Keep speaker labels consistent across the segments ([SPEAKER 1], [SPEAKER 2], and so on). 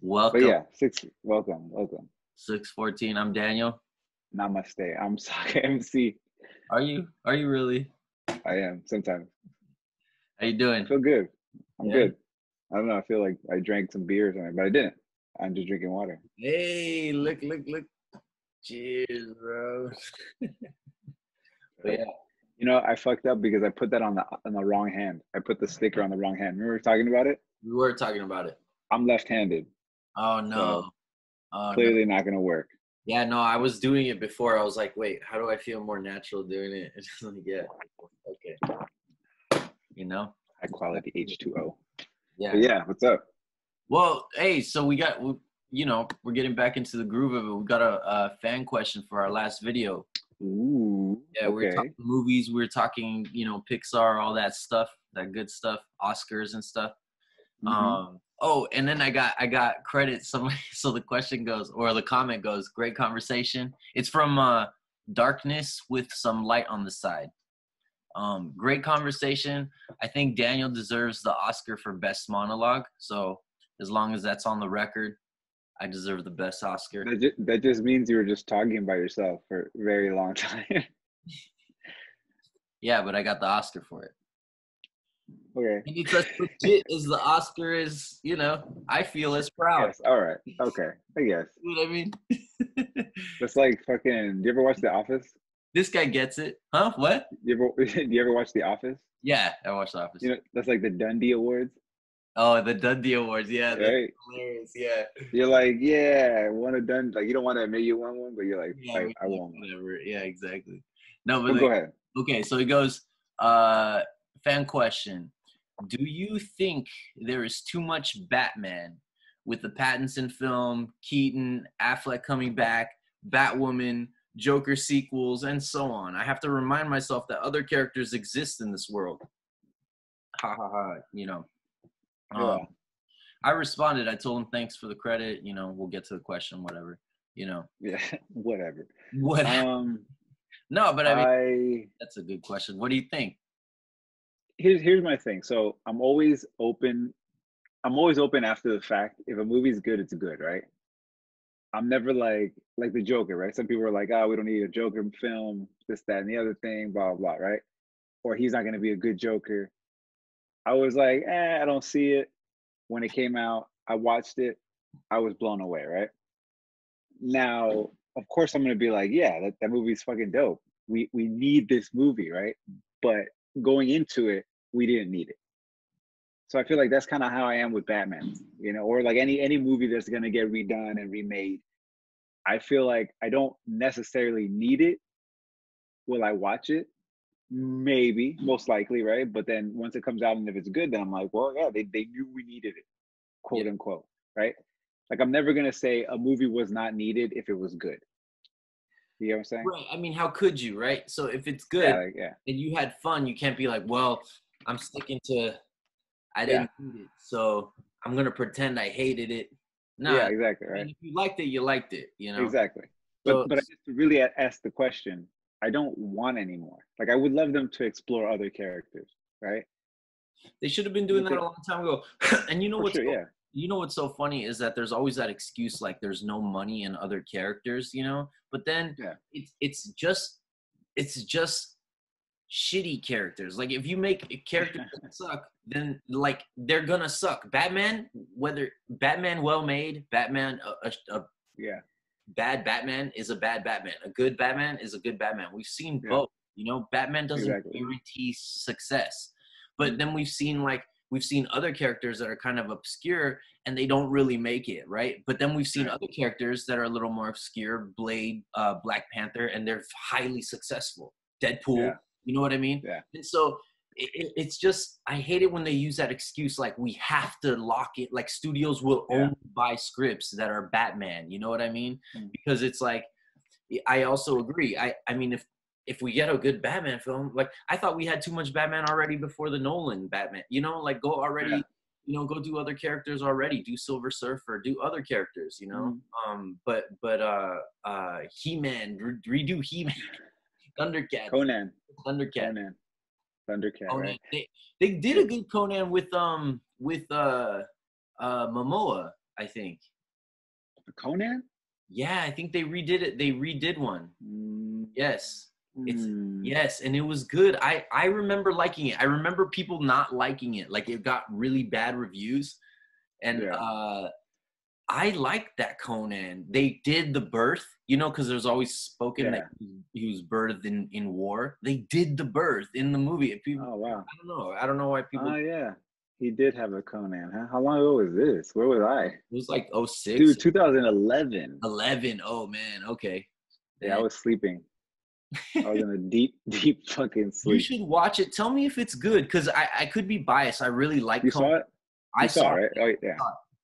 [SPEAKER 1] Welcome.
[SPEAKER 2] But yeah, six. Welcome, welcome.
[SPEAKER 1] 614. I'm Daniel.
[SPEAKER 2] Namaste. I'm Saka MC.
[SPEAKER 1] Are you? Are you really?
[SPEAKER 2] I am sometimes.
[SPEAKER 1] How you
[SPEAKER 2] I
[SPEAKER 1] doing?
[SPEAKER 2] feel good. I'm
[SPEAKER 1] Yeah.
[SPEAKER 2] good. I don't know. I feel like I drank some beer or something, but I didn't. I'm just drinking water.
[SPEAKER 1] Hey, look, look, look. Cheers, bro. But yeah.
[SPEAKER 2] You know, I fucked up because I put that on the on the wrong hand. I put the sticker on the wrong hand. Remember we were talking about it?
[SPEAKER 1] We were talking about it.
[SPEAKER 2] I'm left-handed.
[SPEAKER 1] Oh no. Oh, no.
[SPEAKER 2] Clearly not gonna work.
[SPEAKER 1] Yeah, no, I was doing it before. I was like, wait, how do I feel more natural doing it? It's like, yeah. Okay. You know?
[SPEAKER 2] High quality H2O.
[SPEAKER 1] Yeah.
[SPEAKER 2] But yeah, what's up?
[SPEAKER 1] Well, hey, so we got, we, you know, we're getting back into the groove of it. We got a, a fan question for our last video.
[SPEAKER 2] Ooh.
[SPEAKER 1] Yeah, we were
[SPEAKER 2] okay.
[SPEAKER 1] talking movies. We were talking, you know, Pixar, all that stuff, that good stuff, Oscars and stuff.
[SPEAKER 2] Mhm.
[SPEAKER 1] Um, oh, and then I got I got credit. Somebody, so the question goes, or the comment goes, great conversation. It's from uh, darkness with some light on the side. Um, great conversation. I think Daniel deserves the Oscar for best monologue. So as long as that's on the record, I deserve the best Oscar.
[SPEAKER 2] That just, that just means you were just talking by yourself for a very long time.
[SPEAKER 1] Yeah, but I got the Oscar for it.
[SPEAKER 2] okay.
[SPEAKER 1] And it's as legit as the Oscar is, you know, I feel as proud.
[SPEAKER 2] Yes. All right. Okay. I guess.
[SPEAKER 1] You know what I mean?
[SPEAKER 2] That's like fucking. Do you ever watch The Office?
[SPEAKER 1] this guy gets it. Huh? What?
[SPEAKER 2] You ever? Do you ever watch The Office?
[SPEAKER 1] Yeah, I watched The Office.
[SPEAKER 2] You know, that's like the Dundee Awards,
[SPEAKER 1] oh, the Dundee Awards. Yeah, that's
[SPEAKER 2] right?
[SPEAKER 1] hilarious. Yeah.
[SPEAKER 2] You're like, yeah, I won a Dundee. Like, you don't want to admit you won one, but you're like,
[SPEAKER 1] yeah
[SPEAKER 2] I,
[SPEAKER 1] we-
[SPEAKER 2] I won one.
[SPEAKER 1] Whatever. Yeah, exactly. No, but
[SPEAKER 2] But
[SPEAKER 1] like,
[SPEAKER 2] go ahead.
[SPEAKER 1] Okay, so he goes, uh, fan question. Do you think there is too much Batman with the Pattinson film, Keaton, Affleck coming back, Batwoman, Joker sequels, and so on? I have to remind myself that other characters exist in this world. Ha ha ha, you know. Um,
[SPEAKER 2] Yeah.
[SPEAKER 1] I responded, I told him thanks for the credit, you know, we'll get to the question, whatever, you know.
[SPEAKER 2] Yeah. Whatever.
[SPEAKER 1] What?
[SPEAKER 2] Um,
[SPEAKER 1] no, but I
[SPEAKER 2] uh,
[SPEAKER 1] mean,
[SPEAKER 2] I
[SPEAKER 1] that's a good question. What do you think?
[SPEAKER 2] here's here's my thing. So I'm always open. I'm always open after the fact. If a movie's good, it's good, right? I'm never like like the Joker, right? Some people are like, oh, we don't need a Joker film, this, that, and the other thing, blah, blah, blah, right? Or he's not gonna be a good Joker. I was like, eh, I don't see it. When it came out, I watched it, I was blown away, right? Now, of course I'm gonna be like, yeah, that, that movie's fucking dope. We we need this movie, right? But going into it, we didn't need it. So I feel like that's kind of how I am with Batman, you know, or like any any movie that's gonna get redone and remade. I feel like I don't necessarily need it. Will I watch it? Maybe, most likely, right? But then once it comes out and if it's good, then I'm like, well, yeah, they, they knew we needed it, quote
[SPEAKER 1] Yeah.
[SPEAKER 2] unquote, right? Like I'm never gonna say a movie was not needed if it was good. You know what I'm saying?
[SPEAKER 1] Right. I mean, how could you, right? So if it's good
[SPEAKER 2] Yeah, like, yeah.
[SPEAKER 1] and you had fun, you can't be like, well, I'm sticking to, I didn't need it, so I'm gonna pretend I hated it. No,
[SPEAKER 2] yeah, exactly,
[SPEAKER 1] I
[SPEAKER 2] right.
[SPEAKER 1] mean, if you liked it, you liked it. You know.
[SPEAKER 2] Exactly.
[SPEAKER 1] So
[SPEAKER 2] But but I
[SPEAKER 1] it's-
[SPEAKER 2] just really a- ask the question. I don't want any more. Like I would love them to explore other characters, right?
[SPEAKER 1] They should have been doing
[SPEAKER 2] You
[SPEAKER 1] that a
[SPEAKER 2] could-
[SPEAKER 1] long time ago. and you know
[SPEAKER 2] For
[SPEAKER 1] Oh, what's
[SPEAKER 2] sure,
[SPEAKER 1] so-
[SPEAKER 2] yeah.
[SPEAKER 1] you know what's so funny is that there's always that excuse like there's no money in other characters, you know. But then
[SPEAKER 2] Yeah.
[SPEAKER 1] it's it's just it's just shitty characters. Like if you make a character that suck, then like they're gonna suck. Batman, whether Batman well made, Batman a, a, a
[SPEAKER 2] Yeah.
[SPEAKER 1] bad Batman is a bad Batman. A good Batman is a good Batman. We've seen
[SPEAKER 2] Yeah.
[SPEAKER 1] both. You know, Batman doesn't
[SPEAKER 2] Exactly.
[SPEAKER 1] guarantee success. But then we've seen like we've seen other characters that are kind of obscure and they don't really make it, right? But then we've seen
[SPEAKER 2] Right.
[SPEAKER 1] other characters that are a little more obscure, Blade, uh, Black Panther, and they're highly successful. Deadpool,
[SPEAKER 2] Yeah.
[SPEAKER 1] you know what I mean?
[SPEAKER 2] Yeah.
[SPEAKER 1] And so it, it- it's just I hate it when they use that excuse like we have to lock it. Like studios will
[SPEAKER 2] Yeah.
[SPEAKER 1] only buy scripts that are Batman. You know what I mean?
[SPEAKER 2] Mm.
[SPEAKER 1] Because it's like I also agree. I I mean if if we get a good Batman film, like I thought we had too much Batman already before the Nolan Batman. You know, like go already.
[SPEAKER 2] Yeah.
[SPEAKER 1] You know, go do other characters already. Do Silver Surfer. Do other characters. You know,
[SPEAKER 2] Mm-hmm.
[SPEAKER 1] um, but but uh uh He Man re- redo He Man, Thundercat,
[SPEAKER 2] Conan.
[SPEAKER 1] Thundercat.
[SPEAKER 2] Conan. Thundercat,
[SPEAKER 1] Conan.
[SPEAKER 2] right?
[SPEAKER 1] They, they did a good Conan with um with uh uh Momoa, I think.
[SPEAKER 2] Conan?
[SPEAKER 1] Yeah, I think they redid it. They redid one.
[SPEAKER 2] Mm,
[SPEAKER 1] Yes. It's-
[SPEAKER 2] mm.
[SPEAKER 1] Yes, and it was good. I I remember liking it. I remember people not liking it. Like it got really bad reviews, and
[SPEAKER 2] Yeah.
[SPEAKER 1] uh, I liked that Conan. They did the birth, you know, because there's always spoken that he was birthed in in war. They did the birth in the movie. And People,
[SPEAKER 2] Oh wow.
[SPEAKER 1] I don't know. I don't know why people.
[SPEAKER 2] Oh yeah. He did have a Conan, huh? How long ago was this? Where was I?
[SPEAKER 1] it was like 06,
[SPEAKER 2] Dude, 2011.
[SPEAKER 1] 11. Oh man, okay.
[SPEAKER 2] Yeah, I was sleeping. I was in a deep, deep fucking
[SPEAKER 1] you
[SPEAKER 2] sleep.
[SPEAKER 1] should watch it. Tell me if it's good, because I I could be biased. I really like
[SPEAKER 2] You saw it?
[SPEAKER 1] I
[SPEAKER 2] You
[SPEAKER 1] saw. it.
[SPEAKER 2] it, right? Oh yeah.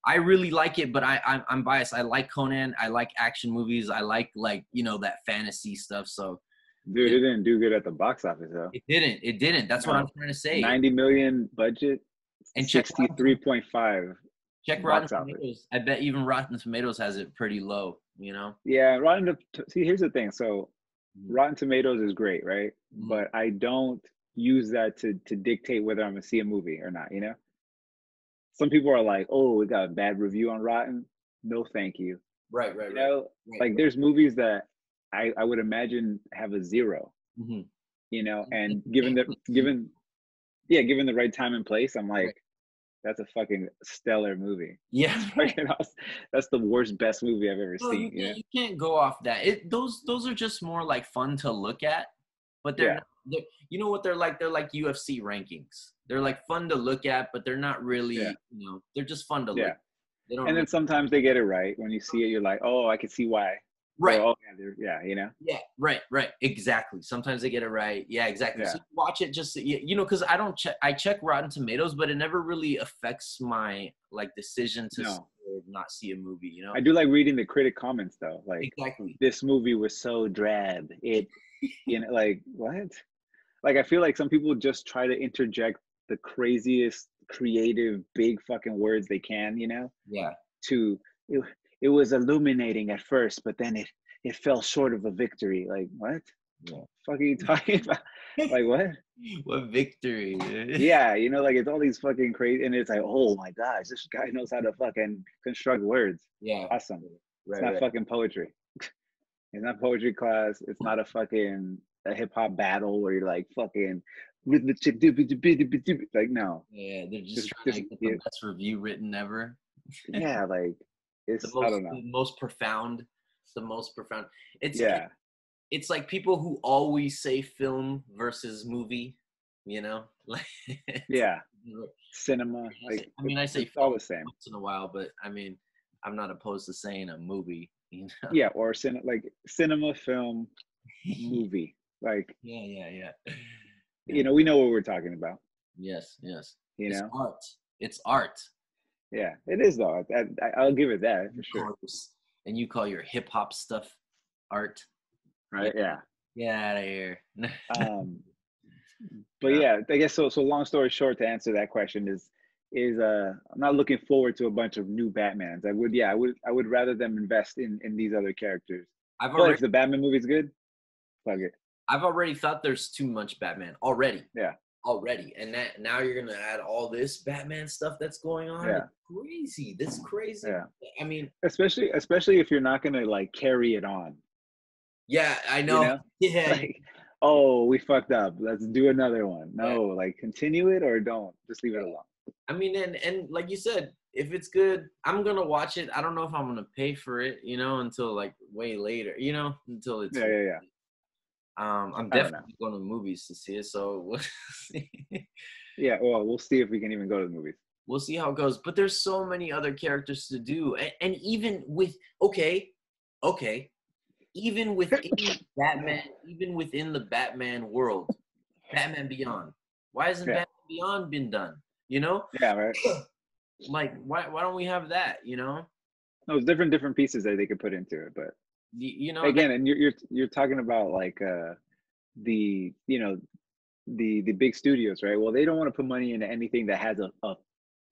[SPEAKER 1] I really like it, but I I'm, I'm biased. I like Conan. I like action movies. I like like you know that fantasy stuff. So
[SPEAKER 2] Dude, it didn't do good at the box office though.
[SPEAKER 1] it didn't. It didn't. That's what
[SPEAKER 2] No.
[SPEAKER 1] I'm trying to say.
[SPEAKER 2] 90 million budget
[SPEAKER 1] And check Rotten-
[SPEAKER 2] 63.5
[SPEAKER 1] check Rotten
[SPEAKER 2] box office.
[SPEAKER 1] Tomatoes. I bet even Rotten Tomatoes has it pretty low. You know.
[SPEAKER 2] yeah rotten T- see here's the thing so
[SPEAKER 1] Mhm.
[SPEAKER 2] rotten tomatoes is great right
[SPEAKER 1] Mhm.
[SPEAKER 2] but i don't use that to to dictate whether i'm gonna see a movie or not you know some people are like oh it got a bad review on rotten no thank you
[SPEAKER 1] Right. Right.
[SPEAKER 2] you
[SPEAKER 1] Right.
[SPEAKER 2] know like there's movies that i i would imagine have a zero
[SPEAKER 1] hmm
[SPEAKER 2] you know and given the given yeah given the right time and place i'm
[SPEAKER 1] Right.
[SPEAKER 2] like that's a fucking stellar movie
[SPEAKER 1] Yeah. Right.
[SPEAKER 2] Fucking awesome. That's the worst, best movie I've ever
[SPEAKER 1] No, you,
[SPEAKER 2] seen. Yeah.
[SPEAKER 1] can't, you can't go off that. It those those are just more like fun to look at, but they're,
[SPEAKER 2] Yeah.
[SPEAKER 1] not, they're you know what they're like. They're like UFC rankings. They're like fun to look at, but they're not really.
[SPEAKER 2] Yeah.
[SPEAKER 1] You know, they're just fun to look.
[SPEAKER 2] Yeah.
[SPEAKER 1] At. They don't.
[SPEAKER 2] And
[SPEAKER 1] really-
[SPEAKER 2] then sometimes they get it right. When you see it, you're like, oh, I can see why. Or,
[SPEAKER 1] right.
[SPEAKER 2] oh, yeah, they're- yeah, you know?
[SPEAKER 1] Yeah, right, right, exactly. Sometimes they get it right. Yeah, exactly. So
[SPEAKER 2] Yeah.
[SPEAKER 1] you watch it just you you know because I don't check. I check Rotten Tomatoes, but it never really affects my like decision to
[SPEAKER 2] No.
[SPEAKER 1] see or not see a movie. You know,
[SPEAKER 2] I do like reading the critic comments, though. Like,
[SPEAKER 1] exactly.
[SPEAKER 2] this movie was so drab. It, you know, like, what? Like, I feel like some people just try to interject the craziest, creative, big fucking words they can, you know?
[SPEAKER 1] Yeah,
[SPEAKER 2] To, it, it was illuminating at first, but then it, it fell short of a victory. Like, what?
[SPEAKER 1] Yeah.
[SPEAKER 2] Fuck are you talking about? like, what?
[SPEAKER 1] what victory? dude.
[SPEAKER 2] yeah, you know, like it's all these fucking crazy, and it's like, oh my gosh, this guy knows how to fucking construct words.
[SPEAKER 1] yeah,
[SPEAKER 2] Awesome. It's
[SPEAKER 1] right,
[SPEAKER 2] not
[SPEAKER 1] right.
[SPEAKER 2] fucking poetry. It's not poetry class. It's not a fucking a hip hop battle where you're like fucking rhythmic shit, doo- doo- doo- doo- doo- doo- doo. like no,
[SPEAKER 1] Yeah, they're just
[SPEAKER 2] Just-
[SPEAKER 1] trying to
[SPEAKER 2] just-
[SPEAKER 1] get the
[SPEAKER 2] yeah.
[SPEAKER 1] best review written ever.
[SPEAKER 2] yeah, like it's
[SPEAKER 1] The most,
[SPEAKER 2] I don't know.
[SPEAKER 1] the most profound, the most profound. It's
[SPEAKER 2] Yeah,
[SPEAKER 1] it's like people who always say film versus movie. You know, like
[SPEAKER 2] yeah, cinema.
[SPEAKER 1] I
[SPEAKER 2] Like
[SPEAKER 1] say- I mean, I say
[SPEAKER 2] it's all
[SPEAKER 1] film
[SPEAKER 2] the same.
[SPEAKER 1] once in a while, but I mean, I'm not opposed to saying a movie. You know?
[SPEAKER 2] Yeah, or cin- like cinema, film, movie. Like
[SPEAKER 1] yeah, yeah, yeah.
[SPEAKER 2] you know, we know what we're talking about.
[SPEAKER 1] Yes, yes.
[SPEAKER 2] You
[SPEAKER 1] it's
[SPEAKER 2] know,
[SPEAKER 1] art. It's art.
[SPEAKER 2] yeah, it is though. I, I, I'll give it that for sure.
[SPEAKER 1] Gross. And you call your hip hop stuff art?
[SPEAKER 2] Right? Yeah.
[SPEAKER 1] Get out of here.
[SPEAKER 2] um but yeah i guess so so long story short to answer that question is is uh i'm not looking forward to a bunch of new batmans i would yeah i would i would rather them invest in in these other characters
[SPEAKER 1] I've
[SPEAKER 2] but if
[SPEAKER 1] already,
[SPEAKER 2] the batman movie's good fuck it
[SPEAKER 1] I've already thought there's too much Batman already.
[SPEAKER 2] Yeah.
[SPEAKER 1] Already, and that now you're gonna add all this Batman stuff that's going on.
[SPEAKER 2] Yeah.
[SPEAKER 1] It's crazy. That's crazy.
[SPEAKER 2] yeah
[SPEAKER 1] I mean,
[SPEAKER 2] especially especially if you're not gonna like carry it on
[SPEAKER 1] yeah, I
[SPEAKER 2] you
[SPEAKER 1] know.
[SPEAKER 2] know?
[SPEAKER 1] Yeah,
[SPEAKER 2] like oh we fucked up let's do another one no like continue it or don't just leave it alone
[SPEAKER 1] I mean, and and like you said, if it's good, I'm gonna watch it. I don't know if I'm gonna pay for it, you know, until like way later, you know, until it's.
[SPEAKER 2] yeah yeah yeah
[SPEAKER 1] Um, I'm
[SPEAKER 2] I don't
[SPEAKER 1] definitely going to movies to see it, so we'll see.
[SPEAKER 2] yeah well we'll see if we can even go to the movies
[SPEAKER 1] we'll see how it goes. But there's so many other characters to do, and, and even with okay, okay, even within Batman, even within the Batman world, Batman Beyond. Why hasn't
[SPEAKER 2] Yeah.
[SPEAKER 1] Batman Beyond been done? You know,
[SPEAKER 2] yeah right
[SPEAKER 1] like why why don't we have that? You know.
[SPEAKER 2] no it's different different pieces that they could put into it but
[SPEAKER 1] Y- you know
[SPEAKER 2] again and you're, you're you're talking about like uh the you know the the big studios right well they don't want to put money into anything that has a a,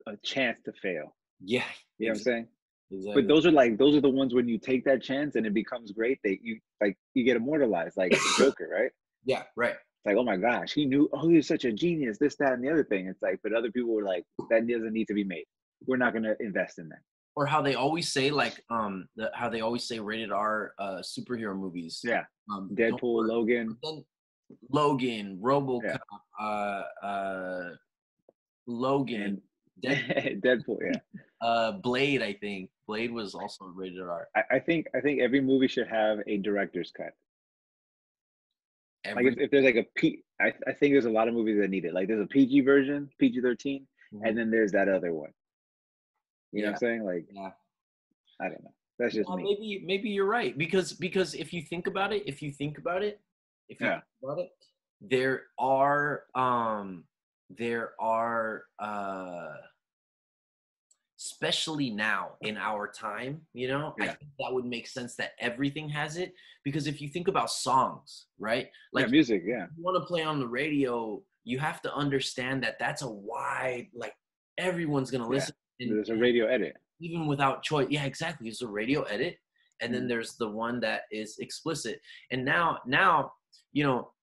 [SPEAKER 2] a chance to fail
[SPEAKER 1] yeah
[SPEAKER 2] you know what i'm saying
[SPEAKER 1] exactly.
[SPEAKER 2] but those are like those are the ones when you take that chance and it becomes great that you like you get immortalized like the joker right
[SPEAKER 1] yeah right
[SPEAKER 2] it's like oh my gosh he knew oh he was such a genius this that and the other thing it's like but other people were like that doesn't need to be made we're not going to invest in that
[SPEAKER 1] or how they always say like um the, how they always say rated R uh superhero movies.
[SPEAKER 2] Yeah.
[SPEAKER 1] Um, don't
[SPEAKER 2] Deadpool,
[SPEAKER 1] work.
[SPEAKER 2] Logan.
[SPEAKER 1] Then Logan, RoboCop, uh, uh, Logan, Dead,
[SPEAKER 2] Deadpool, yeah.
[SPEAKER 1] uh, Blade. I think Blade was also rated R.
[SPEAKER 2] I, I think I think every movie should have a director's cut. Like
[SPEAKER 1] Every,
[SPEAKER 2] if, if there's like a P, I, I think there's a lot of movies that need it. Like there's a PG version, PG thirteen, and then there's that other one. You know what I'm saying? Like
[SPEAKER 1] Mm-hmm. yeah.
[SPEAKER 2] I don't know. That's just
[SPEAKER 1] Well,
[SPEAKER 2] me.
[SPEAKER 1] maybe maybe you're right because because if you think about it, if you think about it, if you
[SPEAKER 2] Yeah.
[SPEAKER 1] think about it, there are um there are uh especially now in our time, you know, I
[SPEAKER 2] Yeah.
[SPEAKER 1] think that would make sense that everything has it because if you think about songs, right?
[SPEAKER 2] yeah, music, yeah.
[SPEAKER 1] you want to play on the radio, you have to understand that that's a wide like everyone's gonna
[SPEAKER 2] Yeah.
[SPEAKER 1] listen. and-
[SPEAKER 2] There's a radio edit.
[SPEAKER 1] even without choice. Yeah, exactly. It's a radio edit, and then
[SPEAKER 2] Mm.
[SPEAKER 1] there's the one that is explicit. And now, now, you know,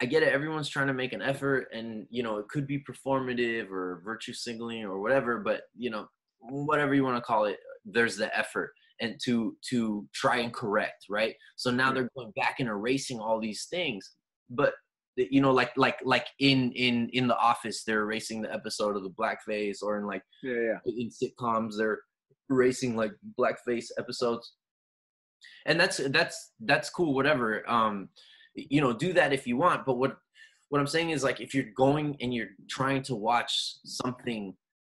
[SPEAKER 1] I get it. Everyone's trying to make an effort, and you know, it could be performative or virtue signaling or whatever. But you know, whatever you want to call it, there's the effort and to to try and correct, right? So now
[SPEAKER 2] Mm.
[SPEAKER 1] they're going back and erasing all these things, but that, you know like like like in in in the office they're erasing the episode of the blackface or in like
[SPEAKER 2] Yeah, yeah.
[SPEAKER 1] in sitcoms they're erasing like blackface episodes and that's that's that's cool whatever um you know do that if you want but what what i'm saying is like if you're going and you're trying to watch something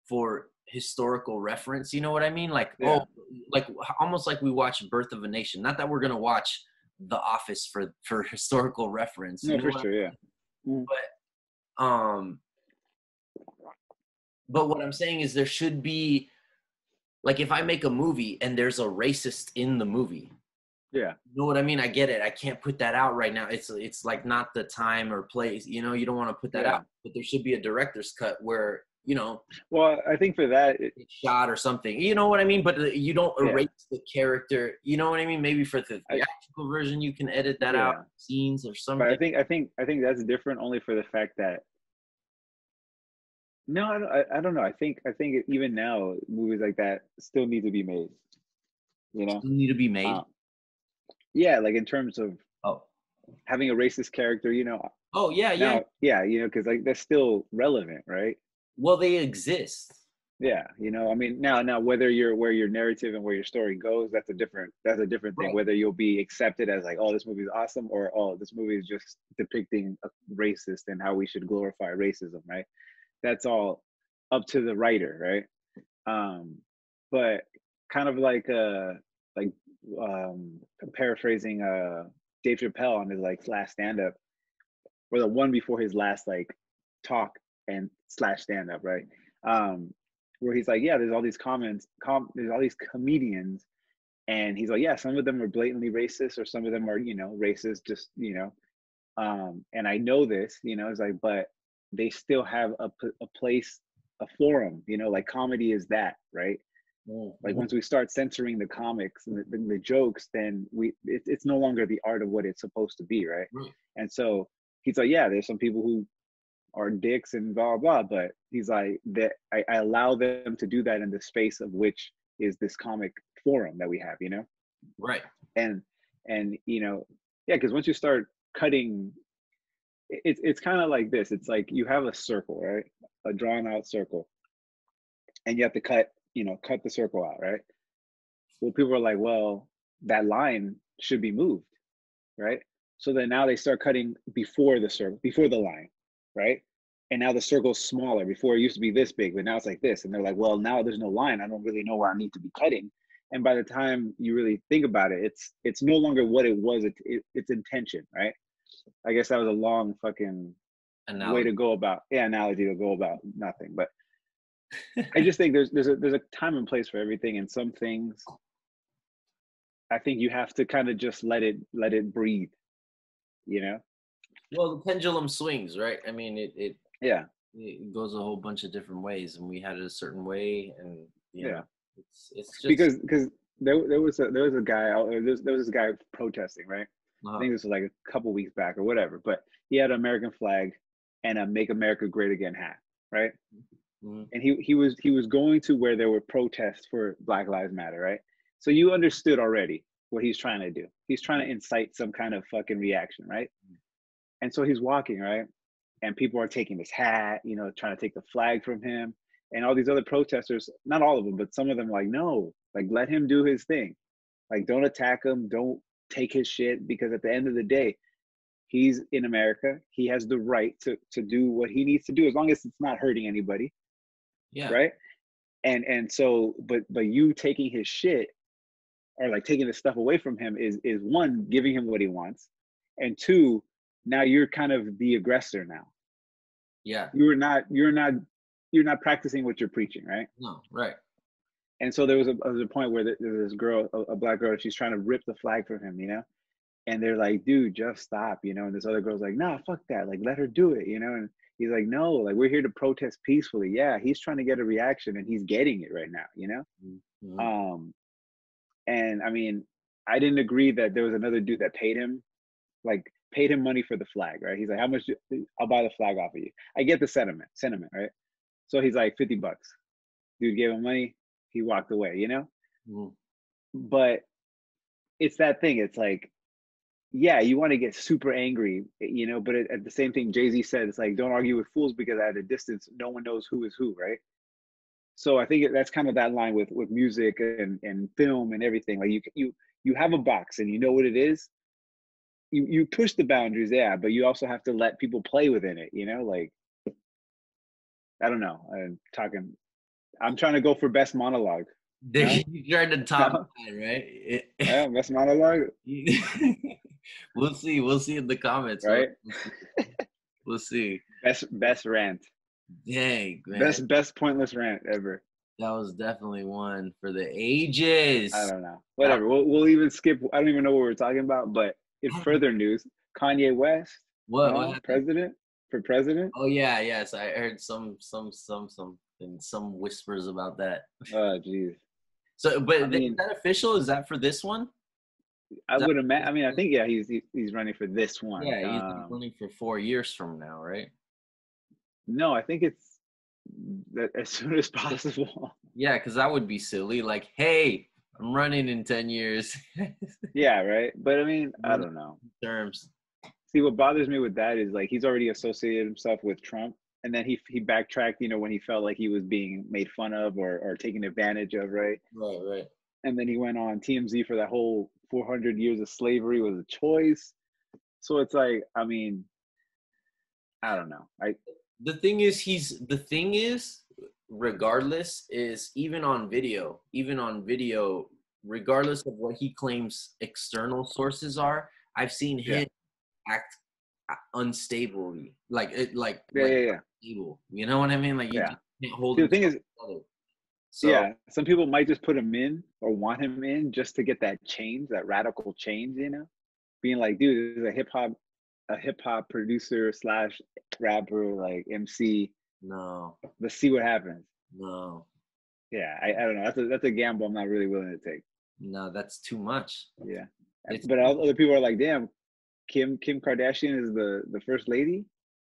[SPEAKER 1] for historical reference you know what i mean like
[SPEAKER 2] Yeah.
[SPEAKER 1] oh like almost like we watch birth of a nation not that we're going to watch the office for for historical reference you
[SPEAKER 2] No,
[SPEAKER 1] know
[SPEAKER 2] for
[SPEAKER 1] what I-
[SPEAKER 2] sure, yeah.
[SPEAKER 1] um but what i'm saying is there should be like if i make a movie and there's a racist in the movie
[SPEAKER 2] Yeah.
[SPEAKER 1] you know what i mean i get it i can't put that out right now it's it's like not the time or place you know you don't want to put that
[SPEAKER 2] Yeah.
[SPEAKER 1] out but there should be a director's cut where you know
[SPEAKER 2] Well, I think for that it,
[SPEAKER 1] it's shot or something you know what i mean but uh, you don't
[SPEAKER 2] Yeah.
[SPEAKER 1] erase the character you know what i mean maybe for the
[SPEAKER 2] I-
[SPEAKER 1] theatrical version you can edit that
[SPEAKER 2] Yeah.
[SPEAKER 1] out scenes or something
[SPEAKER 2] But I think I think I think that's different only for the fact that no, I don't, I, I don't know. I think I think even now movies like that still need to be made. You know,
[SPEAKER 1] Doesn't need to be made
[SPEAKER 2] Uh, yeah, like in terms of
[SPEAKER 1] oh
[SPEAKER 2] having a racist character, you know,
[SPEAKER 1] oh yeah yeah
[SPEAKER 2] now, yeah, you know, because like that's still relevant, right?
[SPEAKER 1] well they exist
[SPEAKER 2] Yeah, you know, I mean, now now whether you're where your narrative and where your story goes, that's a different that's a different thing.
[SPEAKER 1] Right.
[SPEAKER 2] Whether you'll be accepted as like, oh, this movie is awesome, or oh, this movie is just depicting a racist and how we should glorify racism, right? That's all up to the writer, right? Um, but kind of like uh like um paraphrasing uh Dave Chappelle on his like last stand up or the one before his last like talk and slash stand up, right? Um, where he's like, yeah, there's all these comments, com- there's all these comedians, and he's like, yeah, some of them are blatantly racist, or some of them are, you know, racist, just you know, um, and I know this, you know, it's like, but they still have a p- a place, a forum, you know, like comedy is that, right? Like
[SPEAKER 1] Mm-hmm.
[SPEAKER 2] once we start censoring the comics and the, the, the jokes, then we it, it's no longer the art of what it's supposed to be, right?
[SPEAKER 1] Right.
[SPEAKER 2] And so he's like, yeah, there's some people who are dicks and blah blah, but he's like that I, I allow them to do that in the space of which is this comic forum that we have, you know?
[SPEAKER 1] right
[SPEAKER 2] and and you know yeah because once you start cutting it- it's it's kind of like this it's like you have a circle right a drawn out circle and you have to cut you know cut the circle out right well people are like well that line should be moved right so then now they start cutting before the circle before the line right and now the circle's smaller before it used to be this big but now it's like this and they're like well now there's no line i don't really know where i need to be cutting and by the time you really think about it it's it's no longer what it was it, it, its intention right i guess that was a long fucking
[SPEAKER 1] and
[SPEAKER 2] way to go about yeah analogy to go about nothing but i just think there's there's a there's a time and place for everything and some things i think you have to kind of just let it let it breathe you know
[SPEAKER 1] Well, the pendulum swings, right? I mean, it, it
[SPEAKER 2] yeah
[SPEAKER 1] it goes a whole bunch of different ways, and we had it a certain way, and you
[SPEAKER 2] Yeah.
[SPEAKER 1] know, it's it's just
[SPEAKER 2] because because there, there was a there was a guy out there was, there was this guy protesting right
[SPEAKER 1] uh,
[SPEAKER 2] I think this was like a couple weeks back or whatever, but he had an American flag and a Make America Great Again hat, right?
[SPEAKER 1] Mhm.
[SPEAKER 2] and he he was he was going to where there were protests for Black Lives Matter, right? So you understood already what he's trying to do. He's trying to incite some kind of fucking reaction, right? And so he's walking, right? And people are taking his hat, you know, trying to take the flag from him. And all these other protesters, not all of them, but some of them like, no, like let him do his thing. Like don't attack him, don't take his shit, because at the end of the day, he's in America. He has the right to to do what he needs to do as long as it's not hurting anybody
[SPEAKER 1] Yeah.
[SPEAKER 2] right and and so but but you taking his shit or like taking the stuff away from him is is one giving him what he wants and two now you're kind of the aggressor now
[SPEAKER 1] Yeah.
[SPEAKER 2] you're not you're not you're not practicing what you're preaching right
[SPEAKER 1] No. Right.
[SPEAKER 2] and so there was a, there was a point where th- there was this girl, a, a black girl, she's trying to rip the flag from him, you know? And they're like, dude, just stop, you know? And this other girl's like, nah, fuck that. Like, let her do it, you know? And he's like, no, like, we're here to protest peacefully. Yeah, he's trying to get a reaction and he's getting it right now, you know?
[SPEAKER 1] Mhm.
[SPEAKER 2] Um, and I mean, I didn't agree that there was another dude that paid him, like, paid him money for the flag, right? He's like, how much? Do, I'll buy the flag off of you. I get the sentiment, sentiment, right? So he's like, fifty bucks. Dude gave him money. He walked away, you know. Uh,
[SPEAKER 1] Mhm.
[SPEAKER 2] But it's that thing. It's like, yeah, you want to get super angry, eh, you know. But at, at the same thing, Jay Z said, it's like, don't argue with fools because at a distance, no one knows who is who, right? So I think that's kind of that line with with music and and film and everything. Like you you you have a box and you know what it is. You you push the boundaries, yeah, but you also have to let people play within it. You know, like I don't know. I'm talking. I'm trying to go for best monologue.
[SPEAKER 1] They- you tried to top that, right? It-
[SPEAKER 2] Yeah, best monologue.
[SPEAKER 1] we'll see. We'll see in the comments.
[SPEAKER 2] Right.
[SPEAKER 1] We'll- We'll see.
[SPEAKER 2] Best best rant.
[SPEAKER 1] Dang, man.
[SPEAKER 2] Best best pointless rant ever.
[SPEAKER 1] That was definitely one for the ages.
[SPEAKER 2] I don't know. Whatever. We'll we'll even skip. I don't even know what we're talking about. But in further news, Kanye West,
[SPEAKER 1] What? what
[SPEAKER 2] uh,
[SPEAKER 1] happened?
[SPEAKER 2] president for president.
[SPEAKER 1] oh yeah, yes. I heard some, some, some, something, some whispers about that.
[SPEAKER 2] Oh, jeez.
[SPEAKER 1] So, but
[SPEAKER 2] I
[SPEAKER 1] th-
[SPEAKER 2] mean-
[SPEAKER 1] is that official? Is that for this one?
[SPEAKER 2] I
[SPEAKER 1] Is that-
[SPEAKER 2] would imagine. I mean, I think yeah, he's he's- he's running for this one.
[SPEAKER 1] Yeah, he's
[SPEAKER 2] Um,
[SPEAKER 1] running for four years from now, right?
[SPEAKER 2] no, I think it's that as soon as possible.
[SPEAKER 1] Yeah, because that would be silly. Like, hey, I'm running in ten years
[SPEAKER 2] yeah, right. But I mean, I
[SPEAKER 1] Mhm.
[SPEAKER 2] don't know.
[SPEAKER 1] terms.
[SPEAKER 2] See, what bothers me with that is like he's already associated himself with Trump, and then he he backtracked. You know, when he felt like he was being made fun of or or taken advantage of, right?
[SPEAKER 1] Right, right.
[SPEAKER 2] And then he went on TMZ for that whole 400 years of slavery was a choice. So it's like, I mean, I don't know. I
[SPEAKER 1] the thing is he's the thing is regardless is even on video even on video regardless of what he claims external sources are i've seen
[SPEAKER 2] Yeah.
[SPEAKER 1] him act unstable like it like,
[SPEAKER 2] yeah,
[SPEAKER 1] like
[SPEAKER 2] yeah, yeah.
[SPEAKER 1] evil you know what i mean like you
[SPEAKER 2] Yeah.
[SPEAKER 1] can't hold
[SPEAKER 2] See, the
[SPEAKER 1] it
[SPEAKER 2] thing is,
[SPEAKER 1] together so
[SPEAKER 2] yeah, some people might just put him in or want him in just to get that change, that radical change, you know, being like, dude, this is a hip hop, a hip hop producer slash rapper, like MC.
[SPEAKER 1] no
[SPEAKER 2] Let's see what happens.
[SPEAKER 1] no
[SPEAKER 2] Yeah, I, I don't know. That's a that's a gamble I'm not really willing to take.
[SPEAKER 1] no that's too much
[SPEAKER 2] Yeah,
[SPEAKER 1] It's-
[SPEAKER 2] but all- other people are like, damn, Kim Kim Kardashian is the the first lady.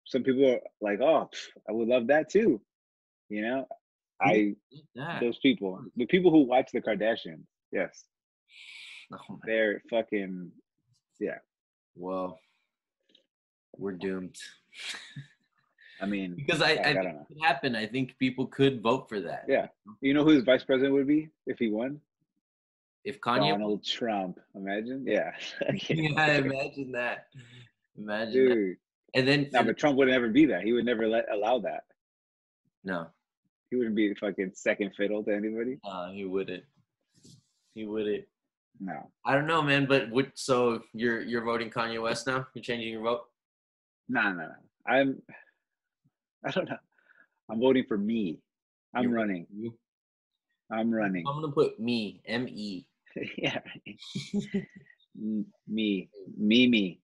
[SPEAKER 2] Some people are like, oh, pff, I would love that too. You know, I
[SPEAKER 1] Look at that.
[SPEAKER 2] those people, the people who watch the Kardashians, yes.
[SPEAKER 1] Oh my-
[SPEAKER 2] they're fucking
[SPEAKER 1] well we're doomed
[SPEAKER 2] i mean
[SPEAKER 1] because i, I,
[SPEAKER 2] Fuck, I
[SPEAKER 1] think
[SPEAKER 2] don't know.
[SPEAKER 1] it could happen i think people could vote for that
[SPEAKER 2] Yeah. you know who his vice president would be if he won
[SPEAKER 1] if kanye
[SPEAKER 2] donald trump imagine yeah
[SPEAKER 1] yeah, imagine that. Imagine that.
[SPEAKER 2] dude
[SPEAKER 1] And then
[SPEAKER 2] no but trump would never be that he would never let allow that
[SPEAKER 1] no,
[SPEAKER 2] he wouldn't be fucking second fiddle to anybody
[SPEAKER 1] uh, he wouldn't. He wouldn't.
[SPEAKER 2] no
[SPEAKER 1] I don't know, man. But would so you're you're voting Kanye West now? You're changing your vote?
[SPEAKER 2] no no no i'm i don't know i'm voting for me i'm
[SPEAKER 1] You're- Um,
[SPEAKER 2] running
[SPEAKER 1] You?
[SPEAKER 2] i'm running
[SPEAKER 1] I'm gonna put me M E.
[SPEAKER 2] yeah M- me me me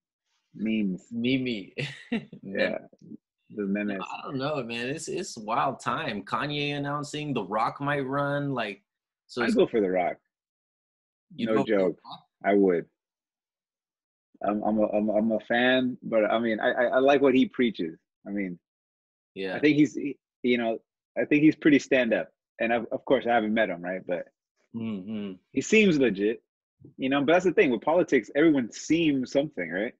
[SPEAKER 2] memes
[SPEAKER 1] Me me.
[SPEAKER 2] yeah the memes
[SPEAKER 1] I don't know, man. It's it's a wild time. Kanye announcing The Rock might run. Like, so
[SPEAKER 2] i
[SPEAKER 1] it's,
[SPEAKER 2] go for the rock
[SPEAKER 1] you
[SPEAKER 2] no
[SPEAKER 1] vote for The
[SPEAKER 2] joke.
[SPEAKER 1] Rock?
[SPEAKER 2] I would. I'm I'm a, I'm, I'm a fan, but I mean I, I I like what he preaches. I mean
[SPEAKER 1] Yeah.
[SPEAKER 2] I think he's he- you know I think he's pretty stand up. And I've, of course, I haven't met him, right? But
[SPEAKER 1] Mm-hmm.
[SPEAKER 2] he seems legit, you know. But that's the thing with politics; everyone seems something, right?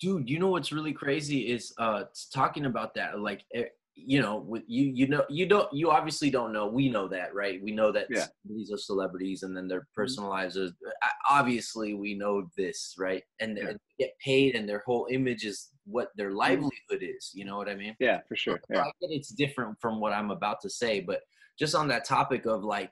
[SPEAKER 1] Dude, you know what's really crazy is uh it's talking about that. Like, eh, you know, with- you you know you don't you obviously don't know. We know that, right? We know that
[SPEAKER 2] Yeah. Mm-hmm.
[SPEAKER 1] these are celebrities, and then their personal lives are. I- Obviously, we know this, right? And,
[SPEAKER 2] Yeah.
[SPEAKER 1] and they get paid, and their whole image is what their livelihood is. You know what I mean?
[SPEAKER 2] Yeah, for sure.
[SPEAKER 1] So I
[SPEAKER 2] Yeah,
[SPEAKER 1] get it's different from what I'm about to say, but just on that topic of like,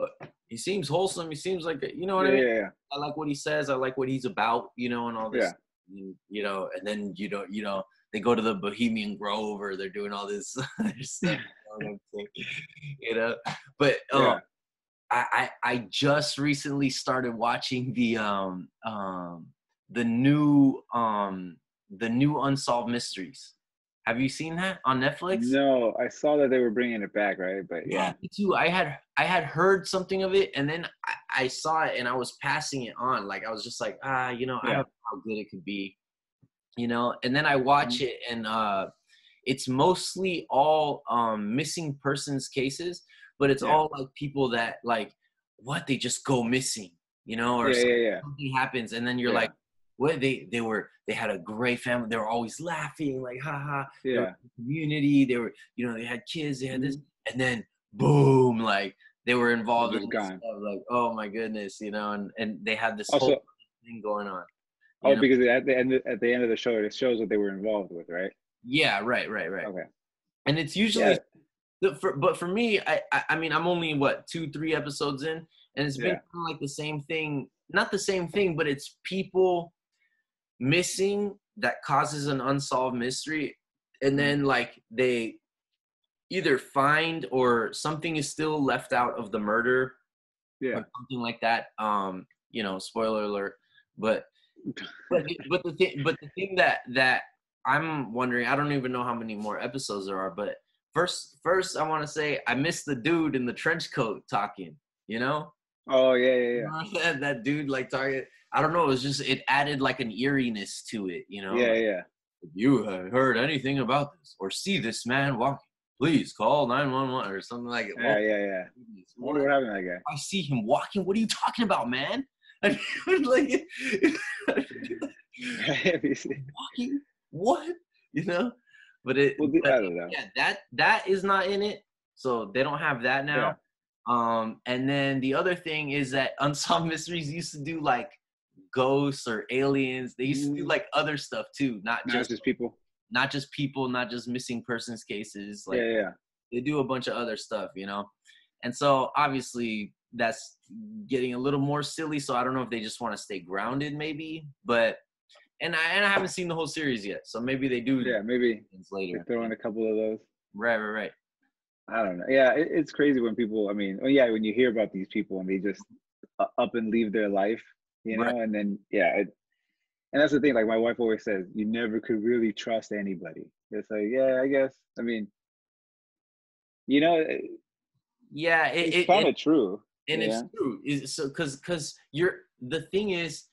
[SPEAKER 1] uh, he seems wholesome. He seems like a- you know what
[SPEAKER 2] yeah,
[SPEAKER 1] I mean.
[SPEAKER 2] yeah. yeah.
[SPEAKER 1] I like what he says. I like what he's about. You know, and all this.
[SPEAKER 2] Yeah.
[SPEAKER 1] You, you know, and then you don't. You know, they go to the Bohemian Grove or they're doing all this other stuff. you, know what I'm saying? You know? but um,
[SPEAKER 2] Yeah.
[SPEAKER 1] I, I I just recently started watching the um um the new um the new Unsolved Mysteries. Have you seen that on Netflix?
[SPEAKER 2] No, I saw that they were bringing it back, right? But
[SPEAKER 1] Yeah,
[SPEAKER 2] yeah,
[SPEAKER 1] me too. I had I had heard something of it, and then I, I saw it, and I was passing it on. Like I was just like, ah, you know, I
[SPEAKER 2] Yeah.
[SPEAKER 1] don't know how good it could be, you know. And then I watch
[SPEAKER 2] Mm-hmm.
[SPEAKER 1] it, and uh, it's mostly all um missing persons cases, but it's
[SPEAKER 2] Yeah.
[SPEAKER 1] all like people that like what they just go missing, you know, or
[SPEAKER 2] yeah, yeah, yeah.
[SPEAKER 1] something happens and then you're
[SPEAKER 2] Yeah.
[SPEAKER 1] like what they they were they had a great family they were always laughing like haha
[SPEAKER 2] yeah.
[SPEAKER 1] community they were you know they had kids they had this
[SPEAKER 2] Mm-hmm.
[SPEAKER 1] and then boom like they were involved in
[SPEAKER 2] They're
[SPEAKER 1] this
[SPEAKER 2] gone.
[SPEAKER 1] stuff, like oh my goodness you know and and they had this
[SPEAKER 2] Also,
[SPEAKER 1] whole thing going on you
[SPEAKER 2] oh,
[SPEAKER 1] know?
[SPEAKER 2] because at the end at the end of the show, it shows what they were involved with, right?
[SPEAKER 1] yeah right right right
[SPEAKER 2] Okay.
[SPEAKER 1] and it's usually
[SPEAKER 2] Yeah.
[SPEAKER 1] the, for, but for me I, I i mean i'm only what two three episodes in and it's been
[SPEAKER 2] Yeah.
[SPEAKER 1] kind of like the same thing not the same thing but it's people missing that causes an unsolved mystery and
[SPEAKER 2] Mm-hmm.
[SPEAKER 1] then like they either find or something is still left out of the murder
[SPEAKER 2] Yeah.
[SPEAKER 1] or something like that um you know spoiler alert but but the- but the thing but the thing that that i'm wondering i don't even know how many more episodes there are but first first i want to say i miss the dude in the trench coat talking you know
[SPEAKER 2] Oh yeah, yeah, yeah.
[SPEAKER 1] that, that dude like talking i don't know it was just it added like an eeriness to it you know
[SPEAKER 2] Yeah,
[SPEAKER 1] Like,
[SPEAKER 2] yeah.
[SPEAKER 1] if you have heard anything about this or see this man walking please call 911 or something like it
[SPEAKER 2] Yeah, yeah, yeah. I wonder what happened to that
[SPEAKER 1] I see him walking. What are you talking about, man? I mean, like
[SPEAKER 2] guy. Have you seen-
[SPEAKER 1] walking? What? You know? But it
[SPEAKER 2] well, the-
[SPEAKER 1] but
[SPEAKER 2] I don't know.
[SPEAKER 1] yeah, that that is not in it. So they don't have that now. Um and then the other thing is that Unsolved Mysteries used to do like ghosts or aliens. They used to do
[SPEAKER 2] Mm.
[SPEAKER 1] like other stuff too, not
[SPEAKER 2] Not
[SPEAKER 1] just
[SPEAKER 2] just, people.
[SPEAKER 1] not just people, not just missing persons cases. Like
[SPEAKER 2] yeah, yeah, yeah.
[SPEAKER 1] they do a bunch of other stuff, you know. And so obviously that's getting a little more silly. So I don't know if they just want to stay grounded, maybe. But and I and I haven't seen the whole series yet, so maybe they do
[SPEAKER 2] Yeah, maybe
[SPEAKER 1] things later.
[SPEAKER 2] throw in a couple of those.
[SPEAKER 1] Right, right, right.
[SPEAKER 2] I don't know. Yeah, it, it's crazy when people. I mean, oh yeah, when you hear about these people and they just u- up and leave their life, you know,
[SPEAKER 1] Right.
[SPEAKER 2] and then yeah, it, and that's the thing. Like my wife always says, you never could really trust anybody. It's like, yeah, I guess. I mean, you know, it,
[SPEAKER 1] Yeah, it,
[SPEAKER 2] it's
[SPEAKER 1] it,
[SPEAKER 2] kind
[SPEAKER 1] it
[SPEAKER 2] of true.
[SPEAKER 1] and
[SPEAKER 2] Yeah.
[SPEAKER 1] it's true. Is so because because you're the thing is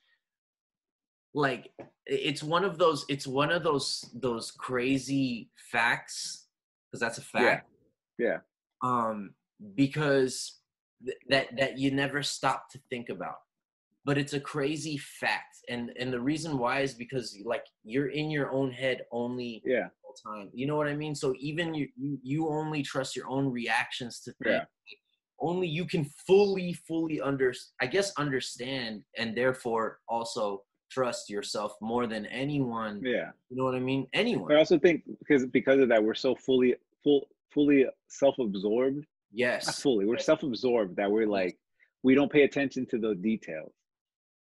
[SPEAKER 1] like i- it's one of those it's one of those those crazy facts because that's a fact.
[SPEAKER 2] Yeah.
[SPEAKER 1] Um, because th- that that you never stop to think about, but it's a crazy fact, and and the reason why is because like you're in your own head only
[SPEAKER 2] Yeah,
[SPEAKER 1] all time. You know what I mean? So even you, you, you only trust your own reactions to things.
[SPEAKER 2] Yeah.
[SPEAKER 1] Only you can fully, fully under, I guess, understand and therefore also trust yourself more than anyone.
[SPEAKER 2] yeah.
[SPEAKER 1] You know what I mean? Anyone.
[SPEAKER 2] But I also think because because of that, we're so fully full fully self-absorbed. Not
[SPEAKER 1] Yes.
[SPEAKER 2] fully, we're self-absorbed that we're like we don't pay attention to those details.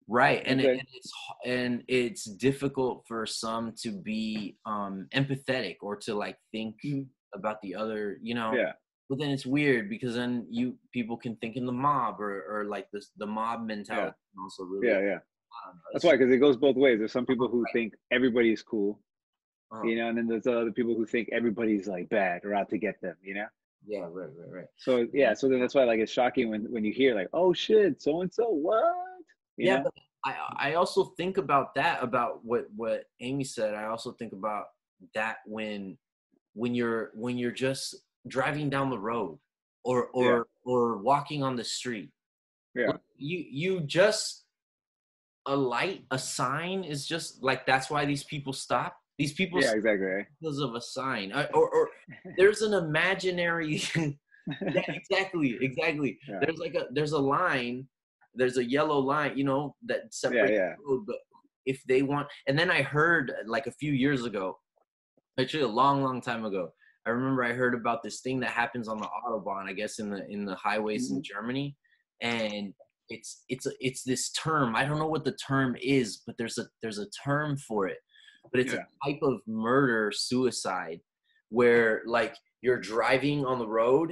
[SPEAKER 1] Right. And, it,
[SPEAKER 2] Okay.
[SPEAKER 1] and it's h- and it's difficult for some to be um empathetic or to like think
[SPEAKER 2] Mhm.
[SPEAKER 1] about the other, you know.
[SPEAKER 2] Yeah,
[SPEAKER 1] but then it's weird because then you people can think in the mob or, or like this the mob mentality can also really
[SPEAKER 2] yeah, yeah.
[SPEAKER 1] I don't know,
[SPEAKER 2] That's
[SPEAKER 1] it's-
[SPEAKER 2] why, because it goes both ways. There's some people who
[SPEAKER 1] Right.
[SPEAKER 2] think everybody's cool,
[SPEAKER 1] uh,
[SPEAKER 2] you know, and then there's other people who think everybody's like bad or out to get them, you know.
[SPEAKER 1] yeah right right right
[SPEAKER 2] So yeah, so then that's why like it's shocking when when you hear like, oh shit, so and so, what? You
[SPEAKER 1] yeah
[SPEAKER 2] know?
[SPEAKER 1] but I I also think about that about what what Amy said I also think about that when when you're when you're just driving down the road or or
[SPEAKER 2] Yeah.
[SPEAKER 1] or walking on the street.
[SPEAKER 2] Yeah.
[SPEAKER 1] You you just a light, a sign is just like that's why these people stop. These people
[SPEAKER 2] Yeah,
[SPEAKER 1] stop
[SPEAKER 2] exactly. Right?
[SPEAKER 1] because of a sign. Uh, Or or there's an imaginary Yeah, exactly, exactly.
[SPEAKER 2] Yeah.
[SPEAKER 1] There's like a there's a line, there's a yellow line, you know, that separates
[SPEAKER 2] yeah.
[SPEAKER 1] the road, but if they want and then I heard uh, like a few years ago, actually a long, long time ago, I remember I heard about this thing that happens on the Autobahn, I guess in the in the highways in
[SPEAKER 2] Mm-hmm.
[SPEAKER 1] Germany. And it's it's a- it's this term. I don't know what the term is, but there's a there's a term for it. But it's
[SPEAKER 2] Yeah.
[SPEAKER 1] a type of murder suicide where like you're driving on the road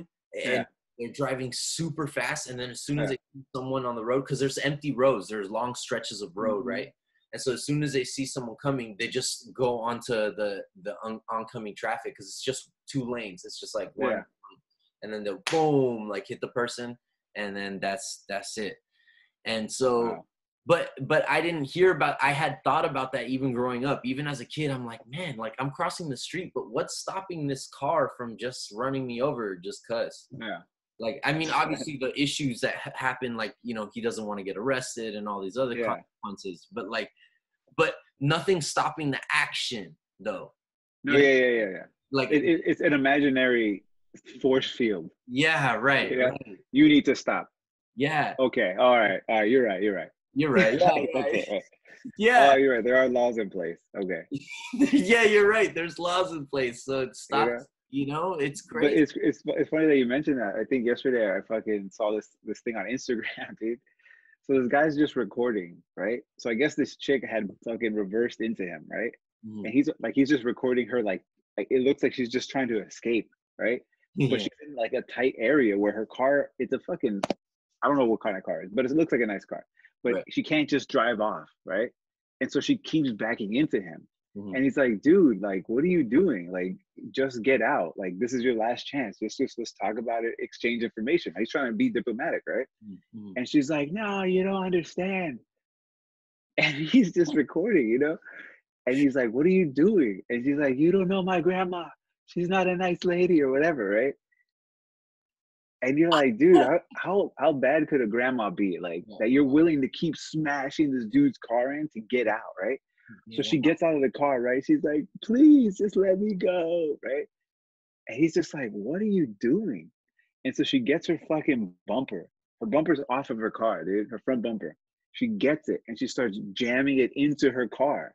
[SPEAKER 1] and
[SPEAKER 2] Yeah.
[SPEAKER 1] they're driving super fast and then as soon as
[SPEAKER 2] Yeah.
[SPEAKER 1] they see someone on the road because there's empty roads there's long stretches of road
[SPEAKER 2] Mhm.
[SPEAKER 1] right and so as soon as they see someone coming they just go onto the the on- oncoming traffic because it's just two lanes it's just like one
[SPEAKER 2] Yeah.
[SPEAKER 1] and then they'll boom like hit the person and then that's that's it and so
[SPEAKER 2] Wow.
[SPEAKER 1] but but i didn't hear about i had thought about that even growing up even as a kid i'm like man like i'm crossing the street but what's stopping this car from just running me over just cuz
[SPEAKER 2] Yeah.
[SPEAKER 1] like i mean obviously the issues that ha- happen like you know he doesn't want to get arrested and all these other
[SPEAKER 2] Yeah.
[SPEAKER 1] consequences but like but nothing stopping the action though
[SPEAKER 2] No,
[SPEAKER 1] Yeah.
[SPEAKER 2] yeah, yeah, yeah, yeah.
[SPEAKER 1] like
[SPEAKER 2] It, it, it's an imaginary force field.
[SPEAKER 1] yeah right
[SPEAKER 2] Yeah.
[SPEAKER 1] yeah. right
[SPEAKER 2] You need to stop.
[SPEAKER 1] yeah
[SPEAKER 2] Okay. All right. All right. You're right. You're right.
[SPEAKER 1] you're right yeah
[SPEAKER 2] That's
[SPEAKER 1] yeah,
[SPEAKER 2] it, right.
[SPEAKER 1] yeah.
[SPEAKER 2] Oh, you're right. There are laws in place. Okay.
[SPEAKER 1] yeah you're right there's laws in place so it stops
[SPEAKER 2] Uh, Yeah.
[SPEAKER 1] you know it's
[SPEAKER 2] But
[SPEAKER 1] crazy
[SPEAKER 2] it's it's it's funny that you mentioned that. I think yesterday I fucking saw this this thing on Instagram, dude. So this guy's just recording, right? So I guess this chick had fucking reversed into him, right?
[SPEAKER 1] Mhm.
[SPEAKER 2] And he's like he's just recording her like like it looks like she's just trying to escape, right? But she's in like a tight area where her car it's a fucking I don't know what kind of car it is, but it looks like a nice car. But
[SPEAKER 1] Right.
[SPEAKER 2] she can't just drive off, right? And so she keeps backing into him.
[SPEAKER 1] Mhm.
[SPEAKER 2] And he's like, dude, like, what are you doing? Like, just get out. Like, this is your last chance. Just, just let's talk about it, exchange information. He's trying to be diplomatic, right?
[SPEAKER 1] Mhm.
[SPEAKER 2] And she's like, no, you don't understand. And he's just recording, you know? And he's like, what are you doing? And she's like, you don't know my grandma. She's not a nice lady or whatever, right? And you're like, dude, how, how how bad could a grandma be? Like
[SPEAKER 1] Yeah.
[SPEAKER 2] that you're willing to keep smashing this dude's car in to get out, right? So she gets out of the car, right? She's like, please just let me go, right? And he's just like, what are you doing? And so she gets her fucking bumper. Her bumper's off of her car, dude, her front bumper. She gets it and she starts jamming it into her car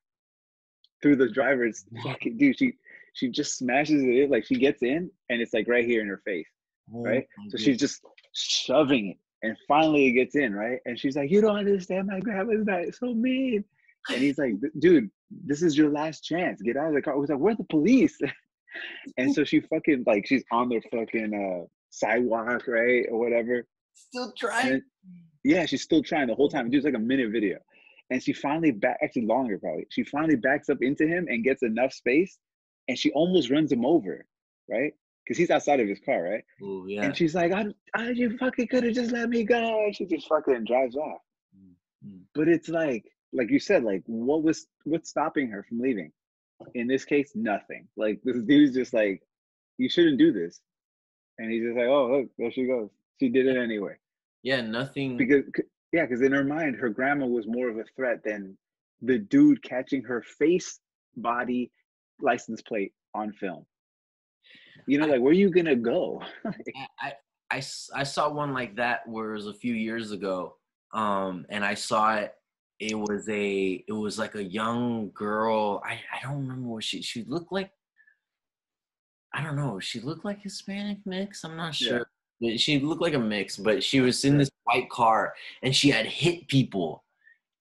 [SPEAKER 2] through the driver's fucking dude. She she just smashes it in, like she gets in and it's like right here in her face.
[SPEAKER 1] Oh
[SPEAKER 2] right?
[SPEAKER 1] my
[SPEAKER 2] So
[SPEAKER 1] God.
[SPEAKER 2] she's just shoving it. And finally it gets in, right? And she's like, You don't understand. My grandma's not so mean. And he's like, Dude, this is your last chance. Get out of the car. I was like, Where's the police? and so she fucking, like, she's on the fucking uh, sidewalk, right? Or whatever.
[SPEAKER 1] still trying
[SPEAKER 2] And- Yeah, she's still trying the whole time. Dude's like a minute video. And she finally back, actually longer probably. She finally backs up into him and gets enough space. And she almost runs him over, right? Because he's outside of his car, right?
[SPEAKER 1] oh yeah
[SPEAKER 2] And she's like, I, I you fucking could have just let me go. And she just fucking drives off.
[SPEAKER 1] Mm.
[SPEAKER 2] But it's like, like you said, like what was what's stopping her from leaving? In this case, nothing. Like this dude's just like, you shouldn't do this. And he's just like, oh look, there she goes. She did it anyway.
[SPEAKER 1] yeah nothing
[SPEAKER 2] Because c- yeah, because in her mind, her grandma was more of a threat than the dude catching her face, body, license plate on film. You know, like where are you gonna go?
[SPEAKER 1] I- I, I s- I saw one like that where it was a few years ago um and i saw it it was a it was like a young girl i i don't remember what she she looked like i don't know she looked like hispanic mix i'm not
[SPEAKER 2] Yeah.
[SPEAKER 1] sure But she looked like a mix but she was in
[SPEAKER 2] Sure.
[SPEAKER 1] this white car and she had hit people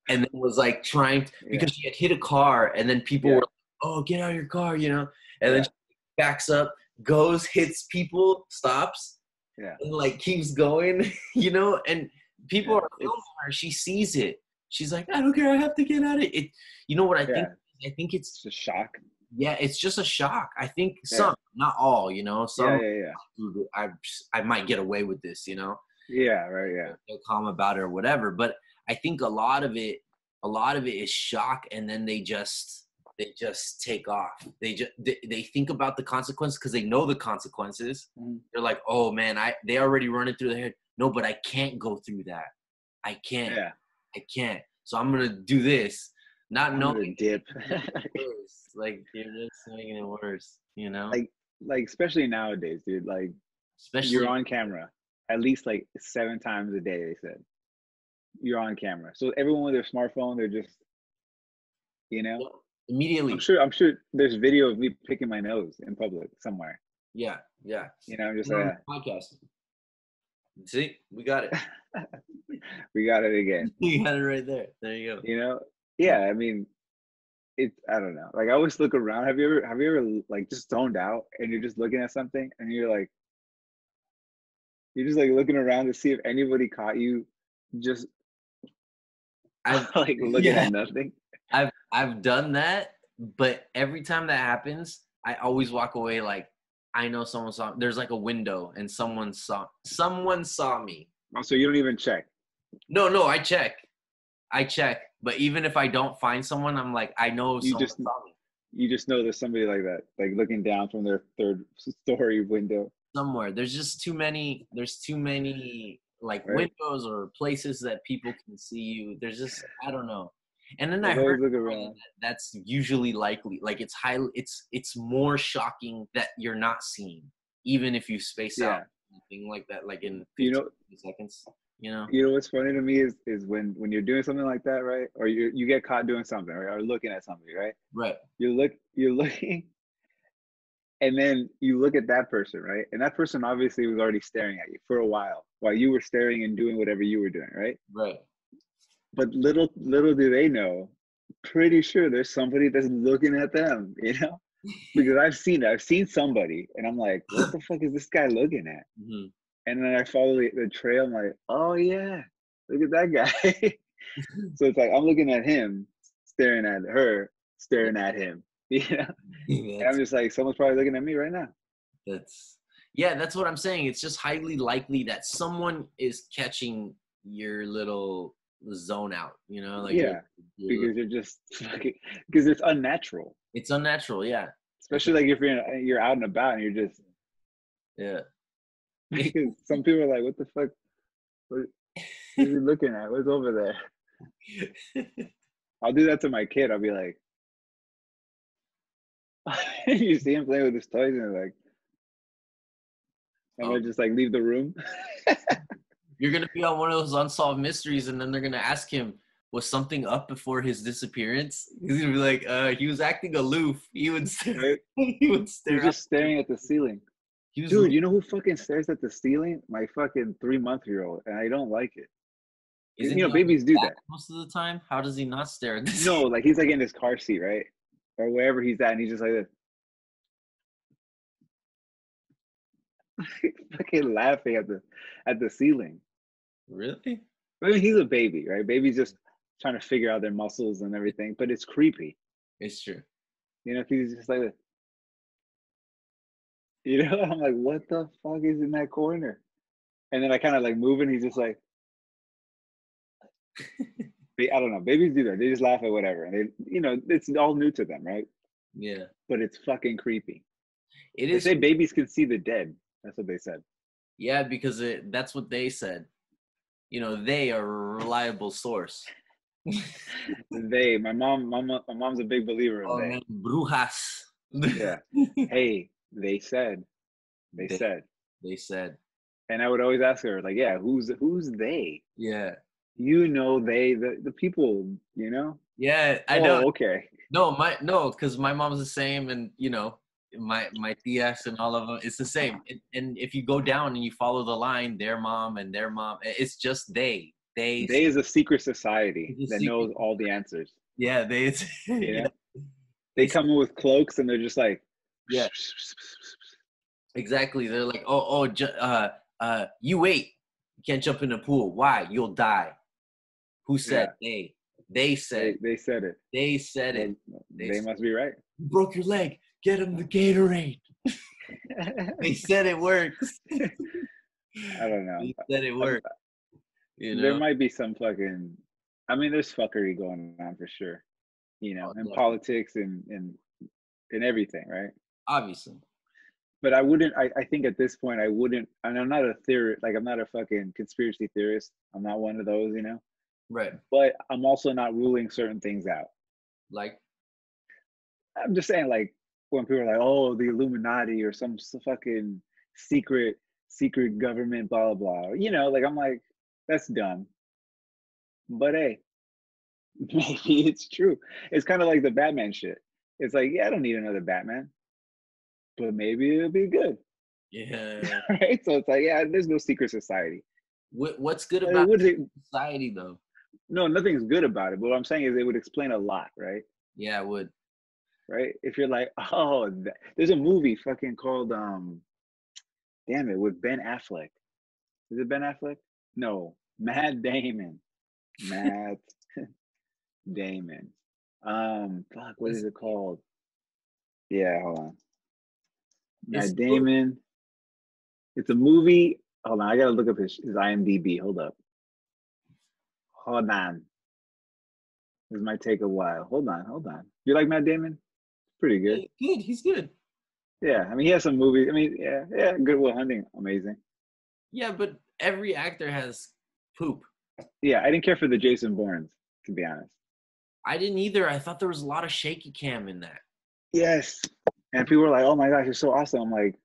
[SPEAKER 1] and then was like trying to,
[SPEAKER 2] Yeah.
[SPEAKER 1] because she had hit a car and then people
[SPEAKER 2] Yeah.
[SPEAKER 1] were like oh get out of your car you know and then
[SPEAKER 2] Yeah.
[SPEAKER 1] she backs up goes hits people stops
[SPEAKER 2] Yeah.
[SPEAKER 1] and like keeps going, you know, and people
[SPEAKER 2] Yeah,
[SPEAKER 1] are filming her. She sees it. She's like, I don't care. I have to get out of it. it you know what I think? I think
[SPEAKER 2] It's
[SPEAKER 1] it's
[SPEAKER 2] just shock.
[SPEAKER 1] yeah, it's just a shock. I think
[SPEAKER 2] Yeah.
[SPEAKER 1] some, not all, you know,
[SPEAKER 2] Yeah,
[SPEAKER 1] some
[SPEAKER 2] yeah, yeah.
[SPEAKER 1] dude, I I might get away with this, you know,
[SPEAKER 2] Yeah, right, yeah.
[SPEAKER 1] feel calm about it or whatever. But I think a lot of it, a lot of it is shock, and then they just they just take off. They just they, they think about the consequences because they know the consequences.
[SPEAKER 2] Mhm.
[SPEAKER 1] They're like, oh man, I they already running through their head. No, but I can't go through that. I can't.
[SPEAKER 2] Yeah.
[SPEAKER 1] I can't. So I'm gonna do this, not
[SPEAKER 2] I'm gonna
[SPEAKER 1] knowing
[SPEAKER 2] dip.
[SPEAKER 1] worse. Like you're just making it worse. You know,
[SPEAKER 2] Like, like especially nowadays, dude. Like
[SPEAKER 1] especially
[SPEAKER 2] you're on camera at least like seven times a day. They said you're on camera, so everyone with their smartphone, they're just, you know.
[SPEAKER 1] immediately.
[SPEAKER 2] I'm sure. I'm sure there's video of me picking my nose in public somewhere.
[SPEAKER 1] Yeah, yeah.
[SPEAKER 2] You know, I'm just
[SPEAKER 1] We're
[SPEAKER 2] like,
[SPEAKER 1] on podcast. See, we got it.
[SPEAKER 2] "Ah, we got it again.
[SPEAKER 1] you got it right there. There you go.
[SPEAKER 2] you know yeah i mean it i don't know like i always look around have you ever have you ever like just zoned out and you're just looking at something and you're like you're just like looking around to see if anybody caught you just
[SPEAKER 1] I've
[SPEAKER 2] like looking
[SPEAKER 1] Yeah.
[SPEAKER 2] at nothing
[SPEAKER 1] I've I've done that, but every time that happens, I always walk away like I know someone saw. There's like a window, and someone saw someone saw me.
[SPEAKER 2] Oh, so you don't even check
[SPEAKER 1] No, no, I check, I check. But even if I don't find someone, I'm like I know
[SPEAKER 2] You
[SPEAKER 1] someone
[SPEAKER 2] just-
[SPEAKER 1] saw me
[SPEAKER 2] you just know there's somebody like that like looking down from their third story window
[SPEAKER 1] somewhere. There's just too many. There's too many like
[SPEAKER 2] Right.
[SPEAKER 1] windows or places that people can see you. There's just I don't know. And then I
[SPEAKER 2] Like,
[SPEAKER 1] heard
[SPEAKER 2] always look
[SPEAKER 1] probably
[SPEAKER 2] around
[SPEAKER 1] that- that's usually likely like it's high it's it's more shocking that you're not seen even if you space out
[SPEAKER 2] yeah
[SPEAKER 1] something like that like in 15
[SPEAKER 2] You know-
[SPEAKER 1] seconds you know
[SPEAKER 2] you know what's funny to me is is when when you're doing something like that right or you you get caught doing something right? or looking at somebody right
[SPEAKER 1] right
[SPEAKER 2] you look you're looking and then you look at that person right and that person obviously was already staring at you for a while while you were staring and doing whatever you were doing right
[SPEAKER 1] right
[SPEAKER 2] but little little do they know pretty sure there's somebody that's looking at them you know because i've seen it. i've seen somebody and i'm like what the fuck is this guy looking at
[SPEAKER 1] hmm
[SPEAKER 2] and then i follow the, the trail i'm like oh yeah look at that guy so it's like i'm looking at him staring at her staring at him you know and I'm
[SPEAKER 1] that's,
[SPEAKER 2] just like, someone's probably looking at me right now.
[SPEAKER 1] that's yeah that's what i'm saying it's just highly likely that someone is catching your little zone out you know like your-
[SPEAKER 2] Yeah,
[SPEAKER 1] your-
[SPEAKER 2] Because you're just because it's unnatural.
[SPEAKER 1] it's unnatural yeah
[SPEAKER 2] Especially like if you're in, you're out and about and you're just
[SPEAKER 1] yeah
[SPEAKER 2] because some people are like, what the fuck? What, what are you looking at? What's over there? I'll do that to my kid. I'll be like, you see him playing with his toys and you're like, I'm
[SPEAKER 1] Oh.
[SPEAKER 2] gonna just like leave the room.
[SPEAKER 1] You're gonna be on one of those unsolved mysteries, and then they're gonna ask him, "Was something up before his disappearance?" He's gonna be like, "Uh, he was acting aloof. He would stare.
[SPEAKER 2] Right?
[SPEAKER 1] He would stare.
[SPEAKER 2] You're
[SPEAKER 1] Just,
[SPEAKER 2] just staring at the ceiling.
[SPEAKER 1] he was
[SPEAKER 2] Dude, you know who fucking stares at the ceiling? My fucking three month year old, and I don't like it.
[SPEAKER 1] isn't
[SPEAKER 2] you know,
[SPEAKER 1] he
[SPEAKER 2] babies do
[SPEAKER 1] back
[SPEAKER 2] that.
[SPEAKER 1] most of the time. How does he not stare at this?
[SPEAKER 2] No, like he's like in his car seat, right? Or wherever he's at, and he's just like this. fucking laughing at the at the ceiling.
[SPEAKER 1] really?
[SPEAKER 2] I mean he's a baby, right? Babies just trying to figure out their muscles and everything, but it's creepy.
[SPEAKER 1] It's true.
[SPEAKER 2] You know, he's just like this. You know, I'm like, what the fuck is in that corner? And then I kind of like move and he's just like I don't know, babies do that. They just laugh at whatever. And they you know, it's all new to them, right?
[SPEAKER 1] Yeah,
[SPEAKER 2] But it's fucking creepy.
[SPEAKER 1] it
[SPEAKER 2] They
[SPEAKER 1] is.
[SPEAKER 2] say babies can see the dead. That's what they said.
[SPEAKER 1] yeah, because it, that's what they said. You know, they are a reliable source.
[SPEAKER 2] They, my mom, my, mom, my mom's a big believer in
[SPEAKER 1] Oh, man, brujas.
[SPEAKER 2] they. Yeah. hey, they said, they,
[SPEAKER 1] They-
[SPEAKER 2] said,
[SPEAKER 1] they said.
[SPEAKER 2] and I would always ask her like, yeah, who's who's they?
[SPEAKER 1] Yeah.
[SPEAKER 2] You know, they the the people. You know.
[SPEAKER 1] Yeah, I
[SPEAKER 2] oh,
[SPEAKER 1] know.
[SPEAKER 2] Okay.
[SPEAKER 1] No, my no, because my mom's the same, and you know, my my tias and all of them, it's the same. And, and if you go down and you follow the line, their mom and their mom, i- it's just they, they,
[SPEAKER 2] They is a secret society
[SPEAKER 1] It's a
[SPEAKER 2] that
[SPEAKER 1] secret-
[SPEAKER 2] knows all the answers.
[SPEAKER 1] yeah, they, it's,
[SPEAKER 2] Yeah.
[SPEAKER 1] yeah,
[SPEAKER 2] They come in with cloaks and they're just like,
[SPEAKER 1] Yeah. exactly. They're like, oh, oh, ju- uh, uh, you wait, you can't jump in the pool. Why? You'll die. Who said they? They
[SPEAKER 2] They,
[SPEAKER 1] said
[SPEAKER 2] they said it.
[SPEAKER 1] they said it.
[SPEAKER 2] They,
[SPEAKER 1] They
[SPEAKER 2] must be right.
[SPEAKER 1] You broke your leg. Get him the Gatorade. They said it works.
[SPEAKER 2] I don't know.
[SPEAKER 1] They said it works. You know.
[SPEAKER 2] There might be some fucking. I mean, there's fuckery going on for sure. you know,
[SPEAKER 1] Oh,
[SPEAKER 2] in
[SPEAKER 1] definitely.
[SPEAKER 2] politics and and and everything, right?
[SPEAKER 1] Obviously.
[SPEAKER 2] But I wouldn't. I, I think at this point I wouldn't, and I'm not a theorist. Like I'm not a fucking conspiracy theorist. I'm not one of those, you know.
[SPEAKER 1] Right.
[SPEAKER 2] But I'm also not ruling certain things out.
[SPEAKER 1] Like
[SPEAKER 2] I'm just saying, like when people are like, "Oh, the Illuminati" or some s- fucking secret secret government, blah blah blah. You know, like I'm like, that's dumb. But hey, maybe it's true. It's kind of like the Batman shit. It's like, yeah, I don't need another Batman, but maybe it'll be good,
[SPEAKER 1] yeah.
[SPEAKER 2] right? So it's like, yeah, there's no secret society.
[SPEAKER 1] what, what's good
[SPEAKER 2] And it
[SPEAKER 1] about
[SPEAKER 2] would-
[SPEAKER 1] society though?
[SPEAKER 2] no, nothing's good about it. But what I'm saying is, it would explain a lot, right?
[SPEAKER 1] Yeah, I would.
[SPEAKER 2] right? If you're like, oh, th- there's a movie fucking called, um, damn it, with Ben Affleck. Is it Ben Affleck? No, Matt Damon. Matt Damon. Um, fuck, what is it called? Yeah, hold on. Matt
[SPEAKER 1] It's-
[SPEAKER 2] Damon. It's a movie. Hold on, I gotta look up his, his IMDb. Hold up. Hold on. This might take a while. Hold on, hold on. You like Matt Damon? Pretty good.
[SPEAKER 1] Hey, Good. He's good.
[SPEAKER 2] Yeah, I mean, he has some movies. I mean, yeah, yeah, Good Will Hunting, amazing.
[SPEAKER 1] Yeah, but every actor has poop.
[SPEAKER 2] Yeah, I didn't care for the Jason Bournes, to be honest.
[SPEAKER 1] I didn't either. I thought there was a lot of shaky cam in that.
[SPEAKER 2] Yes. And people were like, "Oh my gosh, you're so awesome!" I'm like,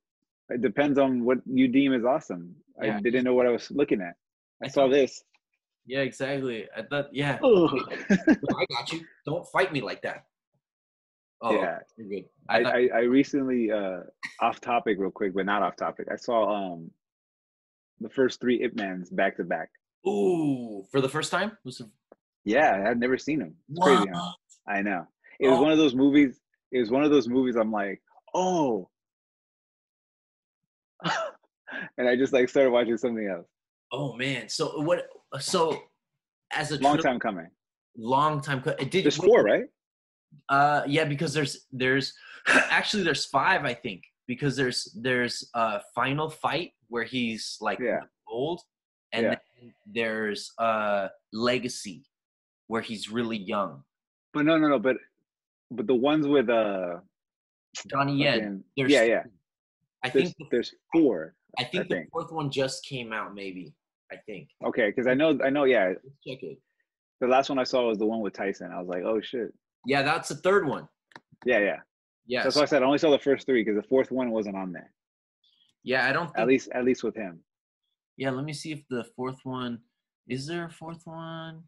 [SPEAKER 2] it depends on what you deem as awesome.
[SPEAKER 1] Yeah.
[SPEAKER 2] I didn't know what I was looking at. I
[SPEAKER 1] I
[SPEAKER 2] saw this.
[SPEAKER 1] Yeah, exactly. I thought, yeah,
[SPEAKER 2] Ugh.
[SPEAKER 1] I got you. Don't fight me like that. Oh,
[SPEAKER 2] yeah,
[SPEAKER 1] you're good.
[SPEAKER 2] I,
[SPEAKER 1] I, thought,
[SPEAKER 2] I, I recently uh, off topic real quick, but not off topic. I saw um the first three Ip Mans back to back.
[SPEAKER 1] ooh, for the first time? Was the-
[SPEAKER 2] Yeah, I've never seen them. It's crazy, huh?
[SPEAKER 1] Wow.
[SPEAKER 2] I know. It was
[SPEAKER 1] Oh.
[SPEAKER 2] one of those movies. It was one of those movies. I'm like, oh, and I just like started watching something else.
[SPEAKER 1] Oh man. So what? So as a
[SPEAKER 2] Long
[SPEAKER 1] tril-
[SPEAKER 2] time coming.
[SPEAKER 1] long time. co- Did
[SPEAKER 2] There's four, right?
[SPEAKER 1] Uh, yeah, because there's there's actually there's five I think because there's there's a final fight where he's like
[SPEAKER 2] Yeah.
[SPEAKER 1] old, and
[SPEAKER 2] Yeah.
[SPEAKER 1] then there's uh legacy where he's really young.
[SPEAKER 2] But no, no, no. But but the ones with uh,
[SPEAKER 1] Donnie Yen.
[SPEAKER 2] fucking-
[SPEAKER 1] There's
[SPEAKER 2] yeah, yeah.
[SPEAKER 1] I
[SPEAKER 2] There's
[SPEAKER 1] think the,
[SPEAKER 2] there's four.
[SPEAKER 1] I think
[SPEAKER 2] I
[SPEAKER 1] the
[SPEAKER 2] think.
[SPEAKER 1] fourth one just came out maybe. I think.
[SPEAKER 2] Okay, because I know, I know. Yeah,
[SPEAKER 1] Let's check it.
[SPEAKER 2] the last one I saw was the one with Tyson. I was like, oh shit.
[SPEAKER 1] Yeah, that's the third one.
[SPEAKER 2] Yeah, yeah.
[SPEAKER 1] Yes.
[SPEAKER 2] That's why I said I only saw the first three because the fourth one wasn't on there.
[SPEAKER 1] yeah, I don't
[SPEAKER 2] At
[SPEAKER 1] think
[SPEAKER 2] least, at least with him.
[SPEAKER 1] Yeah, let me see if the fourth one is there a fourth one?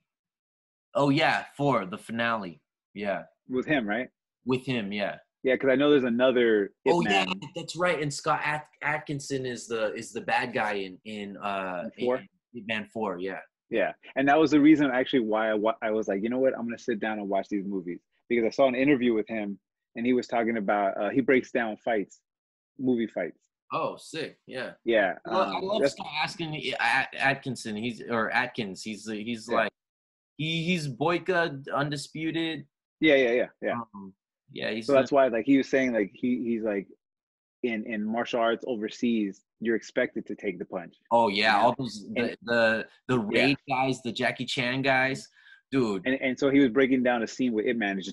[SPEAKER 1] Oh yeah, four, the finale. Yeah.
[SPEAKER 2] With him, right?
[SPEAKER 1] With him, yeah.
[SPEAKER 2] Yeah, because I know there's another. Ip
[SPEAKER 1] oh yeah,
[SPEAKER 2] Man.
[SPEAKER 1] that's right. And Scott At- Atkinson is the is the bad guy in in uh
[SPEAKER 2] In four?
[SPEAKER 1] in Ip Man 4, yeah.
[SPEAKER 2] Yeah, and that was the reason actually why I, wa- I was like, you know what, I'm gonna sit down and watch these movies because I saw an interview with him and he was talking about uh, he breaks down fights, movie fights.
[SPEAKER 1] Oh, sick. Yeah.
[SPEAKER 2] Yeah,
[SPEAKER 1] I love- Oh, I
[SPEAKER 2] um,
[SPEAKER 1] love
[SPEAKER 2] that's-
[SPEAKER 1] Scott Askin, At- Atkinson. He's or Atkins. He's the- he's
[SPEAKER 2] Yeah.
[SPEAKER 1] like he he's Boyka undisputed.
[SPEAKER 2] yeah, yeah, yeah, yeah.
[SPEAKER 1] Um, yeah, he's
[SPEAKER 2] So that's why like he was saying like he he's like in in martial arts overseas, you're expected to take the punch.
[SPEAKER 1] Oh yeah,
[SPEAKER 2] Yeah.
[SPEAKER 1] all those the the, the
[SPEAKER 2] Yeah.
[SPEAKER 1] raid guys, the Jackie Chan guys, dude.
[SPEAKER 2] And and so he was breaking down a scene with it manager,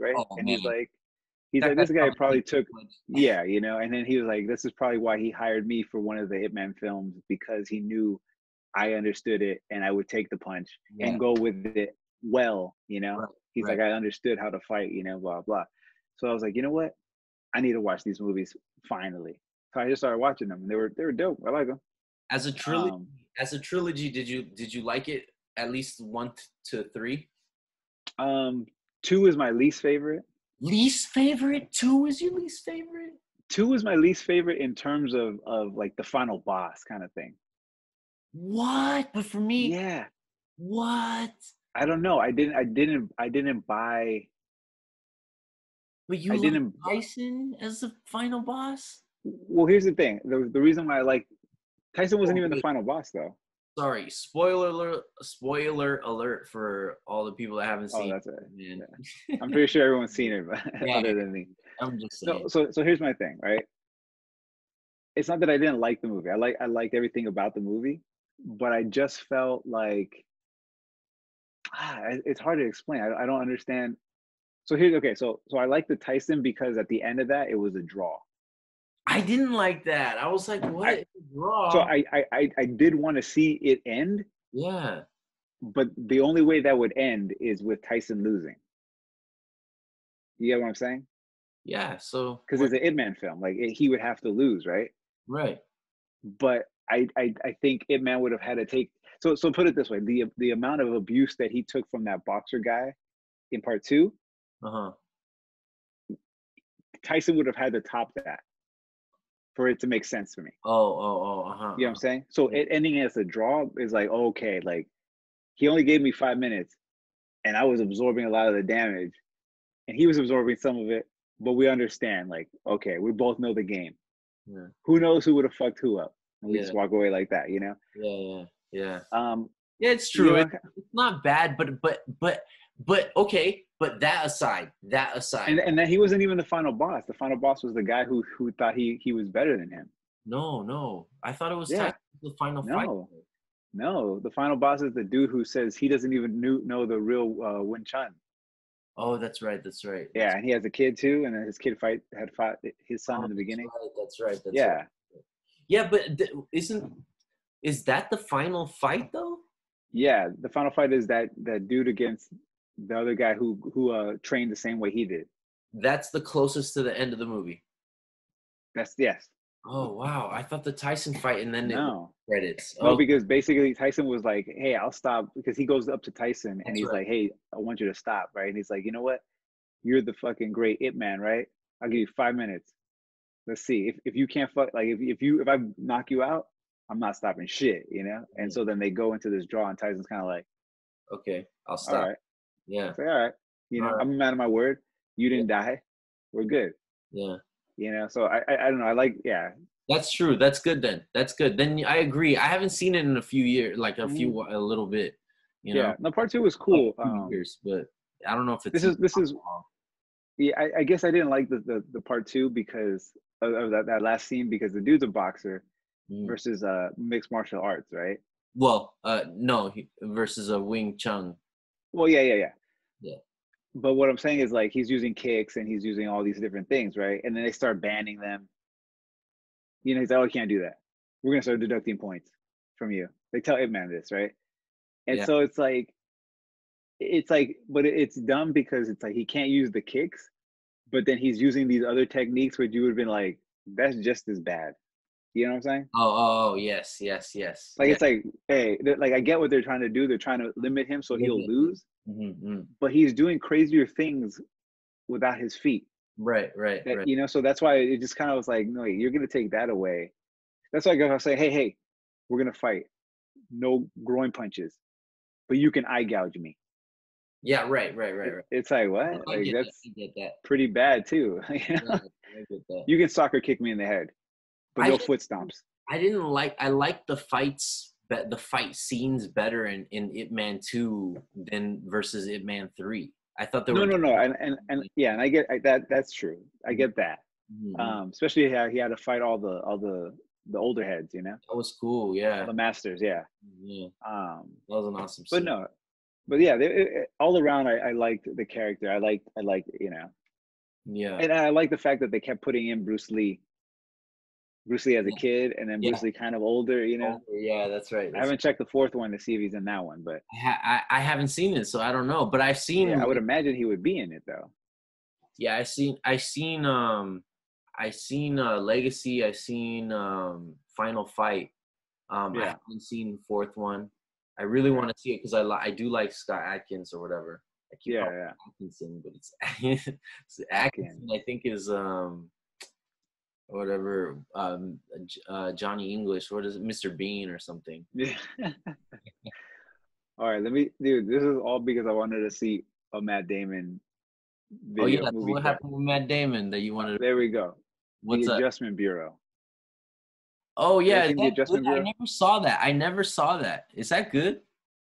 [SPEAKER 2] right?
[SPEAKER 1] Oh,
[SPEAKER 2] And he's
[SPEAKER 1] man.
[SPEAKER 2] like, he's
[SPEAKER 1] That
[SPEAKER 2] like, this
[SPEAKER 1] guy
[SPEAKER 2] guy
[SPEAKER 1] probably
[SPEAKER 2] probably
[SPEAKER 1] thinks
[SPEAKER 2] took
[SPEAKER 1] like,
[SPEAKER 2] Yeah, you know, and then he was like, "This is probably why he hired me for one of the Hitman films because he knew I understood it and I would take the punch
[SPEAKER 1] yeah,
[SPEAKER 2] and go with it well." You know,
[SPEAKER 1] Right,
[SPEAKER 2] he's like, "I understood how to fight," you know, blah blah. So I was like, you know what? I need to watch these movies finally. So I just started watching them. and They were they were dope. I like them.
[SPEAKER 1] as a trilogy,
[SPEAKER 2] Um,
[SPEAKER 1] as a trilogy, did you did you like it at least one t- to three?
[SPEAKER 2] Um, two is my least favorite.
[SPEAKER 1] Least favorite two is your least favorite.
[SPEAKER 2] Two is my least favorite in terms of of like the final boss kind of thing.
[SPEAKER 1] What? But for me,
[SPEAKER 2] Yeah.
[SPEAKER 1] what?
[SPEAKER 2] I don't know. I didn't. I didn't. I didn't buy.
[SPEAKER 1] But you
[SPEAKER 2] I
[SPEAKER 1] like
[SPEAKER 2] didn't.
[SPEAKER 1] Tyson as the final boss?
[SPEAKER 2] Well, here's the thing. The, the reason why I like Tyson wasn't
[SPEAKER 1] Oh,
[SPEAKER 2] even the
[SPEAKER 1] wait.
[SPEAKER 2] final boss though.
[SPEAKER 1] Sorry, spoiler alert, spoiler alert for all the people that haven't
[SPEAKER 2] Oh,
[SPEAKER 1] seen.
[SPEAKER 2] that's it.
[SPEAKER 1] it, man.
[SPEAKER 2] I'm pretty sure everyone's seen it, but
[SPEAKER 1] Yeah.
[SPEAKER 2] other than me.
[SPEAKER 1] I'm just saying.
[SPEAKER 2] So, so, so here's my thing, right? It's not that I didn't like the movie. I like I liked everything about the movie, but I just felt like ah, it- it's hard to explain. I, I don't understand. So here's okay. So so I like the Tyson because at the end of that it was a draw.
[SPEAKER 1] I didn't like that. I was like, what?
[SPEAKER 2] I-
[SPEAKER 1] It's a draw.
[SPEAKER 2] So I I I, I did want to see it end,
[SPEAKER 1] yeah.
[SPEAKER 2] but the only way that would end is with Tyson losing. You get what I'm saying?
[SPEAKER 1] Yeah. So,
[SPEAKER 2] Because it's an Ip Man film. Like it, he would have to lose, right?
[SPEAKER 1] right.
[SPEAKER 2] But I I I think Ip Man would have had to take. So so put it this way: the the amount of abuse that he took from that boxer guy in part two,
[SPEAKER 1] Uh huh.
[SPEAKER 2] Tyson would have had to top that for it to make sense to me.
[SPEAKER 1] Oh, oh, oh, uh huh.
[SPEAKER 2] You know what I'm saying? So it ending as a draw is like okay, like he only gave me five minutes, and I was absorbing a lot of the damage, and he was absorbing some of it. But we understand, like okay, we both know the game.
[SPEAKER 1] Yeah.
[SPEAKER 2] Who knows who would have fucked who up? And we
[SPEAKER 1] Yeah.
[SPEAKER 2] just walk away like that, you know.
[SPEAKER 1] Yeah, yeah, yeah.
[SPEAKER 2] Um,
[SPEAKER 1] Yeah, it's
[SPEAKER 2] you know,
[SPEAKER 1] true. It- it's not bad, but but but but okay. But that aside, that aside,
[SPEAKER 2] and and that he wasn't even the final boss. The final boss was the guy who who thought he he was better than him.
[SPEAKER 1] no, no. I thought it was
[SPEAKER 2] Yeah.
[SPEAKER 1] time for the final
[SPEAKER 2] No.
[SPEAKER 1] fight.
[SPEAKER 2] No, the final boss is the dude who says he doesn't even knew, know the real uh, Win Chun.
[SPEAKER 1] Oh, that's right. That's right.
[SPEAKER 2] Yeah, and he has a kid too, and then his kid fight had fought his son
[SPEAKER 1] Oh,
[SPEAKER 2] in the beginning.
[SPEAKER 1] That's right. That's right. That's
[SPEAKER 2] yeah,
[SPEAKER 1] Right. Yeah, but th- isn't is that the final fight though?
[SPEAKER 2] yeah. The final fight is that that dude against the other guy who who uh, trained the same way he did.
[SPEAKER 1] That's the closest to the end of the movie.
[SPEAKER 2] That's yes.
[SPEAKER 1] Oh wow! I thought the Tyson fight and then the
[SPEAKER 2] No,
[SPEAKER 1] credits.
[SPEAKER 2] no,
[SPEAKER 1] Oh,
[SPEAKER 2] because basically Tyson was like, "Hey, I'll stop," because he goes up to Tyson and
[SPEAKER 1] That's
[SPEAKER 2] he's
[SPEAKER 1] right.
[SPEAKER 2] like, "Hey, I want you to stop," right? And he's like, "You know what? You're the fucking great it man, right? I'll give you five minutes. Let's see if if you can't fuck like if if you if I knock you out, I'm not stopping shit, you know." And so then they go into this draw, and Tyson's kind of like,
[SPEAKER 1] Oh, okay, I'll
[SPEAKER 2] "All
[SPEAKER 1] stop.
[SPEAKER 2] right."
[SPEAKER 1] Yeah,
[SPEAKER 2] It's like, all right, you know,
[SPEAKER 1] All right.
[SPEAKER 2] I'm a man of my word. You didn't die. We're good.
[SPEAKER 1] yeah.
[SPEAKER 2] You know, so I, I, I don't know. I like, yeah,
[SPEAKER 1] That's true. That's good then. That's good. Then I agree. I haven't seen it in a few years, like a few, a little bit. You know,
[SPEAKER 2] Mm. yeah. No, part two was
[SPEAKER 1] Like
[SPEAKER 2] cool.
[SPEAKER 1] few
[SPEAKER 2] Um,
[SPEAKER 1] years, but I don't know if it's
[SPEAKER 2] this is, this is,
[SPEAKER 1] long.
[SPEAKER 2] yeah. I, I guess I didn't like the, the, the part two because of, of that, that last scene because the dude's a boxer
[SPEAKER 1] Mm.
[SPEAKER 2] versus uh mixed martial arts, right?
[SPEAKER 1] well, uh, no, he, versus a Wing Chun.
[SPEAKER 2] Well, yeah, yeah, yeah.
[SPEAKER 1] Yeah.
[SPEAKER 2] But what I'm saying is like he's using kicks and he's using all these different things, right? And then they start banning them. You know, he's like, "Oh, I can't do that. We're gonna start deducting points from you." They tell Ip Man this, right? And
[SPEAKER 1] Yeah.
[SPEAKER 2] so it's like, it's like, but it- it's dumb because it's like he can't use the kicks, but then he's using these other techniques, which you would have been like, "That's just as bad." You know what I'm saying?
[SPEAKER 1] Oh, oh, oh, yes, yes, yes.
[SPEAKER 2] Like it's like, hey, they're- like I get what they're trying to do. They're trying to limit him so he'll
[SPEAKER 1] Limit.
[SPEAKER 2] lose,
[SPEAKER 1] mm-hmm.
[SPEAKER 2] but he's doing crazier things without his feet.
[SPEAKER 1] right, right,
[SPEAKER 2] That,
[SPEAKER 1] right.
[SPEAKER 2] You know, so that's why it just kind of was like, no, you're gonna take that away. That's why I gotta say, hey, hey, we're gonna fight. No groin punches, but you can eye gouge me.
[SPEAKER 1] Yeah, right, right, right,
[SPEAKER 2] It-
[SPEAKER 1] right.
[SPEAKER 2] It's like
[SPEAKER 1] I
[SPEAKER 2] what? Like
[SPEAKER 1] get that,
[SPEAKER 2] that's
[SPEAKER 1] I get that.
[SPEAKER 2] pretty bad too. you know?
[SPEAKER 1] Yeah, I get that.
[SPEAKER 2] You can soccer kick me in the head, but
[SPEAKER 1] I
[SPEAKER 2] no
[SPEAKER 1] think-
[SPEAKER 2] foot stomps.
[SPEAKER 1] I didn't like. I liked the fights, be- the fight scenes better in in Ip Man Two than versus Ip Man Three. I thought there
[SPEAKER 2] No,
[SPEAKER 1] were
[SPEAKER 2] no, no, and and and yeah, and I get I, that. That's true.
[SPEAKER 1] Mm-hmm.
[SPEAKER 2] I get that.
[SPEAKER 1] Mhm.
[SPEAKER 2] Um, especially how he had to fight all the all the the older heads. You know,
[SPEAKER 1] that was cool. Yeah,
[SPEAKER 2] the masters. Yeah.
[SPEAKER 1] yeah,
[SPEAKER 2] Um,
[SPEAKER 1] that was an awesome.
[SPEAKER 2] but
[SPEAKER 1] scene.
[SPEAKER 2] no but yeah they, it- it- all around I, I liked the character i liked i liked you know
[SPEAKER 1] yeah,
[SPEAKER 2] and i like the fact that they kept putting in bruce lee bruce lee as a
[SPEAKER 1] Yeah.
[SPEAKER 2] kid and then
[SPEAKER 1] Yeah.
[SPEAKER 2] bruce lee kind of older you know
[SPEAKER 1] Oh, yeah, that's right.
[SPEAKER 2] i
[SPEAKER 1] that's-
[SPEAKER 2] haven't checked the fourth one to see if he's in that one but
[SPEAKER 1] I, ha- I, I haven't seen it, so I don't know. But I've seen.
[SPEAKER 2] yeah, i would imagine he would be in it though
[SPEAKER 1] yeah i seen i seen um i seen uh legacy i seen um final fight um i
[SPEAKER 2] Yeah.
[SPEAKER 1] haven't seen fourth one i really
[SPEAKER 2] Yeah.
[SPEAKER 1] want to see it because i li- i do like scott atkins or whatever i keep
[SPEAKER 2] yeah
[SPEAKER 1] calling
[SPEAKER 2] yeah
[SPEAKER 1] him atkinson but it's, it's atkinson i think is um whatever um J- uh johnny english what is it mr bean or something
[SPEAKER 2] Yeah. all right let me dude this is all because i wanted to see a matt damon video
[SPEAKER 1] oh yeah that's
[SPEAKER 2] movie
[SPEAKER 1] what
[SPEAKER 2] clip.
[SPEAKER 1] happened with matt damon that you wanted to,
[SPEAKER 2] there we go
[SPEAKER 1] what's
[SPEAKER 2] the
[SPEAKER 1] up
[SPEAKER 2] adjustment bureau
[SPEAKER 1] oh yeah
[SPEAKER 2] seen The
[SPEAKER 1] that-
[SPEAKER 2] Adjustment
[SPEAKER 1] i
[SPEAKER 2] Bureau?
[SPEAKER 1] never saw that i never saw that is that good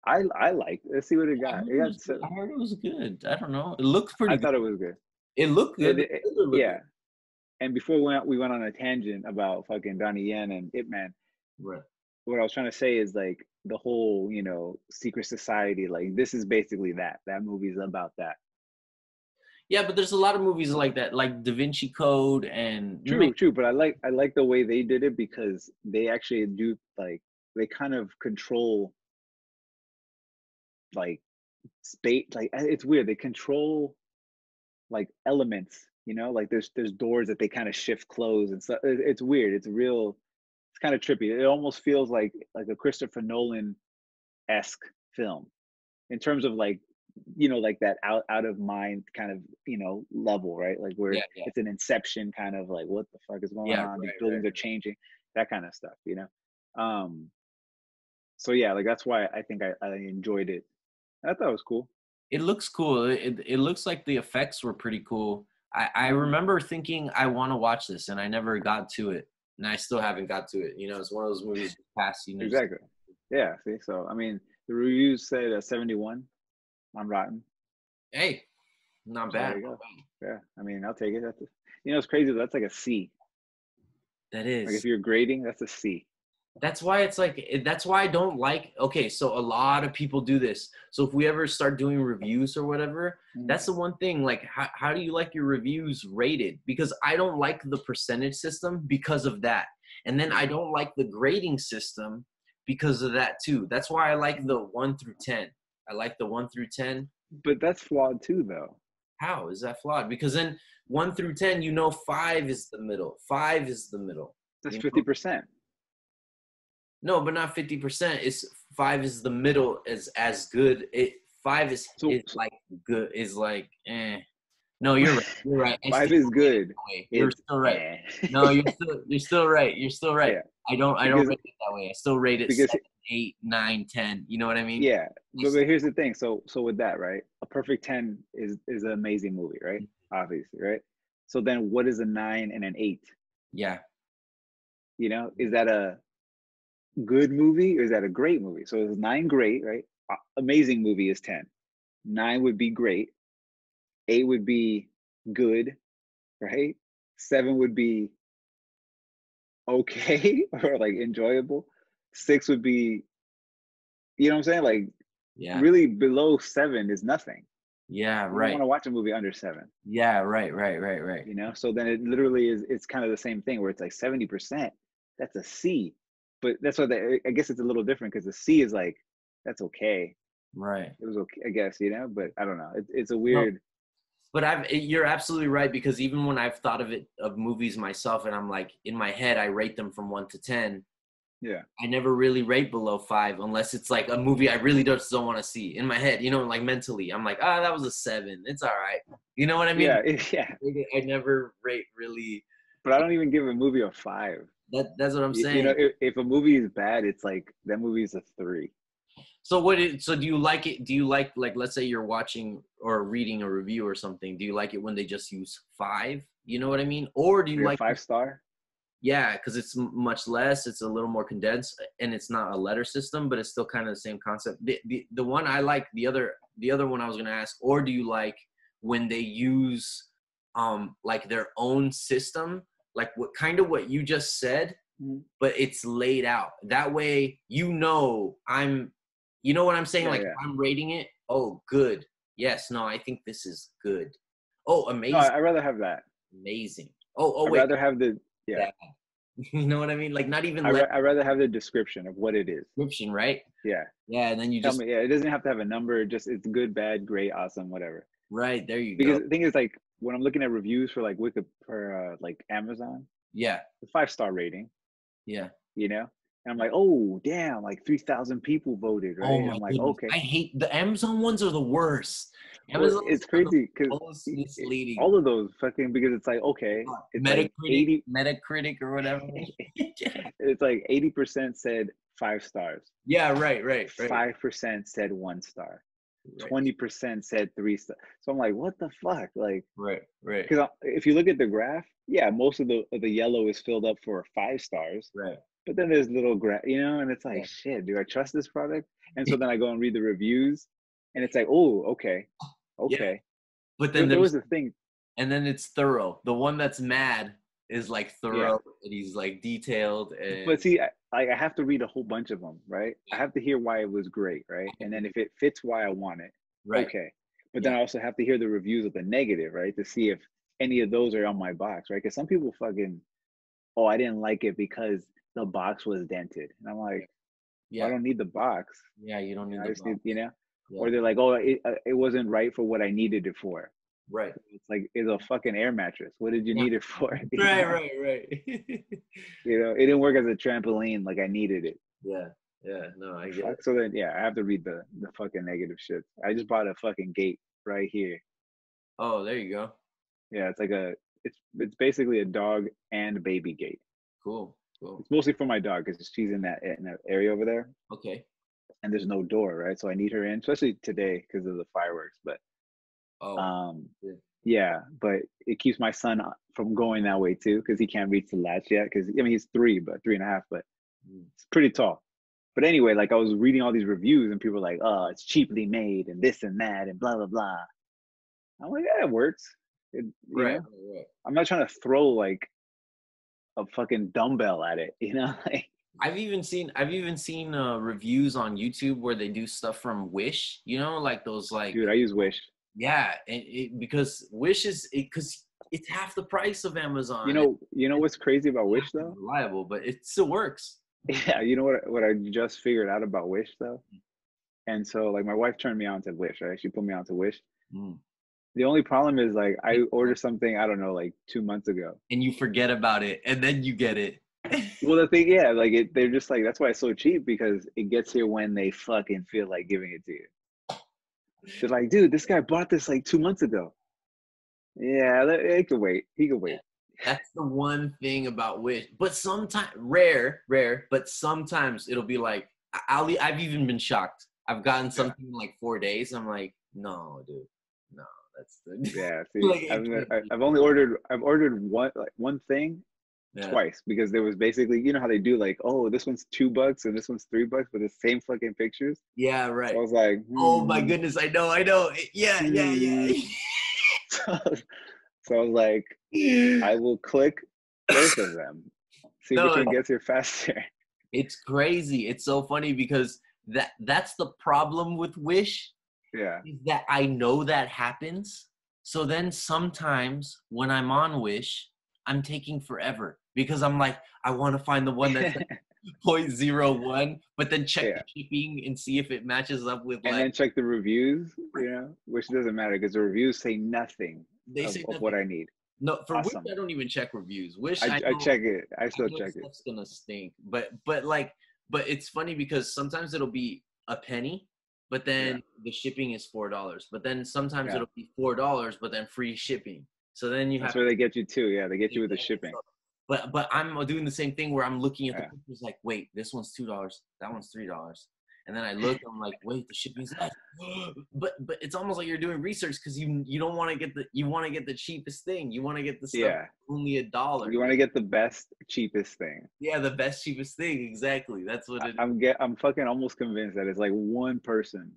[SPEAKER 2] i i liked it. let's see what it
[SPEAKER 1] I
[SPEAKER 2] got
[SPEAKER 1] heard
[SPEAKER 2] it
[SPEAKER 1] it
[SPEAKER 2] got
[SPEAKER 1] was
[SPEAKER 2] so-
[SPEAKER 1] good. I heard it was good. I don't know. It looked pretty
[SPEAKER 2] i
[SPEAKER 1] good.
[SPEAKER 2] thought it was good
[SPEAKER 1] It looked
[SPEAKER 2] Yeah,
[SPEAKER 1] good.
[SPEAKER 2] the-
[SPEAKER 1] The trailer looked
[SPEAKER 2] yeah. And before we went, we went on a tangent about fucking Donnie Yen and Ip Man.
[SPEAKER 1] good. Right.
[SPEAKER 2] What I was trying to say is like the whole you know secret society like this is basically that that movie's about that
[SPEAKER 1] Yeah, but there's a lot of movies like that, like Da Vinci Code and
[SPEAKER 2] true true but i like i like the way they did it because they actually do like they kind of control like space like uh, it's weird they control like elements you know like there's there's doors that they kind of shift close and so it- it's weird it's real it's kind of trippy it almost feels like like a christopher nolan esque film in terms of like you know like that out out of mind kind of you know level right like where
[SPEAKER 1] Yeah, yeah.
[SPEAKER 2] it's an inception kind of like what the fuck is going
[SPEAKER 1] Yeah,
[SPEAKER 2] on these
[SPEAKER 1] right,
[SPEAKER 2] buildings
[SPEAKER 1] right,
[SPEAKER 2] are
[SPEAKER 1] right.
[SPEAKER 2] changing that kind of stuff you know um so yeah like that's why i think i, I enjoyed it i thought it was cool
[SPEAKER 1] it looks cool. It it looks like the effects were pretty cool. I I remember thinking I want to watch this, and I never got to it, and I still haven't got to it. You know, it's one of those movies you pass. You know, just-
[SPEAKER 2] exactly yeah see so i mean the reviews said a 71 on rotten
[SPEAKER 1] Hey, not
[SPEAKER 2] So there
[SPEAKER 1] bad.
[SPEAKER 2] you go. yeah i mean i'll take it that's a, you know it's crazy that's like a c
[SPEAKER 1] That
[SPEAKER 2] like if
[SPEAKER 1] is.
[SPEAKER 2] you're grading that's a c
[SPEAKER 1] That's why it's like. it- That's why I don't like. Okay, so a lot of people do this. So if we ever start doing reviews or whatever, that's the one thing like how, how do you like your reviews rated because i don't like the percentage system because of that and then
[SPEAKER 2] Mm-hmm.
[SPEAKER 1] i don't like the grading system because of that too that's why i like the 1 through 10 i like the 1 through 10
[SPEAKER 2] Mm-hmm. but that's flawed too though
[SPEAKER 1] how is that flawed because then 1 through 10 you know 5 is the middle 5 is the middle
[SPEAKER 2] that's
[SPEAKER 1] Yeah.
[SPEAKER 2] 50%
[SPEAKER 1] no but not 50% it's 5 is the middle is as good it 5 is,
[SPEAKER 2] So-
[SPEAKER 1] is like good is like eh no you're right you're right I
[SPEAKER 2] five
[SPEAKER 1] still-
[SPEAKER 2] is good
[SPEAKER 1] you're
[SPEAKER 2] It's
[SPEAKER 1] still right
[SPEAKER 2] Eh.
[SPEAKER 1] No, you're still you're still right. You're still right.
[SPEAKER 2] Yeah.
[SPEAKER 1] I don't I don't
[SPEAKER 2] Because-
[SPEAKER 1] rate it that way. I still rate it
[SPEAKER 2] because-
[SPEAKER 1] seven, eight, nine, ten. You know what I mean?
[SPEAKER 2] yeah But,
[SPEAKER 1] You
[SPEAKER 2] but here's the thing. So so with that, right? A perfect ten is is an amazing movie, right? Obviously, right? So then, what is a nine and an eight?
[SPEAKER 1] Yeah.
[SPEAKER 2] You know, is that a good movie or is that a great movie? So is nine great, right? A- Amazing movie is ten. Nine would be great. Eight would be good, right? Seven would be okay or like enjoyable. Six would be, you know what I'm saying? Like
[SPEAKER 1] Yeah.
[SPEAKER 2] really below seven is nothing.
[SPEAKER 1] Yeah,
[SPEAKER 2] You
[SPEAKER 1] right.
[SPEAKER 2] want to watch a movie under seven,
[SPEAKER 1] Yeah, right, right, right, right.
[SPEAKER 2] you know? So then it literally is, it's kind of the same thing where it's like 70%, that's a C. But that's why the, I guess it's a little different because the C is like, that's okay.
[SPEAKER 1] Right.
[SPEAKER 2] It was okay, I guess, you know? But I don't know. It, it's a weird,
[SPEAKER 1] But I've eh, you're absolutely right because even when I've thought of it of movies myself and I'm like in my head I rate them from 1 to 10.
[SPEAKER 2] Yeah.
[SPEAKER 1] I never really rate below 5 unless it's like a movie I really just don't want to see in my head, you know, like mentally. I'm like, "Ah, that was a 7. It's all right." You know what I mean?
[SPEAKER 2] yeah, it- yeah.
[SPEAKER 1] I never rate really
[SPEAKER 2] But I don't even give a movie a five.
[SPEAKER 1] That that's what I'm
[SPEAKER 2] Y-
[SPEAKER 1] saying.
[SPEAKER 2] You know, if, if a movie is bad, it's like, that movie's a three.
[SPEAKER 1] so what? It, so do you like it? Do you like like let's say you're watching or reading a review or something? Do you like it when they just use five? You know what I mean? Or do you
[SPEAKER 2] Three or
[SPEAKER 1] like
[SPEAKER 2] five star?
[SPEAKER 1] yeah? Because it's m- much less. It's a little more condensed, and it's not a letter system, but it's still kind of the same concept. The, the the one I like, the other the other one I was gonna ask. Or do you like when they use um like their own system, like what kind of what you just said,
[SPEAKER 2] Mm.
[SPEAKER 1] but it's laid out that way you know i'm you know what i'm saying
[SPEAKER 2] Yeah,
[SPEAKER 1] like
[SPEAKER 2] yeah.
[SPEAKER 1] i'm rating it oh good yes no i think this is good oh amazing
[SPEAKER 2] No, I- I'd rather have that.
[SPEAKER 1] amazing oh oh
[SPEAKER 2] I'd
[SPEAKER 1] wait
[SPEAKER 2] rather have the, yeah.
[SPEAKER 1] you know what i mean like not even
[SPEAKER 2] I'd,
[SPEAKER 1] let
[SPEAKER 2] ra- I'd rather have the description of what it is.
[SPEAKER 1] description right
[SPEAKER 2] Yeah.
[SPEAKER 1] yeah and then you
[SPEAKER 2] Tell
[SPEAKER 1] just
[SPEAKER 2] me, yeah, it doesn't have to have a number. Just it's good, bad, great, awesome, whatever.
[SPEAKER 1] right there you
[SPEAKER 2] Because
[SPEAKER 1] go
[SPEAKER 2] the thing is, like when I'm looking at reviews for like Wiki for uh, like Amazon,
[SPEAKER 1] yeah
[SPEAKER 2] the five star rating,
[SPEAKER 1] yeah
[SPEAKER 2] you know, and I'm like, oh damn, like three thousand people voted, right?
[SPEAKER 1] oh
[SPEAKER 2] And
[SPEAKER 1] my
[SPEAKER 2] I'm like,
[SPEAKER 1] goodness.
[SPEAKER 2] okay,
[SPEAKER 1] i hate the amazon ones are the worst
[SPEAKER 2] Well,
[SPEAKER 1] amazon
[SPEAKER 2] it's crazy because
[SPEAKER 1] most misleading
[SPEAKER 2] all of those fucking because it's like okay,
[SPEAKER 1] Oh,
[SPEAKER 2] it's
[SPEAKER 1] metacritic
[SPEAKER 2] like eighty,
[SPEAKER 1] metacritic or whatever
[SPEAKER 2] it's like eighty percent said five stars,
[SPEAKER 1] yeah right right right,
[SPEAKER 2] five percent said one star,
[SPEAKER 1] right
[SPEAKER 2] twenty percent said three star. So I'm like, what the fuck, like.
[SPEAKER 1] right right
[SPEAKER 2] because if you look at the graph, yeah, most of the of the yellow is filled up for five stars,
[SPEAKER 1] right
[SPEAKER 2] but then there's little graph, you know, and it's like,
[SPEAKER 1] Yeah.
[SPEAKER 2] shit, do I trust this product? And so then I go and read the reviews, and it's like, oh, okay, okay.
[SPEAKER 1] but
[SPEAKER 2] There,
[SPEAKER 1] then
[SPEAKER 2] there
[SPEAKER 1] there's
[SPEAKER 2] was a thing,
[SPEAKER 1] and then it's thorough. The one that's mad is like thorough and he's like detailed and
[SPEAKER 2] But see, I, like I have to read a whole bunch of them, right? I have to hear why it was great, right? And then if it fits why I want it,
[SPEAKER 1] right.
[SPEAKER 2] okay. But then I also have to hear the reviews of the negative, right, to see if any of those are on my box, right? Because some people fucking, oh, I didn't like it because the box was dented, and I'm like,
[SPEAKER 1] Yeah,
[SPEAKER 2] I don't need the box.
[SPEAKER 1] yeah, you don't need
[SPEAKER 2] I
[SPEAKER 1] the
[SPEAKER 2] just need,
[SPEAKER 1] box.
[SPEAKER 2] you know.
[SPEAKER 1] Yeah.
[SPEAKER 2] Or they're like, oh, it uh, it wasn't right for what I needed it for.
[SPEAKER 1] right,
[SPEAKER 2] It's like it's a fucking air mattress. What did you
[SPEAKER 1] Yeah.
[SPEAKER 2] need it for? You
[SPEAKER 1] right,
[SPEAKER 2] know?
[SPEAKER 1] right, right.
[SPEAKER 2] You know, it didn't work as a trampoline like I needed it.
[SPEAKER 1] yeah, yeah. No, I get. It.
[SPEAKER 2] Fuck, So then, yeah, I have to read the the fucking negative shit. I just bought a fucking gate right here.
[SPEAKER 1] Oh, there you go.
[SPEAKER 2] Yeah, it's like a it's it's basically a dog and baby gate.
[SPEAKER 1] Cool, cool.
[SPEAKER 2] It's mostly for my dog because she's in that in that area over there,
[SPEAKER 1] Okay.
[SPEAKER 2] and there's no door, right? So I need her in, especially today because of the fireworks. But
[SPEAKER 1] Oh,
[SPEAKER 2] um,
[SPEAKER 1] yeah.
[SPEAKER 2] yeah, but it keeps my son uh, from going that way too because he can't reach the latch yet. Because I mean, he's three, but three and a half, but
[SPEAKER 1] mm,
[SPEAKER 2] it's pretty tall. But anyway, like I was reading all these reviews and people were like, "Oh, it's cheaply made and this and that and blah blah blah." I'm like, "Yeah, it works." It, you
[SPEAKER 1] right,
[SPEAKER 2] know?
[SPEAKER 1] right, right.
[SPEAKER 2] I'm not trying to throw like a fucking dumbbell at it, you know? Like,
[SPEAKER 1] I've even seen I've even seen uh, reviews on YouTube where they do stuff from Wish. You know, like those like
[SPEAKER 2] dude, I use Wish.
[SPEAKER 1] yeah, and it, because Wish is because it's half the price of Amazon.
[SPEAKER 2] You know, you know what's crazy about Wish though?
[SPEAKER 1] reliable, but it still works.
[SPEAKER 2] Yeah, you know what what I just figured out about Wish though? And so like my wife turned me on to Wish, right? She put me on to Wish.
[SPEAKER 1] Mm.
[SPEAKER 2] The only problem is like I ordered something, I don't know, like two months ago.
[SPEAKER 1] And you forget about it, and then you get it.
[SPEAKER 2] Well, the thing, yeah, like it, they're just like that's why it's so cheap because it gets here when they fucking feel like giving it to you. They're like, dude, this guy bought this like two months ago. Yeah, let- it could wait. He could wait.
[SPEAKER 1] That's the one thing about Wish. But sometimes, rare, rare, but sometimes it'll be like, I- I'll, e, I've even been shocked. I've gotten something in like four days. I'm like, no, dude, no, that's the.
[SPEAKER 2] Yeah, see,
[SPEAKER 1] Like, it
[SPEAKER 2] I've, ne-
[SPEAKER 1] can't
[SPEAKER 2] I-
[SPEAKER 1] be.
[SPEAKER 2] I've only ordered I've ordered one like one thing
[SPEAKER 1] Yeah.
[SPEAKER 2] twice because there was basically you know how they do like oh this one's two bucks and this one's three bucks with the same fucking pictures.
[SPEAKER 1] Yeah,
[SPEAKER 2] I
[SPEAKER 1] right.
[SPEAKER 2] was like,
[SPEAKER 1] Oh my
[SPEAKER 2] "Hmm."
[SPEAKER 1] goodness, I know, I know. It- Yeah, yeah, yeah.
[SPEAKER 2] So, so I was like, Mm. I will click both of them. See
[SPEAKER 1] No,
[SPEAKER 2] which one
[SPEAKER 1] it-
[SPEAKER 2] gets here faster.
[SPEAKER 1] It's crazy. It's so funny because that that's the problem with Wish
[SPEAKER 2] yeah.
[SPEAKER 1] is that I know that happens. So then sometimes when I'm on Wish, I'm taking forever because I'm like, I want to find the one that's like 0.01, but then check
[SPEAKER 2] Yeah.
[SPEAKER 1] the shipping and see if it matches up with
[SPEAKER 2] and
[SPEAKER 1] like
[SPEAKER 2] then check the reviews, you know, which doesn't matter because the reviews say nothing
[SPEAKER 1] they
[SPEAKER 2] of,
[SPEAKER 1] say
[SPEAKER 2] of what I need.
[SPEAKER 1] no for
[SPEAKER 2] awesome.
[SPEAKER 1] Wish I don't even check reviews. Wish
[SPEAKER 2] I, I
[SPEAKER 1] know-
[SPEAKER 2] check it. I still
[SPEAKER 1] know
[SPEAKER 2] check it.
[SPEAKER 1] stuff's gonna stink. But but like but it's funny because sometimes it'll be a penny, but then the shipping is four dollars. But then sometimes
[SPEAKER 2] Yeah.
[SPEAKER 1] it'll be four dollars, but then free shipping. So then you
[SPEAKER 2] That's
[SPEAKER 1] have
[SPEAKER 2] where they get you too. Yeah, they get you with the
[SPEAKER 1] Exactly.
[SPEAKER 2] shipping.
[SPEAKER 1] So- But but I'm doing the same thing where I'm looking at the
[SPEAKER 2] Yeah.
[SPEAKER 1] pictures like, wait, this one's two dollars, that one's three dollars, and then I look, I'm like, wait, the shipping's less. but but it's almost like you're doing research because you you don't want to get the you want to get the cheapest thing, you want to get the stuff
[SPEAKER 2] Yeah,
[SPEAKER 1] only a dollar.
[SPEAKER 2] you want to get the best, cheapest thing.
[SPEAKER 1] yeah, the best cheapest thing, exactly. That's what
[SPEAKER 2] I-
[SPEAKER 1] it is.
[SPEAKER 2] I'm get. I'm fucking almost convinced that it's like one person.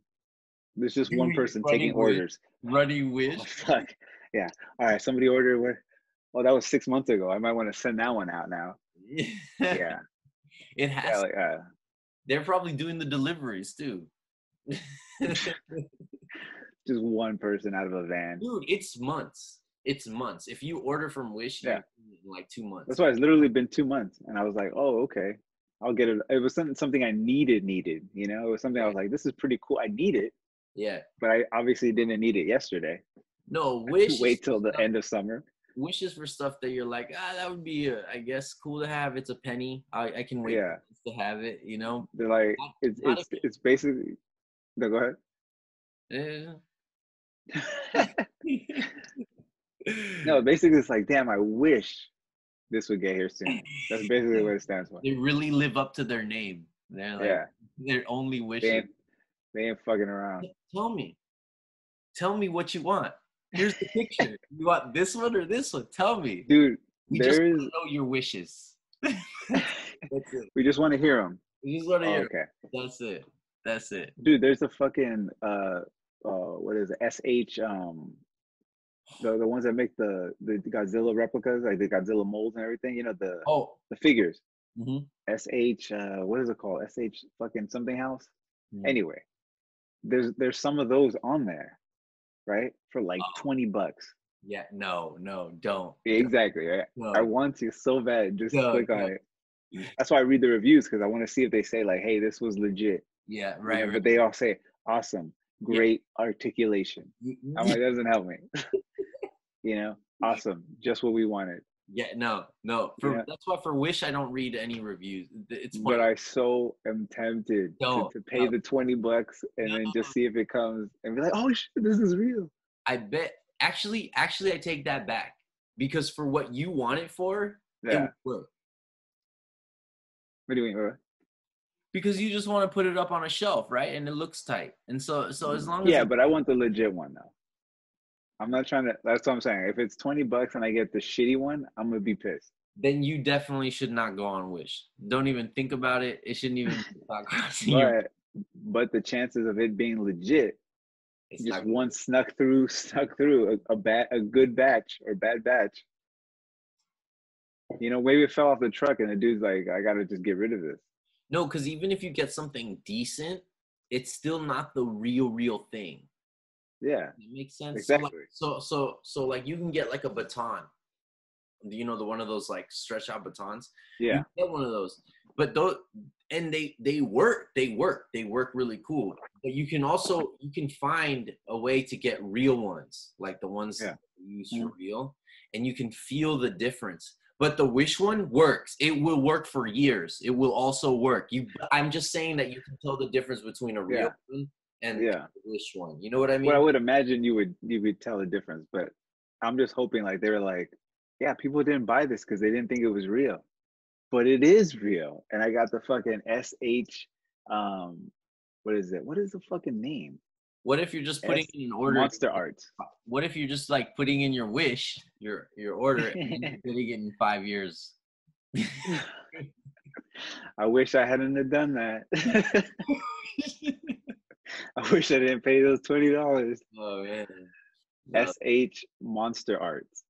[SPEAKER 2] There's just one
[SPEAKER 1] Dude,
[SPEAKER 2] person
[SPEAKER 1] buddy,
[SPEAKER 2] taking
[SPEAKER 1] wait.
[SPEAKER 2] orders.
[SPEAKER 1] Runny
[SPEAKER 2] Oh,
[SPEAKER 1] wish.
[SPEAKER 2] fuck. Yeah. All right. Somebody ordered what? Oh, that was six months ago. I might want to send that one out now. Yeah.
[SPEAKER 1] it
[SPEAKER 2] yeah
[SPEAKER 1] has.
[SPEAKER 2] like, uh,
[SPEAKER 1] They're probably doing the deliveries too.
[SPEAKER 2] just one person out of a van.
[SPEAKER 1] Dude, it's months. It's months. If you order from Wish, yeah.
[SPEAKER 2] Yeah.
[SPEAKER 1] in like two months.
[SPEAKER 2] That's why it's literally been two months, and I was like, "Oh, okay, I'll get it." It was something something I needed, needed. You know, it was something I was like, "This is pretty cool. I need it,"
[SPEAKER 1] Yeah.
[SPEAKER 2] but I obviously didn't need it yesterday.
[SPEAKER 1] No,
[SPEAKER 2] I had
[SPEAKER 1] Wish.
[SPEAKER 2] to
[SPEAKER 1] is
[SPEAKER 2] wait
[SPEAKER 1] for
[SPEAKER 2] till the
[SPEAKER 1] stuff-
[SPEAKER 2] end of summer.
[SPEAKER 1] Wish is for stuff that you're like, ah, that would be, uh, I guess, cool to have. It's a penny. I, I can wait
[SPEAKER 2] Yeah,
[SPEAKER 1] to have it. You know.
[SPEAKER 2] they're like,
[SPEAKER 1] Not-
[SPEAKER 2] it's
[SPEAKER 1] not
[SPEAKER 2] it's it's basically. No, go ahead.
[SPEAKER 1] Eh.
[SPEAKER 2] No, basically, it's like, damn, I wish this would get here soon. That's basically what it stands for.
[SPEAKER 1] They really live up to their name. They're like,
[SPEAKER 2] Yeah,
[SPEAKER 1] they're only
[SPEAKER 2] they
[SPEAKER 1] wishing.
[SPEAKER 2] ain't they ain't fucking around.
[SPEAKER 1] Tell me, tell me what you want. Here's the picture. you want this one or this one? Tell me.
[SPEAKER 2] Dude,
[SPEAKER 1] We just
[SPEAKER 2] there
[SPEAKER 1] wanna
[SPEAKER 2] is-
[SPEAKER 1] know your wishes. That's it.
[SPEAKER 2] we just want to hear them.
[SPEAKER 1] We just
[SPEAKER 2] Oh.
[SPEAKER 1] want to hear.
[SPEAKER 2] okay,
[SPEAKER 1] That's it. That's it.
[SPEAKER 2] dude, there's a fucking uh uh what is it? Sh um the the ones that make the the Godzilla replicas, like the Godzilla molds and everything. You know the
[SPEAKER 1] Oh,
[SPEAKER 2] the figures.
[SPEAKER 1] mhm.
[SPEAKER 2] SH, uh, what is it called? SH fucking something house.
[SPEAKER 1] Mhm.
[SPEAKER 2] Anyway, there's there's some of those on there, right? For like
[SPEAKER 1] Oh.
[SPEAKER 2] twenty bucks.
[SPEAKER 1] yeah, no, no, don't.
[SPEAKER 2] Yeah, Exactly. Right?
[SPEAKER 1] No.
[SPEAKER 2] I want to so bad. Just
[SPEAKER 1] No,
[SPEAKER 2] click on
[SPEAKER 1] no.
[SPEAKER 2] it. That's why I read the reviews because I want to see if they say like, "Hey, this was legit."
[SPEAKER 1] yeah,
[SPEAKER 2] you
[SPEAKER 1] right,
[SPEAKER 2] know,
[SPEAKER 1] right.
[SPEAKER 2] But they all say, "Awesome, great articulation." I'm like, that doesn't help me. you know, awesome, just what we wanted.
[SPEAKER 1] Yeah, no, no. For,
[SPEAKER 2] Yeah.
[SPEAKER 1] That's why for Wish I don't read any reviews. Th- It's
[SPEAKER 2] But
[SPEAKER 1] pointless.
[SPEAKER 2] I so am tempted to,
[SPEAKER 1] No,
[SPEAKER 2] to pay
[SPEAKER 1] no.
[SPEAKER 2] the twenty bucks and then just see if it comes and be like, "Oh shit, this is real."
[SPEAKER 1] I bet. Actually, actually, I take that back because for what you want it for, it
[SPEAKER 2] Yeah.
[SPEAKER 1] would work.
[SPEAKER 2] What do you mean? bro?
[SPEAKER 1] Because you just want to put it up on a shelf, right? And it looks tight. And so, so as long as
[SPEAKER 2] Yeah, but I want the legit one though. I'm not trying to. That's what I'm saying. If it's twenty bucks and I get the shitty one, I'm gonna be pissed.
[SPEAKER 1] then you definitely should not go on Wish. Don't even think about it. It shouldn't even be not crossing your-
[SPEAKER 2] But but the chances of it being legit,
[SPEAKER 1] it's
[SPEAKER 2] just
[SPEAKER 1] not-
[SPEAKER 2] one snuck through, snuck through a, a bad, a good batch or bad batch. You know, maybe it fell off the truck and the dude's like, "I gotta just get rid of this."
[SPEAKER 1] No, because even if you get something decent, it's still not the real, real thing.
[SPEAKER 2] Yeah,
[SPEAKER 1] It makes sense.
[SPEAKER 2] Exactly.
[SPEAKER 1] So, like, so, so, so, like, you can get like a baton. You know, the one of those like stretch out batons. You
[SPEAKER 2] yeah,
[SPEAKER 1] can get one of those. But those, and they they work. They work. They work really cool. But you can also you can find a way to get real ones, like the ones
[SPEAKER 2] Yeah.
[SPEAKER 1] you use for real, and you can feel the difference. But the wish one works. It will work for years. It will also work. You, I'm just saying that you can tell the difference between a real
[SPEAKER 2] Yeah.
[SPEAKER 1] one and
[SPEAKER 2] yeah.
[SPEAKER 1] a wish one. You know what I mean?
[SPEAKER 2] Well, I would imagine you would you would tell the difference, but I'm just hoping like they were like, yeah, people didn't buy this because they didn't think it was real, but it is real, and I got the fucking sh, um, what is it? What is the fucking name?
[SPEAKER 1] What if you're just putting
[SPEAKER 2] Yes.
[SPEAKER 1] in an order?
[SPEAKER 2] Monster Arts.
[SPEAKER 1] What if you're just like putting in your wish, your your order, and you're getting it in five years?
[SPEAKER 2] I wish I hadn't have done that. I wish I didn't pay those twenty dollars.
[SPEAKER 1] oh man. No,
[SPEAKER 2] SH Monster Arts.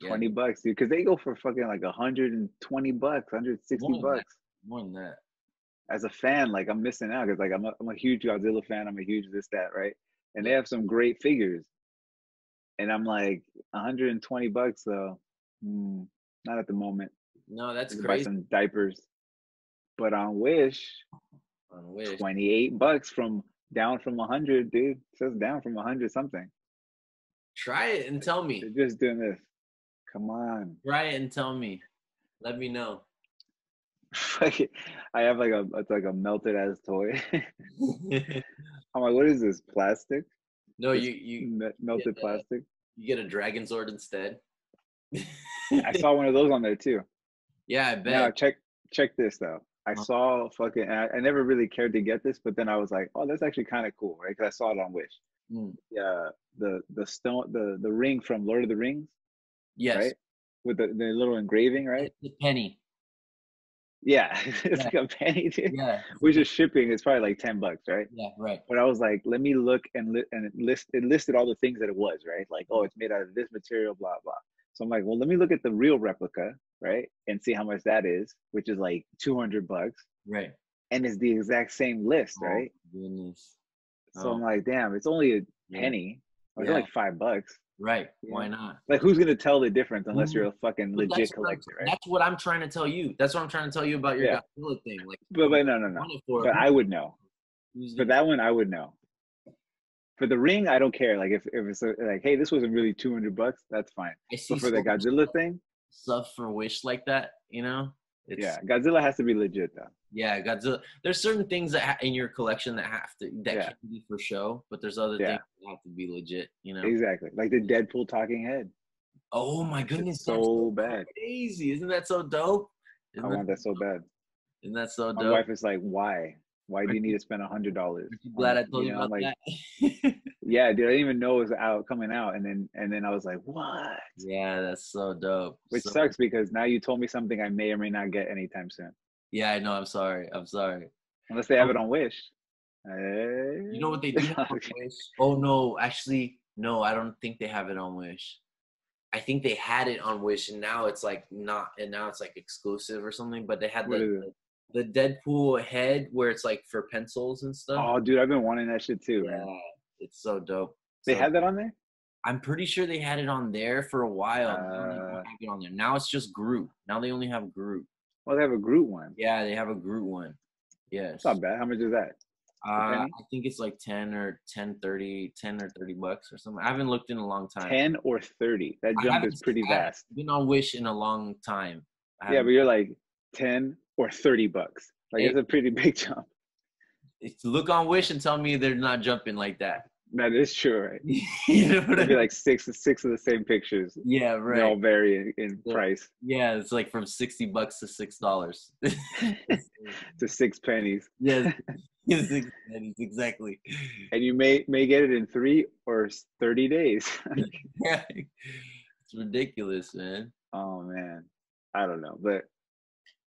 [SPEAKER 1] yeah,
[SPEAKER 2] Twenty bucks, dude, because they go for fucking like hundred and twenty bucks, hundred sixty
[SPEAKER 1] More than that.
[SPEAKER 2] bucks.
[SPEAKER 1] more than that.
[SPEAKER 2] As a fan, like I'm missing out because like I'm a, I'm a huge Godzilla fan. I'm a huge this that right, and they have some great figures, and I'm like 120 bucks though. Hmm, not at the moment.
[SPEAKER 1] No,
[SPEAKER 2] I
[SPEAKER 1] that's
[SPEAKER 2] could buy
[SPEAKER 1] crazy.
[SPEAKER 2] some diapers, but on Wish,
[SPEAKER 1] On wish.
[SPEAKER 2] 28 bucks from down from 100, dude. It says down from 100 something.
[SPEAKER 1] Try it and tell me.
[SPEAKER 2] They're just doing this. Come on.
[SPEAKER 1] Try it and tell me. Let me know.
[SPEAKER 2] Fuck it. I have like a it's like a melted ass toy. I'm like, what is this? Plastic?
[SPEAKER 1] no,
[SPEAKER 2] It's
[SPEAKER 1] you you
[SPEAKER 2] Me- melted
[SPEAKER 1] uh,
[SPEAKER 2] plastic?
[SPEAKER 1] you get a dragon sword instead.
[SPEAKER 2] I saw one of those on there too.
[SPEAKER 1] yeah, I bet.
[SPEAKER 2] Now check check this though. I
[SPEAKER 1] Uh-huh.
[SPEAKER 2] saw fucking. and I, I never really cared to get this, but then I was like, oh, that's actually kind of cool, right? Because I saw it on Wish.
[SPEAKER 1] Mm,
[SPEAKER 2] Yeah, the the stone, the the ring from Lord of the Rings,
[SPEAKER 1] yes,
[SPEAKER 2] right? With the, the little engraving, right?
[SPEAKER 1] It's a penny.
[SPEAKER 2] Yeah, it's
[SPEAKER 1] Yeah.
[SPEAKER 2] like a penny, dude.
[SPEAKER 1] Yeah,
[SPEAKER 2] Which is shipping. It's probably like ten bucks, right?
[SPEAKER 1] yeah, right.
[SPEAKER 2] but I was like, let me look and li- and it list it listed all the things that it was, right? Like,
[SPEAKER 1] Mm-hmm.
[SPEAKER 2] oh, it's made out of this material, blah blah. So I'm like, well, let me look at the real replica, right, and see how much that is, which is like 200 bucks,
[SPEAKER 1] Right.
[SPEAKER 2] and it's the exact same list,
[SPEAKER 1] Oh,
[SPEAKER 2] right?
[SPEAKER 1] Goodness.
[SPEAKER 2] So
[SPEAKER 1] Oh,
[SPEAKER 2] I'm like, damn, it's only a
[SPEAKER 1] yeah.
[SPEAKER 2] penny, or it's
[SPEAKER 1] Yeah.
[SPEAKER 2] only like five bucks.
[SPEAKER 1] Right.
[SPEAKER 2] Yeah.
[SPEAKER 1] Why not?
[SPEAKER 2] Like, who's gonna tell the difference unless
[SPEAKER 1] Mhm.
[SPEAKER 2] you're a fucking
[SPEAKER 1] But
[SPEAKER 2] legit
[SPEAKER 1] what I'm-
[SPEAKER 2] collector, right?
[SPEAKER 1] That's what I'm trying to tell you. That's what I'm trying to tell you about your
[SPEAKER 2] Yeah.
[SPEAKER 1] Godzilla thing. Like,
[SPEAKER 2] But but no no
[SPEAKER 1] you
[SPEAKER 2] no.
[SPEAKER 1] want it for
[SPEAKER 2] But I would know.
[SPEAKER 1] who's
[SPEAKER 2] For
[SPEAKER 1] gonna-
[SPEAKER 2] that one, I would know. For the ring, I don't care. Like if, if it's a, like, hey, this wasn't really 200 bucks, that's fine.
[SPEAKER 1] I see
[SPEAKER 2] But for the
[SPEAKER 1] so much
[SPEAKER 2] Godzilla thing,
[SPEAKER 1] stuff for Wish like that. You know, it's,
[SPEAKER 2] yeah, Godzilla has to be legit though.
[SPEAKER 1] yeah, Godzilla. There's certain things that ha- in your collection that have to that
[SPEAKER 2] Yeah.
[SPEAKER 1] can be for show, but there's other
[SPEAKER 2] Yeah.
[SPEAKER 1] things that have to be legit. You know.
[SPEAKER 2] Exactly, like the Deadpool talking head.
[SPEAKER 1] Oh my goodness,
[SPEAKER 2] It's
[SPEAKER 1] that's
[SPEAKER 2] so bad.
[SPEAKER 1] crazy! Isn't that so dope?
[SPEAKER 2] I
[SPEAKER 1] Isn't,
[SPEAKER 2] want
[SPEAKER 1] that,
[SPEAKER 2] that so bad.
[SPEAKER 1] isn't that so
[SPEAKER 2] My
[SPEAKER 1] dope?
[SPEAKER 2] wife is like, "Why? Why do you need to spend a hundred dollars?"
[SPEAKER 1] Aren't you glad I told you
[SPEAKER 2] know, I'm
[SPEAKER 1] about
[SPEAKER 2] like,
[SPEAKER 1] that?
[SPEAKER 2] Yeah, dude, I didn't even know it was out coming out, and then and then I was like, "What?"
[SPEAKER 1] yeah, that's so dope.
[SPEAKER 2] Which
[SPEAKER 1] So-
[SPEAKER 2] sucks because now you told me something I may or may not get anytime soon,
[SPEAKER 1] Yeah, I know. I'm sorry. I'm sorry.
[SPEAKER 2] unless they have it
[SPEAKER 1] Oh.
[SPEAKER 2] on Wish. Eh,
[SPEAKER 1] You know what they do? have on Wish? Oh no, actually, No, I don't think they have it on Wish. I think they had it on Wish, and now it's like not, and now it's like exclusive or something. But they had
[SPEAKER 2] What
[SPEAKER 1] the
[SPEAKER 2] is it?
[SPEAKER 1] the Deadpool head where it's like for pencils and stuff.
[SPEAKER 2] Oh, dude, I've been wanting that shit too,
[SPEAKER 1] yeah,
[SPEAKER 2] man.
[SPEAKER 1] it's so dope.
[SPEAKER 2] They
[SPEAKER 1] So-
[SPEAKER 2] had that on there?
[SPEAKER 1] I'm pretty sure they had it on there for a while. Now they don't
[SPEAKER 2] Uh.
[SPEAKER 1] have it on there. Now it's just Groot. Now they only have Groot.
[SPEAKER 2] Oh, they have a Groot one.
[SPEAKER 1] Yeah, they have a Groot one. Yes.
[SPEAKER 2] That's not bad. How much is that?
[SPEAKER 1] Uh, I
[SPEAKER 2] penny?
[SPEAKER 1] think it's like 10 or 10, 30, 10 or 30 bucks or something. I haven't looked in a long time.
[SPEAKER 2] 10 or 30? That
[SPEAKER 1] I
[SPEAKER 2] jump
[SPEAKER 1] haven't
[SPEAKER 2] is pretty
[SPEAKER 1] seen that.
[SPEAKER 2] vast.
[SPEAKER 1] Been on Wish in a long time. I
[SPEAKER 2] Yeah,
[SPEAKER 1] haven't-
[SPEAKER 2] but you're like 10 or 30 bucks. Like, it's a pretty big jump.
[SPEAKER 1] it's- look on Wish and tell me they're not jumping like that.
[SPEAKER 2] That is true, right?
[SPEAKER 1] you know what I
[SPEAKER 2] It'd be
[SPEAKER 1] mean?
[SPEAKER 2] like six six of the same pictures.
[SPEAKER 1] Yeah,
[SPEAKER 2] They
[SPEAKER 1] right.
[SPEAKER 2] all vary in, in
[SPEAKER 1] Yeah.
[SPEAKER 2] price
[SPEAKER 1] Yeah, it's like from 60 bucks to $6.
[SPEAKER 2] to six pennies.
[SPEAKER 1] yes. Yes, exactly.
[SPEAKER 2] And you may may get it in three or s- 30 days.
[SPEAKER 1] it's ridiculous, man.
[SPEAKER 2] oh, man. I don't know. But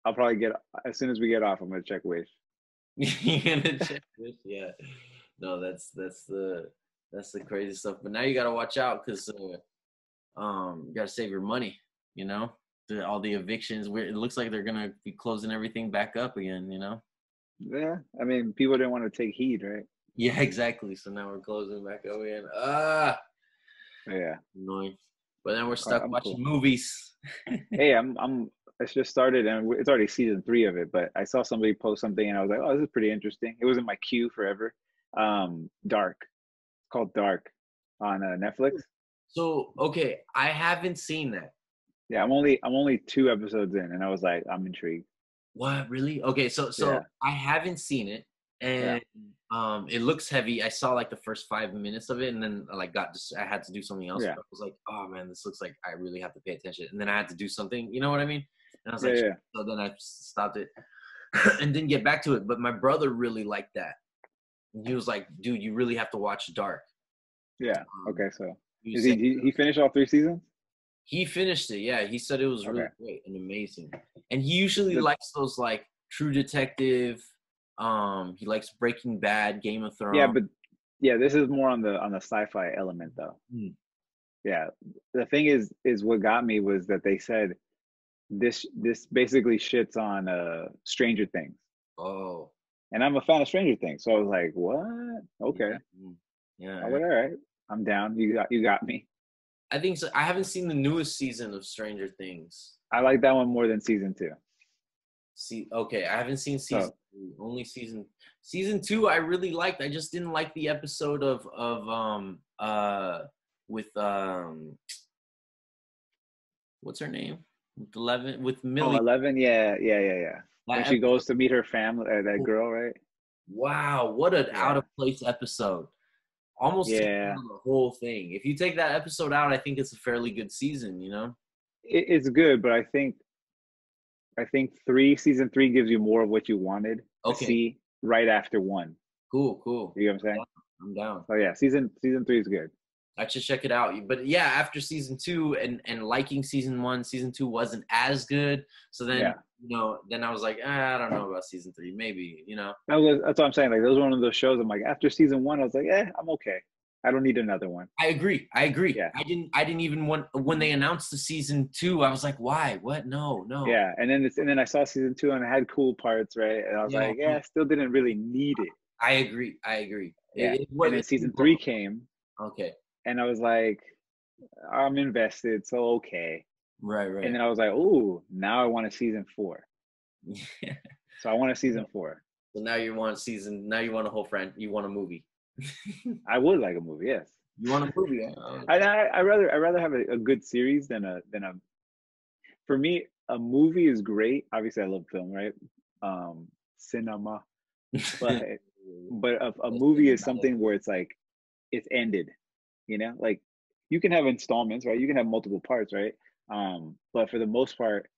[SPEAKER 2] I'll probably get, as soon as we get off, I'm going to check Wish.
[SPEAKER 1] You're gonna check this, yeah. No, that's that's the that's the crazy stuff. But now you gotta watch out because uh, um, you gotta save your money. You know, The- all the evictions. Where it looks like they're gonna be closing everything back up again. You know.
[SPEAKER 2] Yeah. I mean, people didn't want to take heed, right?
[SPEAKER 1] Yeah, exactly. So now we're closing back up again. Ah,
[SPEAKER 2] Yeah.
[SPEAKER 1] annoying. But then we're stuck
[SPEAKER 2] I'm
[SPEAKER 1] watching movies.
[SPEAKER 2] hey, I'm I'm it's just started and it's already season three of it, but I saw somebody post something and I was like, oh, this is pretty interesting. It was in my queue forever. Um, Dark, it's called Dark on uh, Netflix.
[SPEAKER 1] So okay, I haven't seen that.
[SPEAKER 2] Yeah, I'm only I'm only two episodes in, and I was like, I'm intrigued.
[SPEAKER 1] What really? Okay, so so
[SPEAKER 2] Yeah.
[SPEAKER 1] I haven't seen it,
[SPEAKER 2] Yeah.
[SPEAKER 1] and um, it looks heavy. I saw like the first five minutes of it, and then I, like got just I had to do something else.
[SPEAKER 2] Yeah.
[SPEAKER 1] I was like, oh man, this looks like I really have to pay attention, and then I had to do something. You know what I mean? And I was
[SPEAKER 2] Yeah,
[SPEAKER 1] like,
[SPEAKER 2] yeah.
[SPEAKER 1] so then I stopped it and didn't get back to it. But my brother really liked that. He was like, dude, you really have to watch Dark.
[SPEAKER 2] yeah.
[SPEAKER 1] Um,
[SPEAKER 2] Okay, so
[SPEAKER 1] he
[SPEAKER 2] is he
[SPEAKER 1] said-
[SPEAKER 2] he, he finished all three seasons?
[SPEAKER 1] he finished it. Yeah, he said it was really
[SPEAKER 2] Okay.
[SPEAKER 1] great and amazing. And he usually
[SPEAKER 2] The-
[SPEAKER 1] likes those like True Detective. Um, he likes Breaking Bad, Game of Thrones.
[SPEAKER 2] Yeah, but yeah, this is more on the on the sci-fi element though.
[SPEAKER 1] Mm.
[SPEAKER 2] Yeah, the thing is is what got me was that they said this this basically shits on uh Stranger Things.
[SPEAKER 1] oh,
[SPEAKER 2] and I'm a fan of Stranger Things. So I was like, what? Okay,
[SPEAKER 1] yeah, mm, yeah.
[SPEAKER 2] I went, all right, I'm down. You got you got me.
[SPEAKER 1] I think so. I haven't seen the newest season of Stranger Things.
[SPEAKER 2] I like that one more than season two.
[SPEAKER 1] See, okay, I haven't seen season
[SPEAKER 2] Oh.
[SPEAKER 1] two. Only season season two. I really liked. I just didn't like the episode of of um uh with um what's her name with eleven with
[SPEAKER 2] Oh,
[SPEAKER 1] Millie.
[SPEAKER 2] 11? yeah, yeah, yeah, yeah.
[SPEAKER 1] That
[SPEAKER 2] When she goes to meet her family, uh, that girl, right?
[SPEAKER 1] Wow, what an
[SPEAKER 2] Yeah.
[SPEAKER 1] out of place episode. Almost took
[SPEAKER 2] Yeah.
[SPEAKER 1] down the whole thing. If you take that episode out, I think it's a fairly good season, you know?
[SPEAKER 2] It, it's good, but I think, I think three season three gives you more of what you wanted to
[SPEAKER 1] Okay.
[SPEAKER 2] see right after one.
[SPEAKER 1] Cool, cool.
[SPEAKER 2] You know what I'm saying?
[SPEAKER 1] I'm down.
[SPEAKER 2] So yeah, season season three is good.
[SPEAKER 1] I should check it out. But yeah, after season two and, and liking season one, season two wasn't as good. So then,
[SPEAKER 2] Yeah.
[SPEAKER 1] you know, then I was like, ah, I don't know about season three. Maybe, you know?
[SPEAKER 2] That was, that's what I'm saying. Like those were one of those shows. I'm like after season one, I was like, eh, I'm okay. I don't need another one.
[SPEAKER 1] I agree. I agree.
[SPEAKER 2] Yeah.
[SPEAKER 1] I didn't I didn't even want when they announced the season two, I was like, why? What? No, no.
[SPEAKER 2] Yeah, and then it's, and then I saw season two and it had cool parts, right? And I was
[SPEAKER 1] Yeah.
[SPEAKER 2] like, yeah, I still didn't really need it.
[SPEAKER 1] I agree. I agree. It-
[SPEAKER 2] Yeah.
[SPEAKER 1] it
[SPEAKER 2] And then
[SPEAKER 1] wasn't-
[SPEAKER 2] season three came,
[SPEAKER 1] Okay.
[SPEAKER 2] and I was like, I'm invested, so okay.
[SPEAKER 1] Right, right.
[SPEAKER 2] And then I was like, ooh, now I want a season four.
[SPEAKER 1] Yeah.
[SPEAKER 2] So I want a season four.
[SPEAKER 1] So now you want season. Now you want a whole friend. You want a movie. you
[SPEAKER 2] I would like a movie, yes.
[SPEAKER 1] want a movie. huh?
[SPEAKER 2] I I I rather I rather have a, a good series than a than a. For me, a movie is great. Obviously, I love film, right? Um, cinema, but but a, a
[SPEAKER 1] That's
[SPEAKER 2] movie
[SPEAKER 1] really valid.
[SPEAKER 2] is something where it's like it's ended you know like you can have installments right you can have multiple parts right um but for the most part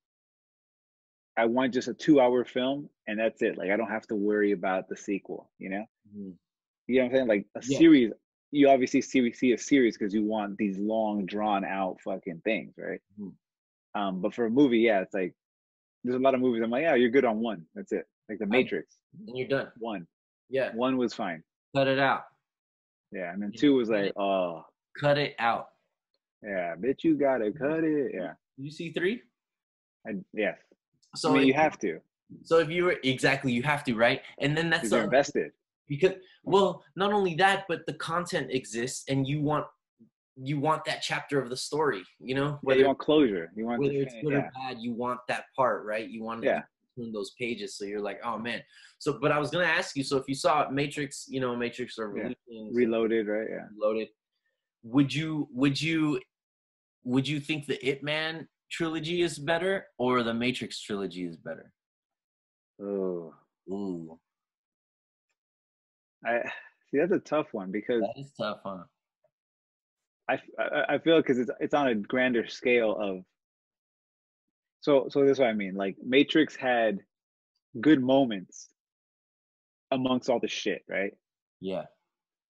[SPEAKER 2] i want just a two hour film and that's it like i don't have to worry about the sequel you know
[SPEAKER 1] Mhm.
[SPEAKER 2] you know what i'm saying like a
[SPEAKER 1] Yeah.
[SPEAKER 2] series you obviously see, see a series because you want these long drawn out fucking things right
[SPEAKER 1] Mhm.
[SPEAKER 2] um but for a movie yeah it's like there's a lot of movies i'm like yeah you're good on one that's it like the matrix
[SPEAKER 1] and you're done.
[SPEAKER 2] one
[SPEAKER 1] Yeah,
[SPEAKER 2] one was fine
[SPEAKER 1] cut it out.
[SPEAKER 2] yeah, and then
[SPEAKER 1] Yeah.
[SPEAKER 2] two was
[SPEAKER 1] Yeah.
[SPEAKER 2] like, oh,
[SPEAKER 1] cut it out.
[SPEAKER 2] Yeah, bitch, you gotta
[SPEAKER 1] Mm-hmm.
[SPEAKER 2] cut it. Yeah,
[SPEAKER 1] You see three?
[SPEAKER 2] I, yes.
[SPEAKER 1] So
[SPEAKER 2] I mean,
[SPEAKER 1] if,
[SPEAKER 2] you have to.
[SPEAKER 1] so if you were exactly, you have to right, and then that's
[SPEAKER 2] Because you're
[SPEAKER 1] the,
[SPEAKER 2] invested.
[SPEAKER 1] because well, not only that, but the content exists, and you want you want that chapter of the story. You know,
[SPEAKER 2] Whether
[SPEAKER 1] whether
[SPEAKER 2] you want closure, you want.
[SPEAKER 1] whether
[SPEAKER 2] to
[SPEAKER 1] it's
[SPEAKER 2] fin-
[SPEAKER 1] good
[SPEAKER 2] yeah.
[SPEAKER 1] or bad, you want that part, right? You want
[SPEAKER 2] Yeah.
[SPEAKER 1] to turn those pages, so you're like, oh man. So, but I was gonna ask you. So, if you saw Matrix, you know, Matrix or
[SPEAKER 2] Yeah.
[SPEAKER 1] Revolutions,
[SPEAKER 2] Reloaded, right? Yeah.
[SPEAKER 1] Reloaded, would you would you would you think the It Man trilogy is better or the Matrix trilogy is better?
[SPEAKER 2] Oh,
[SPEAKER 1] Ooh,
[SPEAKER 2] I see. That's a tough one because
[SPEAKER 1] that is tough, huh?
[SPEAKER 2] I f- I- I feel because it's it's on a grander scale of. So so that's what I mean. Like Matrix had good moments amongst all the shit, right?
[SPEAKER 1] Yeah,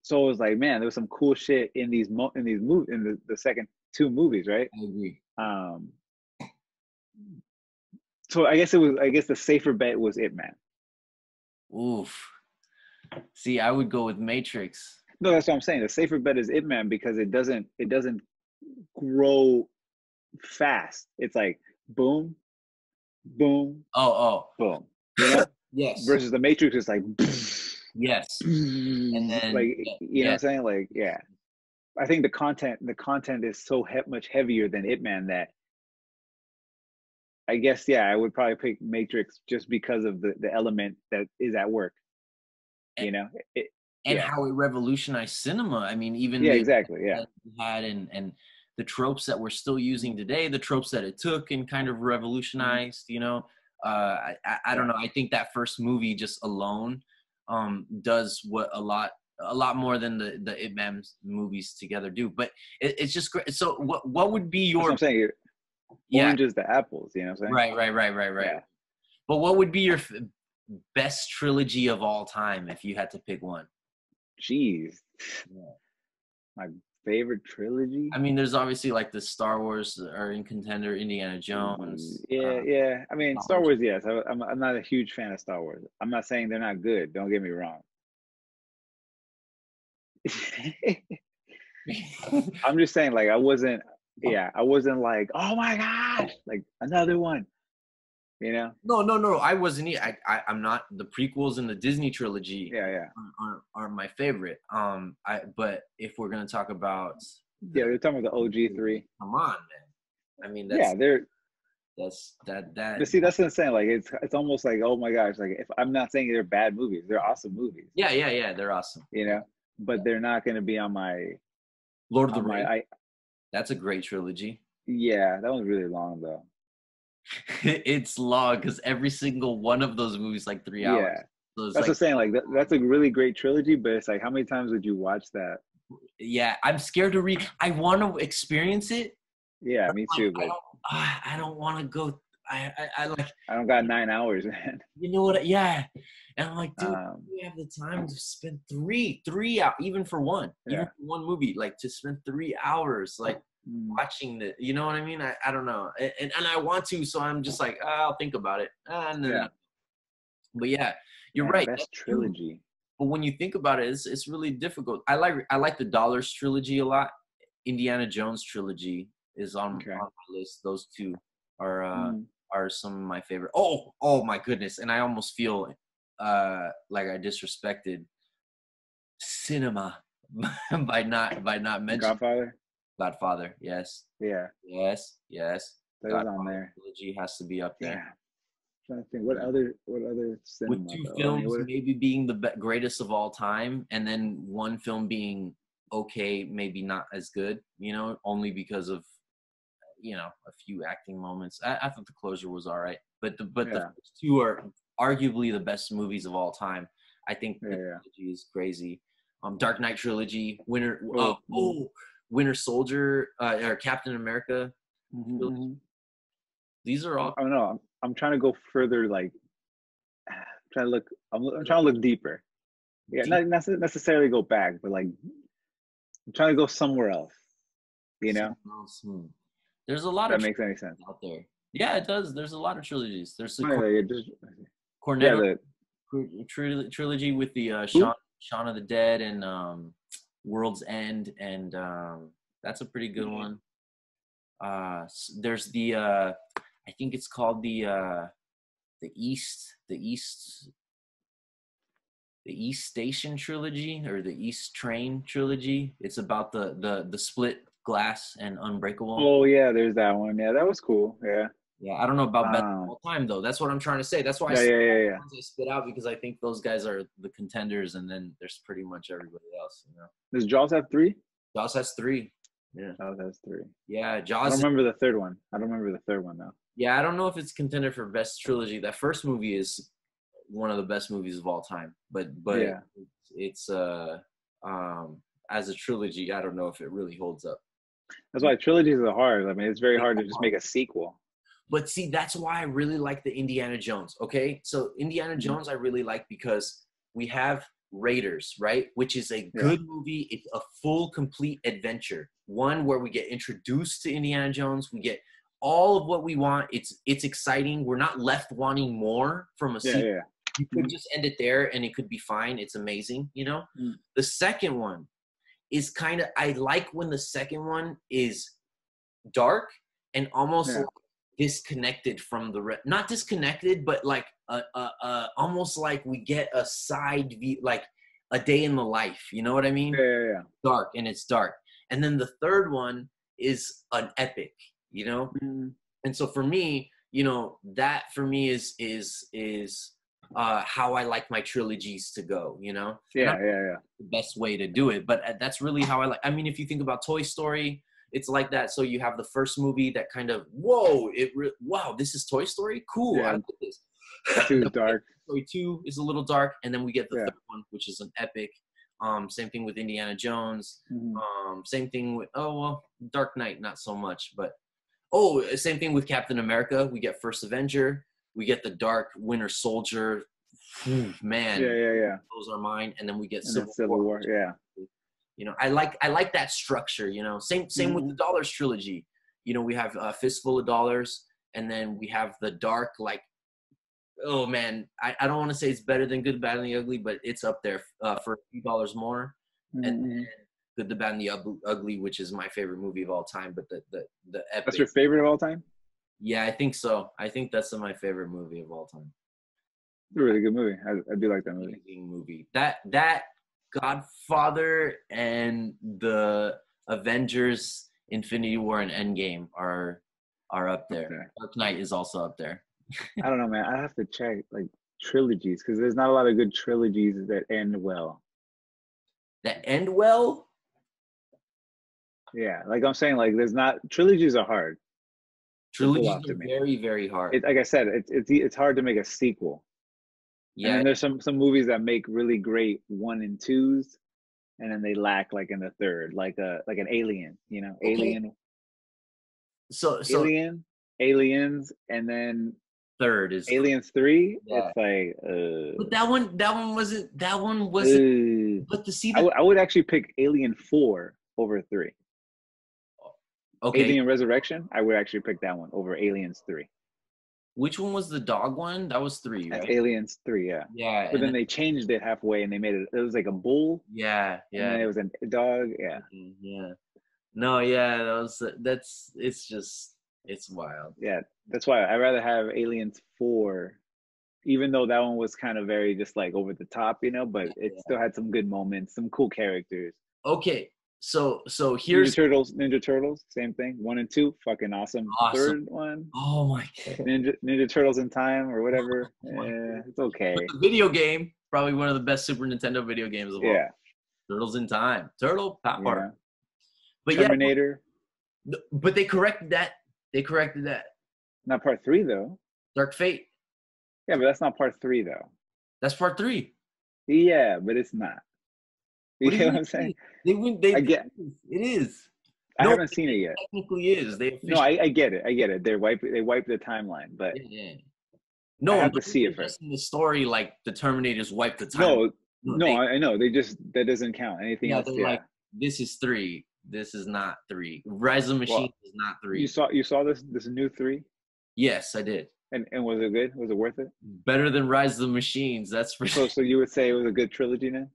[SPEAKER 2] So it was like, man, there was some cool shit in these mo- in these mov in the, the second two movies, right?
[SPEAKER 1] I agree.
[SPEAKER 2] Um. So I guess it was. I guess the safer bet was It Man.
[SPEAKER 1] Oof. See, I would go with Matrix.
[SPEAKER 2] No, that's what I'm saying. The safer bet is It Man because it doesn't it doesn't grow fast. It's like boom, boom,
[SPEAKER 1] Oh, oh,
[SPEAKER 2] boom.
[SPEAKER 1] yes,
[SPEAKER 2] Versus the Matrix is like
[SPEAKER 1] yes,
[SPEAKER 2] and
[SPEAKER 1] then-
[SPEAKER 2] like
[SPEAKER 1] yeah,
[SPEAKER 2] you know what
[SPEAKER 1] yeah.
[SPEAKER 2] I'm saying? Like yeah. I think the content the content is so he- much heavier than It Man that I guess yeah, I would probably pick Matrix just because of the the element that is at work. You know? It,
[SPEAKER 1] and
[SPEAKER 2] yeah.
[SPEAKER 1] how it revolutionized cinema. I mean, even
[SPEAKER 2] yeah,
[SPEAKER 1] the- uh,
[SPEAKER 2] exactly. Yeah.
[SPEAKER 1] that we had and and the tropes that we're still using today, the tropes that it took and kind
[SPEAKER 2] Mm-hmm.
[SPEAKER 1] of revolutionized. You know, uh, I I, I don't know. I think that first movie just alone um, does what a lot a lot more than the the Ip Man movies together do. But it, it's just great. So what what would be
[SPEAKER 2] That's what
[SPEAKER 1] your
[SPEAKER 2] I'm saying.
[SPEAKER 1] yeah
[SPEAKER 2] oranges to apples. You know what I'm saying?
[SPEAKER 1] right right right right right.
[SPEAKER 2] Yeah.
[SPEAKER 1] But what would be your f- best trilogy of all time if you had to pick one?
[SPEAKER 2] Jeez.
[SPEAKER 1] Yeah.
[SPEAKER 2] My favorite trilogy.
[SPEAKER 1] I mean, there's obviously like the Star Wars uh, or in contender Indiana Jones.
[SPEAKER 2] Mm, Yeah,
[SPEAKER 1] uh,
[SPEAKER 2] yeah. I mean,
[SPEAKER 1] Star
[SPEAKER 2] Star Wars. Yes, I, I'm. I'm not a huge fan of Star Wars. I'm not saying they're not good. Don't get me wrong.
[SPEAKER 1] uh,
[SPEAKER 2] I'm just saying, like, I wasn't. Yeah, I wasn't like, oh my gosh, like another one. You know?
[SPEAKER 1] no, no, no. I wasn't. e- I, I, I'm not. The prequels and the Disney trilogy
[SPEAKER 2] Yeah, yeah,
[SPEAKER 1] are- are, are my favorite. Um, I. But if we're gonna talk about,
[SPEAKER 2] yeah. They're talking about the OG three.
[SPEAKER 1] come on, man. I mean, that's
[SPEAKER 2] Yeah, they're
[SPEAKER 1] that's that that.
[SPEAKER 2] But see, that's what I'm saying. Like, it's it's almost like, oh my gosh, like if I'm not saying they're bad movies, they're awesome movies,
[SPEAKER 1] yeah, yeah, yeah. They're awesome.
[SPEAKER 2] you know. But they're not going to be on my,
[SPEAKER 1] Lord of the
[SPEAKER 2] on my.
[SPEAKER 1] Rings.
[SPEAKER 2] Um, I
[SPEAKER 1] That's a great trilogy.
[SPEAKER 2] yeah, that one's really long though.
[SPEAKER 1] it's long because every single one of those movies like three hours.
[SPEAKER 2] Yeah,
[SPEAKER 1] So it's
[SPEAKER 2] that's what I'm
[SPEAKER 1] like,
[SPEAKER 2] saying. Like, that, that's a really great trilogy, but it's like, how many times would you watch that?
[SPEAKER 1] yeah, I'm scared to read. I want to experience it.
[SPEAKER 2] Yeah, me
[SPEAKER 1] Like,
[SPEAKER 2] too.
[SPEAKER 1] I
[SPEAKER 2] But
[SPEAKER 1] don't. ah, I don't want to go. I, I I like.
[SPEAKER 2] I don't got nine hours, man.
[SPEAKER 1] You know what? Yeah. And I'm like, dude,
[SPEAKER 2] Um,
[SPEAKER 1] you have the time to spend three, three out, even for one, even
[SPEAKER 2] Yeah.
[SPEAKER 1] for one movie, like to spend three hours, like
[SPEAKER 2] mm,
[SPEAKER 1] watching the. You know what I mean? I, I don't know, and, and and I want to, so I'm just like, ah, I'll think about it. Ah, no, no,
[SPEAKER 2] Yeah.
[SPEAKER 1] no. But yeah, you're
[SPEAKER 2] yeah,
[SPEAKER 1] right.
[SPEAKER 2] Best
[SPEAKER 1] that's true.
[SPEAKER 2] trilogy.
[SPEAKER 1] but when you think about it, it's it's really difficult. I like I like the Dollars trilogy a lot. Indiana Jones trilogy is on,
[SPEAKER 2] Okay.
[SPEAKER 1] on my list. Those two are uh,
[SPEAKER 2] Mm,
[SPEAKER 1] are some of my favorite. Oh oh my goodness! And I almost feel uh, like I disrespected cinema by not by not mentioning
[SPEAKER 2] Godfather.
[SPEAKER 1] Godfather. Yes,
[SPEAKER 2] Yeah,
[SPEAKER 1] yes, yes.
[SPEAKER 2] that was on there.
[SPEAKER 1] trilogy has to be up
[SPEAKER 2] Yeah.
[SPEAKER 1] there.
[SPEAKER 2] I'm trying to think, what other what other cinema?
[SPEAKER 1] with two
[SPEAKER 2] though? I mean,
[SPEAKER 1] films
[SPEAKER 2] what-
[SPEAKER 1] maybe being the be- greatest of all time and then one film being okay maybe not as good you know only because of you know a few acting moments i, I thought the closure was all right but the but the
[SPEAKER 2] Yeah.
[SPEAKER 1] first two are arguably the best movies of all time i think the
[SPEAKER 2] Yeah, yeah.
[SPEAKER 1] trilogy is crazy um dark knight trilogy winter
[SPEAKER 2] Oh,
[SPEAKER 1] oh, oh winter soldier uh, or captain america
[SPEAKER 2] Mhm,
[SPEAKER 1] Really?
[SPEAKER 2] mhm.
[SPEAKER 1] these are all
[SPEAKER 2] I don't know. I'm, I'm trying to go further, like trying to look. I'm, I'm trying to look deeper. Yeah,
[SPEAKER 1] deep-
[SPEAKER 2] not not necess- necessarily go back, but like I'm trying to go somewhere else. You know,
[SPEAKER 1] Hmm. there's a lot
[SPEAKER 2] if that
[SPEAKER 1] of
[SPEAKER 2] makes any sense.
[SPEAKER 1] out there. Yeah, it does. There's a lot of trilogies. There's the
[SPEAKER 2] Yeah,
[SPEAKER 1] Cor-
[SPEAKER 2] yeah, just- yeah,
[SPEAKER 1] Cornetto
[SPEAKER 2] the,
[SPEAKER 1] tri- tri- trilogy with the uh, Shaun, Shaun of the Dead and um, World's End and um, That's a pretty
[SPEAKER 2] Mm-hmm.
[SPEAKER 1] good one. Uh, s- there's the uh, I think it's called the uh, the East the East the East Station trilogy or the East Train trilogy. It's about the the the split glass and Unbreakable.
[SPEAKER 2] Oh yeah, there's that one. Yeah, that was cool. Yeah.
[SPEAKER 1] Yeah, I don't know about best
[SPEAKER 2] Um,
[SPEAKER 1] of all time though. That's what I'm trying to say. That's why I
[SPEAKER 2] Yeah,
[SPEAKER 1] said
[SPEAKER 2] yeah, yeah, yeah.
[SPEAKER 1] the ones I spit out because I think those guys are the contenders, and then there's pretty much everybody else. You know,
[SPEAKER 2] Does Jaws have three?
[SPEAKER 1] Jaws has three.
[SPEAKER 2] Jaws has three.
[SPEAKER 1] Yeah,
[SPEAKER 2] I
[SPEAKER 1] Jaws.
[SPEAKER 2] don't remember the third one. I don't remember the third one though.
[SPEAKER 1] yeah, I don't know if it's contender for best trilogy. That first movie is one of the best movies of all time, but but
[SPEAKER 2] Yeah.
[SPEAKER 1] it's, it's uh um as a trilogy, I don't know if it really holds up.
[SPEAKER 2] That's why trilogies are hard. I mean, it's very hard to just make a sequel.
[SPEAKER 1] But see, that's why I really like the Indiana Jones. Okay, so Indiana
[SPEAKER 2] Mhm.
[SPEAKER 1] Jones, I really like because we have Raiders, right? Which is a
[SPEAKER 2] Yeah.
[SPEAKER 1] good movie. It's a full, complete adventure. One where we get introduced to Indiana Jones. We get all of what we want. It's it's exciting. We're not left wanting more from a
[SPEAKER 2] Yeah,
[SPEAKER 1] sequel.
[SPEAKER 2] yeah.
[SPEAKER 1] You
[SPEAKER 2] Mm-hmm.
[SPEAKER 1] could just end it there, and it could be fine. It's amazing, you know.
[SPEAKER 2] Mm.
[SPEAKER 1] The second one is kind of I like when the second one is dark and almost
[SPEAKER 2] Yeah.
[SPEAKER 1] like disconnected from the re- not disconnected but like uh, uh, uh, almost like we get a side view like a day in the life you know what i mean
[SPEAKER 2] Yeah, yeah, yeah.
[SPEAKER 1] dark and it's dark and then the third one is an epic you know
[SPEAKER 2] Mm,
[SPEAKER 1] and so for me you know that for me is is is uh how i like my trilogies to go you know
[SPEAKER 2] Yeah, yeah, yeah.
[SPEAKER 1] the best way to do it. But uh, that's really how I like. I mean, if you think about Toy Story, it's like that. So you have the first movie that kind of whoa, it re- wow, this is Toy Story, cool. I
[SPEAKER 2] Yeah.
[SPEAKER 1] like this.
[SPEAKER 2] Too
[SPEAKER 1] The
[SPEAKER 2] dark.
[SPEAKER 1] Toy Two is a little dark, and then we get the
[SPEAKER 2] Yeah.
[SPEAKER 1] third one, which is an epic. Um, same thing with Indiana Jones.
[SPEAKER 2] Mhm.
[SPEAKER 1] Um, same thing with oh well, Dark Knight, not so much, but oh, same thing with Captain America. We get First Avenger, we get the Dark Winter Soldier. Man,
[SPEAKER 2] Yeah, yeah, yeah.
[SPEAKER 1] those are mine, and then we get
[SPEAKER 2] And then
[SPEAKER 1] Civil,
[SPEAKER 2] Civil
[SPEAKER 1] War
[SPEAKER 2] War. Yeah.
[SPEAKER 1] you know i like i like that structure you know same same
[SPEAKER 2] Mm-hmm.
[SPEAKER 1] with the dollars trilogy you know we have a fistful of dollars and then we have the dark like oh man i, I don't want to say it's better than good bad and the ugly but it's up there uh, for a few dollars more and
[SPEAKER 2] Mhm.
[SPEAKER 1] then good the bad and the Ug- ugly which is my favorite movie of all time but the the, the epic
[SPEAKER 2] That's your favorite of all time?
[SPEAKER 1] yeah i think so i think that's my favorite movie of all time
[SPEAKER 2] It's a really good movie. I, I do like that movie.
[SPEAKER 1] amazing movie. That that Godfather and the Avengers Infinity War and Endgame are are up there.
[SPEAKER 2] Okay.
[SPEAKER 1] Dark Knight is also up there.
[SPEAKER 2] I don't know, man. I have to check like trilogies because there's not a lot of good trilogies that end well.
[SPEAKER 1] That end well?
[SPEAKER 2] Yeah, like I'm saying, like there's not trilogies are hard.
[SPEAKER 1] Trilogies
[SPEAKER 2] lot to
[SPEAKER 1] are
[SPEAKER 2] me.
[SPEAKER 1] very, very hard.
[SPEAKER 2] It, like I said, it's it's e- it's hard to make a sequel. And
[SPEAKER 1] yeah.
[SPEAKER 2] then there's some some movies that make really great one and twos, and then they lack like in the third, like a like an Alien, you know,
[SPEAKER 1] Okay,
[SPEAKER 2] Alien,
[SPEAKER 1] So so
[SPEAKER 2] Alien, Aliens, and then
[SPEAKER 1] third is
[SPEAKER 2] Aliens Three.
[SPEAKER 1] Yeah.
[SPEAKER 2] It's like, uh,
[SPEAKER 1] but that one that one wasn't that one wasn't
[SPEAKER 2] ugh.
[SPEAKER 1] but to see
[SPEAKER 2] I
[SPEAKER 1] the
[SPEAKER 2] would I would actually pick Alien Four over three.
[SPEAKER 1] okay
[SPEAKER 2] Alien Resurrection, I would actually pick that one over Aliens Three.
[SPEAKER 1] which one was the dog one? That was three,
[SPEAKER 2] That's
[SPEAKER 1] right?
[SPEAKER 2] Aliens Three, yeah.
[SPEAKER 1] Yeah. and
[SPEAKER 2] But then
[SPEAKER 1] then-
[SPEAKER 2] they changed it halfway and they made it. It was like a bull,
[SPEAKER 1] yeah,
[SPEAKER 2] and
[SPEAKER 1] yeah.
[SPEAKER 2] then it was a dog. Yeah,
[SPEAKER 1] Mm, yeah no yeah that was that's it's just it's wild
[SPEAKER 2] yeah. That's why I rather have Aliens Four, even though that one was kind of very just like over the top, you know. But it still had some good moments, some cool characters.
[SPEAKER 1] okay so so
[SPEAKER 2] Ninja
[SPEAKER 1] here's
[SPEAKER 2] Turtles, Ninja Turtles, same thing. One and two, fucking awesome.
[SPEAKER 1] Awesome.
[SPEAKER 2] Third one,
[SPEAKER 1] oh my god
[SPEAKER 2] Ninja Ninja Turtles in Time or whatever.
[SPEAKER 1] my
[SPEAKER 2] Yeah, it's okay.
[SPEAKER 1] The video game probably one of the best super nintendo video games of all
[SPEAKER 2] Yeah,
[SPEAKER 1] turtles in time turtle
[SPEAKER 2] you
[SPEAKER 1] power
[SPEAKER 2] know.
[SPEAKER 1] but yeah
[SPEAKER 2] Terminator.
[SPEAKER 1] th- but they corrected that they corrected that
[SPEAKER 2] Not part three though.
[SPEAKER 1] dark fate
[SPEAKER 2] Yeah, but that's not part three though.
[SPEAKER 1] that's part three
[SPEAKER 2] Yeah, but it's not. You
[SPEAKER 1] What do you
[SPEAKER 2] get what I'm
[SPEAKER 1] mean?
[SPEAKER 2] saying?
[SPEAKER 1] they went they
[SPEAKER 2] I get-
[SPEAKER 1] it is
[SPEAKER 2] I
[SPEAKER 1] No,
[SPEAKER 2] haven't seen it yet.
[SPEAKER 1] technically is they officially,
[SPEAKER 2] No, I, I get it. I get it. They wipe they wipe the timeline, but
[SPEAKER 1] yeah, yeah. no
[SPEAKER 2] have
[SPEAKER 1] I'm
[SPEAKER 2] to
[SPEAKER 1] not
[SPEAKER 2] see it
[SPEAKER 1] addressing
[SPEAKER 2] first.
[SPEAKER 1] the story like the terminators wiped the time
[SPEAKER 2] no, no,
[SPEAKER 1] they-
[SPEAKER 2] I, I know. They just that doesn't count. Anything
[SPEAKER 1] Yeah,
[SPEAKER 2] else?
[SPEAKER 1] they're
[SPEAKER 2] Yeah.
[SPEAKER 1] like this is three. This is not three. Rise of the Machine is not three.
[SPEAKER 2] you saw you saw this this new three,
[SPEAKER 1] yes, I did.
[SPEAKER 2] and and was it good? Was it worth it?
[SPEAKER 1] Better than Rise of the Machines. That's for
[SPEAKER 2] So so you would say it was a good trilogy now?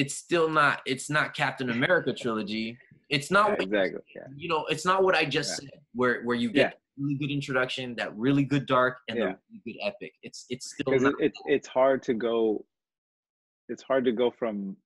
[SPEAKER 1] It's still not. It's not Captain America trilogy. It's not
[SPEAKER 2] Yeah,
[SPEAKER 1] what
[SPEAKER 2] exactly. Yeah.
[SPEAKER 1] you know. It's not what I just
[SPEAKER 2] Yeah.
[SPEAKER 1] said, where where you get that really good introduction, that really good dark, and
[SPEAKER 2] Yeah.
[SPEAKER 1] the really good epic. It's it's still
[SPEAKER 2] because
[SPEAKER 1] not,
[SPEAKER 2] it, it's it's hard to go it's hard to go from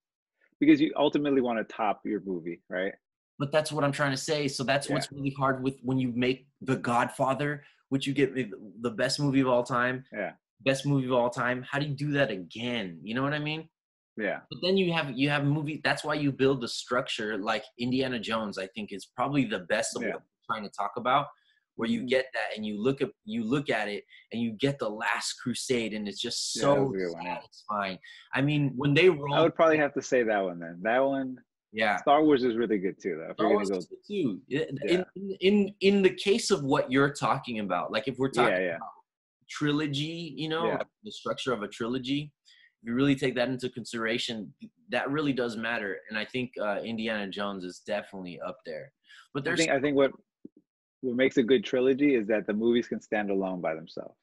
[SPEAKER 2] because you ultimately want to top your movie right
[SPEAKER 1] but that's what I'm trying to say. So that's
[SPEAKER 2] Yeah.
[SPEAKER 1] what's really hard with when you make The Godfather, which you get the- the best movie of all time.
[SPEAKER 2] Yeah.
[SPEAKER 1] Best movie of all time. How do you do that again? You know what I mean?
[SPEAKER 2] yeah
[SPEAKER 1] But then you have you have movie. That's why you build the structure like Indiana Jones. I think is probably the best of
[SPEAKER 2] Yeah.
[SPEAKER 1] what I'm trying to talk about, where you
[SPEAKER 2] Mhm.
[SPEAKER 1] get that and you look at you look at it and you get the Last Crusade, and it's just
[SPEAKER 2] Yeah,
[SPEAKER 1] so
[SPEAKER 2] that's a good one, yeah.
[SPEAKER 1] satisfying. I mean, when they roll,
[SPEAKER 2] i would probably have to say that one then that one
[SPEAKER 1] yeah,
[SPEAKER 2] star wars is really good too though if
[SPEAKER 1] Star
[SPEAKER 2] we're gonna
[SPEAKER 1] Wars
[SPEAKER 2] go
[SPEAKER 1] is good too. In,
[SPEAKER 2] Yeah.
[SPEAKER 1] in in in the case of what you're talking about, like if we're talking
[SPEAKER 2] yeah yeah
[SPEAKER 1] trilogy, you know,
[SPEAKER 2] Yeah.
[SPEAKER 1] like the structure of a trilogy. If you really take that into consideration, that really does matter. And I think uh, Indiana Jones is definitely up there. But
[SPEAKER 2] i
[SPEAKER 1] there's
[SPEAKER 2] think i think what what makes a good trilogy is that the movies can stand alone by themselves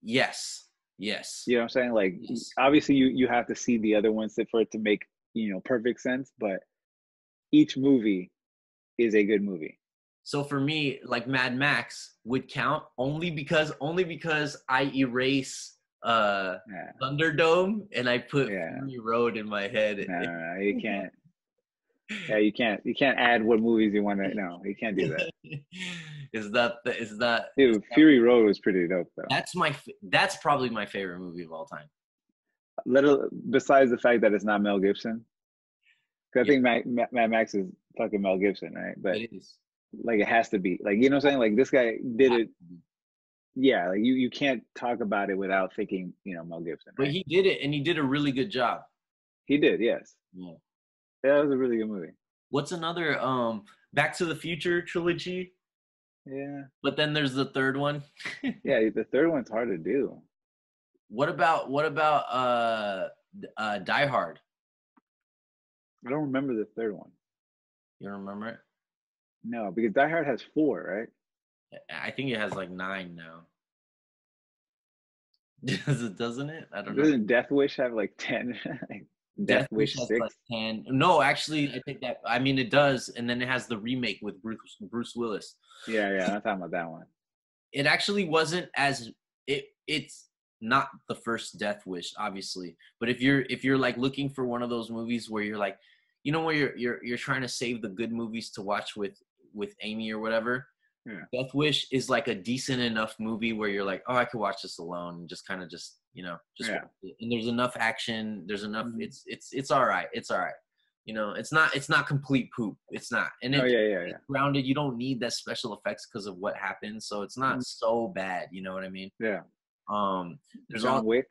[SPEAKER 1] yes, yes,
[SPEAKER 2] you know what i'm saying like
[SPEAKER 1] yes.
[SPEAKER 2] obviously you you have to see the other ones to- for it to make you know perfect sense but each movie is a good movie
[SPEAKER 1] So for me, like Mad Max would count only because only because I erase uh,
[SPEAKER 2] yeah
[SPEAKER 1] Thunderdome and I put
[SPEAKER 2] Yeah.
[SPEAKER 1] Fury Road in my head.
[SPEAKER 2] no, no, no you can't yeah, you can't you can't add what movies you want to. No, you can't do that.
[SPEAKER 1] is that the, is that
[SPEAKER 2] Dude, Fury Road was pretty dope though.
[SPEAKER 1] that's my f- that's probably my favorite movie of all time.
[SPEAKER 2] Little besides the fact that it's not Mel Gibson, 'Cause I
[SPEAKER 1] Yeah.
[SPEAKER 2] think Mac, Ma- Mad Max is fucking Mel Gibson, right? But
[SPEAKER 1] It is.
[SPEAKER 2] like it has to be. Like you know what I'm saying? Like this guy did it. Yeah, like you you can't talk about it without thinking you know Mel Gibson.
[SPEAKER 1] But
[SPEAKER 2] right?
[SPEAKER 1] he did it and he did a really good job.
[SPEAKER 2] he did. Yes,
[SPEAKER 1] Yeah.
[SPEAKER 2] yeah, that was a really good movie.
[SPEAKER 1] What's another um Back to the Future trilogy?
[SPEAKER 2] Yeah,
[SPEAKER 1] But then there's the third one.
[SPEAKER 2] yeah. The third one's hard to do.
[SPEAKER 1] What about what about uh d- uh Die Hard?
[SPEAKER 2] I don't remember the third one.
[SPEAKER 1] You don't remember it?
[SPEAKER 2] No, because Die Hard has four, right?
[SPEAKER 1] I I think it has like 9 now. Does it doesn't it? I don't know.
[SPEAKER 2] Doesn't Death Wish have like ten? Death, Wish
[SPEAKER 1] has,
[SPEAKER 2] six.
[SPEAKER 1] like, 10. No, actually I think that I mean it does and then it has the remake with Bruce Bruce Willis.
[SPEAKER 2] yeah, yeah. I'm talking about that one.
[SPEAKER 1] it actually wasn't as it it's not the first death wish obviously but if you're if you're like looking for one of those movies where you're like you know where you're you're, you're trying to save the good movies to watch with with amy or whatever
[SPEAKER 2] Yeah.
[SPEAKER 1] death wish is like a decent enough movie where you're like oh i could watch this alone and just kind of just you know just
[SPEAKER 2] Yeah.
[SPEAKER 1] watch it. and there's enough action there's enough
[SPEAKER 2] Mhm.
[SPEAKER 1] it's it's it's all right it's all right you know it's not it's not complete poop it's not and
[SPEAKER 2] Oh
[SPEAKER 1] it,
[SPEAKER 2] yeah, yeah, yeah,
[SPEAKER 1] it's grounded. You don't need that special effects because of what happened, so it's not
[SPEAKER 2] Mhm.
[SPEAKER 1] so bad. You know what I mean?
[SPEAKER 2] yeah.
[SPEAKER 1] Um, there's
[SPEAKER 2] John
[SPEAKER 1] all
[SPEAKER 2] Wick.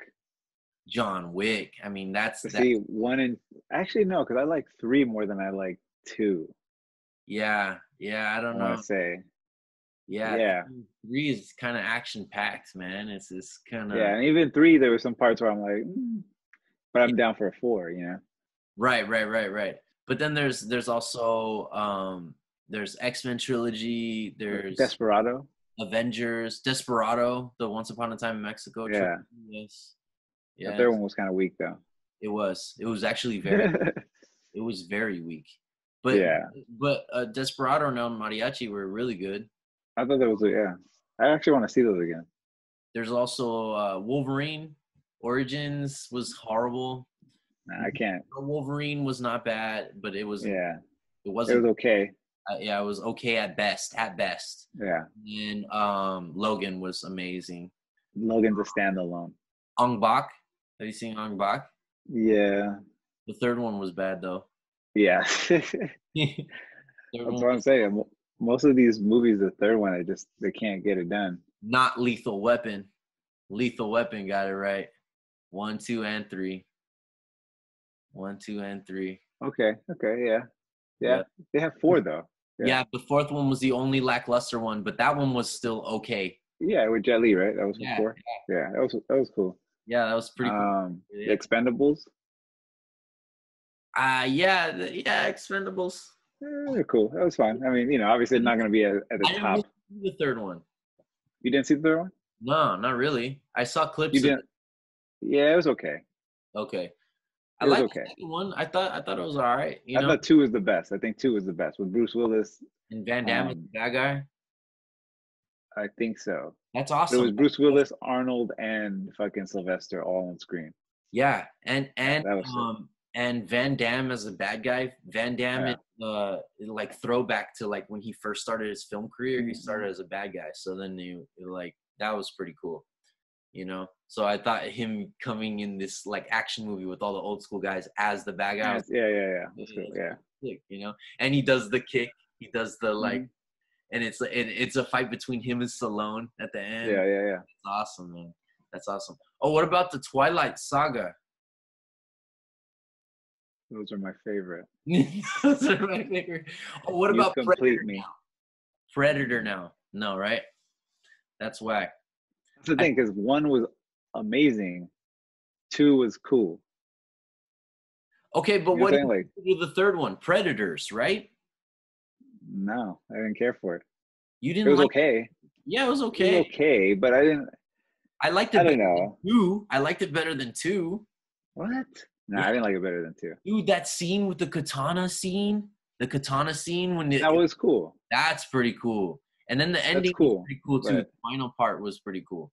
[SPEAKER 1] John Wick. I mean, that's
[SPEAKER 2] But
[SPEAKER 1] that,
[SPEAKER 2] See one and actually no, because I like three more than I like two.
[SPEAKER 1] yeah, yeah. I
[SPEAKER 2] I
[SPEAKER 1] don't
[SPEAKER 2] want
[SPEAKER 1] know.
[SPEAKER 2] to say
[SPEAKER 1] Yeah,
[SPEAKER 2] Uh, yeah.
[SPEAKER 1] three- Three is kind of action packed, man. It's it's kind of
[SPEAKER 2] yeah, and even three there were some parts where I'm like, mm, but I'm down for a four. You know,
[SPEAKER 1] right, right, right, right. But then there's there's also um there's X Men trilogy. There's
[SPEAKER 2] Desperado.
[SPEAKER 1] Avengers, Desperado, the Once Upon a Time in Mexico.
[SPEAKER 2] Yeah.
[SPEAKER 1] trilogy, Oh, Yes.
[SPEAKER 2] The
[SPEAKER 1] Yeah.
[SPEAKER 2] third one was kind of weak though.
[SPEAKER 1] It was. It was actually very
[SPEAKER 2] yeah,
[SPEAKER 1] it was very weak. But
[SPEAKER 2] Yeah.
[SPEAKER 1] but uh, Desperado and El Mariachi were really good.
[SPEAKER 2] I thought that was yeah. I actually want to see those again.
[SPEAKER 1] There's also uh, Wolverine Origins was horrible.
[SPEAKER 2] Nah, I
[SPEAKER 1] Mm-hmm.
[SPEAKER 2] can't.
[SPEAKER 1] Wolverine was not bad, but it was
[SPEAKER 2] Yeah,
[SPEAKER 1] it
[SPEAKER 2] it
[SPEAKER 1] wasn't
[SPEAKER 2] was okay.
[SPEAKER 1] uh, yeah it was okay at best at best.
[SPEAKER 2] Yeah,
[SPEAKER 1] And um, Logan was amazing.
[SPEAKER 2] Logan's a standalone.
[SPEAKER 1] Ong Bak, have you seen Ong Bak?
[SPEAKER 2] Yeah,
[SPEAKER 1] The third one was bad though.
[SPEAKER 2] yeah.
[SPEAKER 1] Third
[SPEAKER 2] That's
[SPEAKER 1] one
[SPEAKER 2] what I'm
[SPEAKER 1] was
[SPEAKER 2] saying. Mo- Most of these movies, the third one, I just they can't get it done.
[SPEAKER 1] not Lethal Weapon. Lethal Weapon got it right. One, two, and three. One, two, and three.
[SPEAKER 2] Okay, okay, yeah, yeah.
[SPEAKER 1] Yeah.
[SPEAKER 2] They have four though.
[SPEAKER 1] Yeah.
[SPEAKER 2] Yeah.
[SPEAKER 1] the fourth one was the only lackluster one, but that one was still okay.
[SPEAKER 2] Yeah, with Jet Li, right? That was from
[SPEAKER 1] Yeah,
[SPEAKER 2] four. Yeah. that was that was cool.
[SPEAKER 1] Yeah, that was pretty cool.
[SPEAKER 2] Um, The
[SPEAKER 1] Yeah.
[SPEAKER 2] Expendables,
[SPEAKER 1] Uh, yeah, the, yeah, Expendables.
[SPEAKER 2] eh, they're cool. That was fun. I mean, you know, obviously not going to be at, at
[SPEAKER 1] I
[SPEAKER 2] the
[SPEAKER 1] didn't
[SPEAKER 2] top.
[SPEAKER 1] really see the third one.
[SPEAKER 2] You didn't see the third one?
[SPEAKER 1] No, not really. I saw clips.
[SPEAKER 2] You
[SPEAKER 1] of
[SPEAKER 2] didn't? Yeah, it was okay.
[SPEAKER 1] it. Okay. I
[SPEAKER 2] It was
[SPEAKER 1] like
[SPEAKER 2] okay.
[SPEAKER 1] one. I thought I thought it was all right. You
[SPEAKER 2] I
[SPEAKER 1] know,
[SPEAKER 2] thought two was the best. I think two was the best with Bruce Willis.
[SPEAKER 1] and Van Damme was
[SPEAKER 2] um,
[SPEAKER 1] that guy.
[SPEAKER 2] I think so.
[SPEAKER 1] That's
[SPEAKER 2] It was
[SPEAKER 1] awesome.
[SPEAKER 2] Bruce Willis, Arnold, and fucking Sylvester all on screen.
[SPEAKER 1] yeah, and and
[SPEAKER 2] that was sick.
[SPEAKER 1] um and Van Damme as a bad guy. Van Damme is uh like throwback to like when he first started his film career. He
[SPEAKER 2] Mhm.
[SPEAKER 1] started as a bad guy, so then you like that was pretty cool. You know, so I thought him coming in this like action movie with all the old school guys as the bad guy
[SPEAKER 2] Yeah,
[SPEAKER 1] was
[SPEAKER 2] yeah, yeah, yeah. That's
[SPEAKER 1] Yeah.
[SPEAKER 2] cool. Yeah.
[SPEAKER 1] sick, you know. And he does the kick. He does the like,
[SPEAKER 2] Mhm.
[SPEAKER 1] and it's and it's a fight between him and Stallone at the end.
[SPEAKER 2] Yeah, yeah, yeah.
[SPEAKER 1] That's awesome, man. That's awesome. Oh, what about the Twilight Saga?
[SPEAKER 2] Those are my favorite.
[SPEAKER 1] Those are my favorite. Oh, what
[SPEAKER 2] You
[SPEAKER 1] about
[SPEAKER 2] complete
[SPEAKER 1] Predator
[SPEAKER 2] me.
[SPEAKER 1] now? Predator now? No, right? That's whack.
[SPEAKER 2] That's the thing, because one was amazing, two was cool.
[SPEAKER 1] Okay, but
[SPEAKER 2] You know what
[SPEAKER 1] what
[SPEAKER 2] I'm saying? Like,
[SPEAKER 1] did you do with the third one? Predators, right?
[SPEAKER 2] no, I didn't care for it.
[SPEAKER 1] You
[SPEAKER 2] It
[SPEAKER 1] didn't
[SPEAKER 2] was
[SPEAKER 1] like?
[SPEAKER 2] okay.
[SPEAKER 1] Yeah, it was
[SPEAKER 2] It was
[SPEAKER 1] okay.
[SPEAKER 2] okay, but I didn't.
[SPEAKER 1] I liked it.
[SPEAKER 2] I don't
[SPEAKER 1] better than
[SPEAKER 2] know.
[SPEAKER 1] Two. I liked it better than two.
[SPEAKER 2] What? No, I didn't like it better than two.
[SPEAKER 1] Dude, that scene with the katana scene, the katana scene when it,
[SPEAKER 2] That was cool.
[SPEAKER 1] that's pretty cool. And then the ending was
[SPEAKER 2] cool,
[SPEAKER 1] pretty cool too.
[SPEAKER 2] right.
[SPEAKER 1] The final part was pretty cool.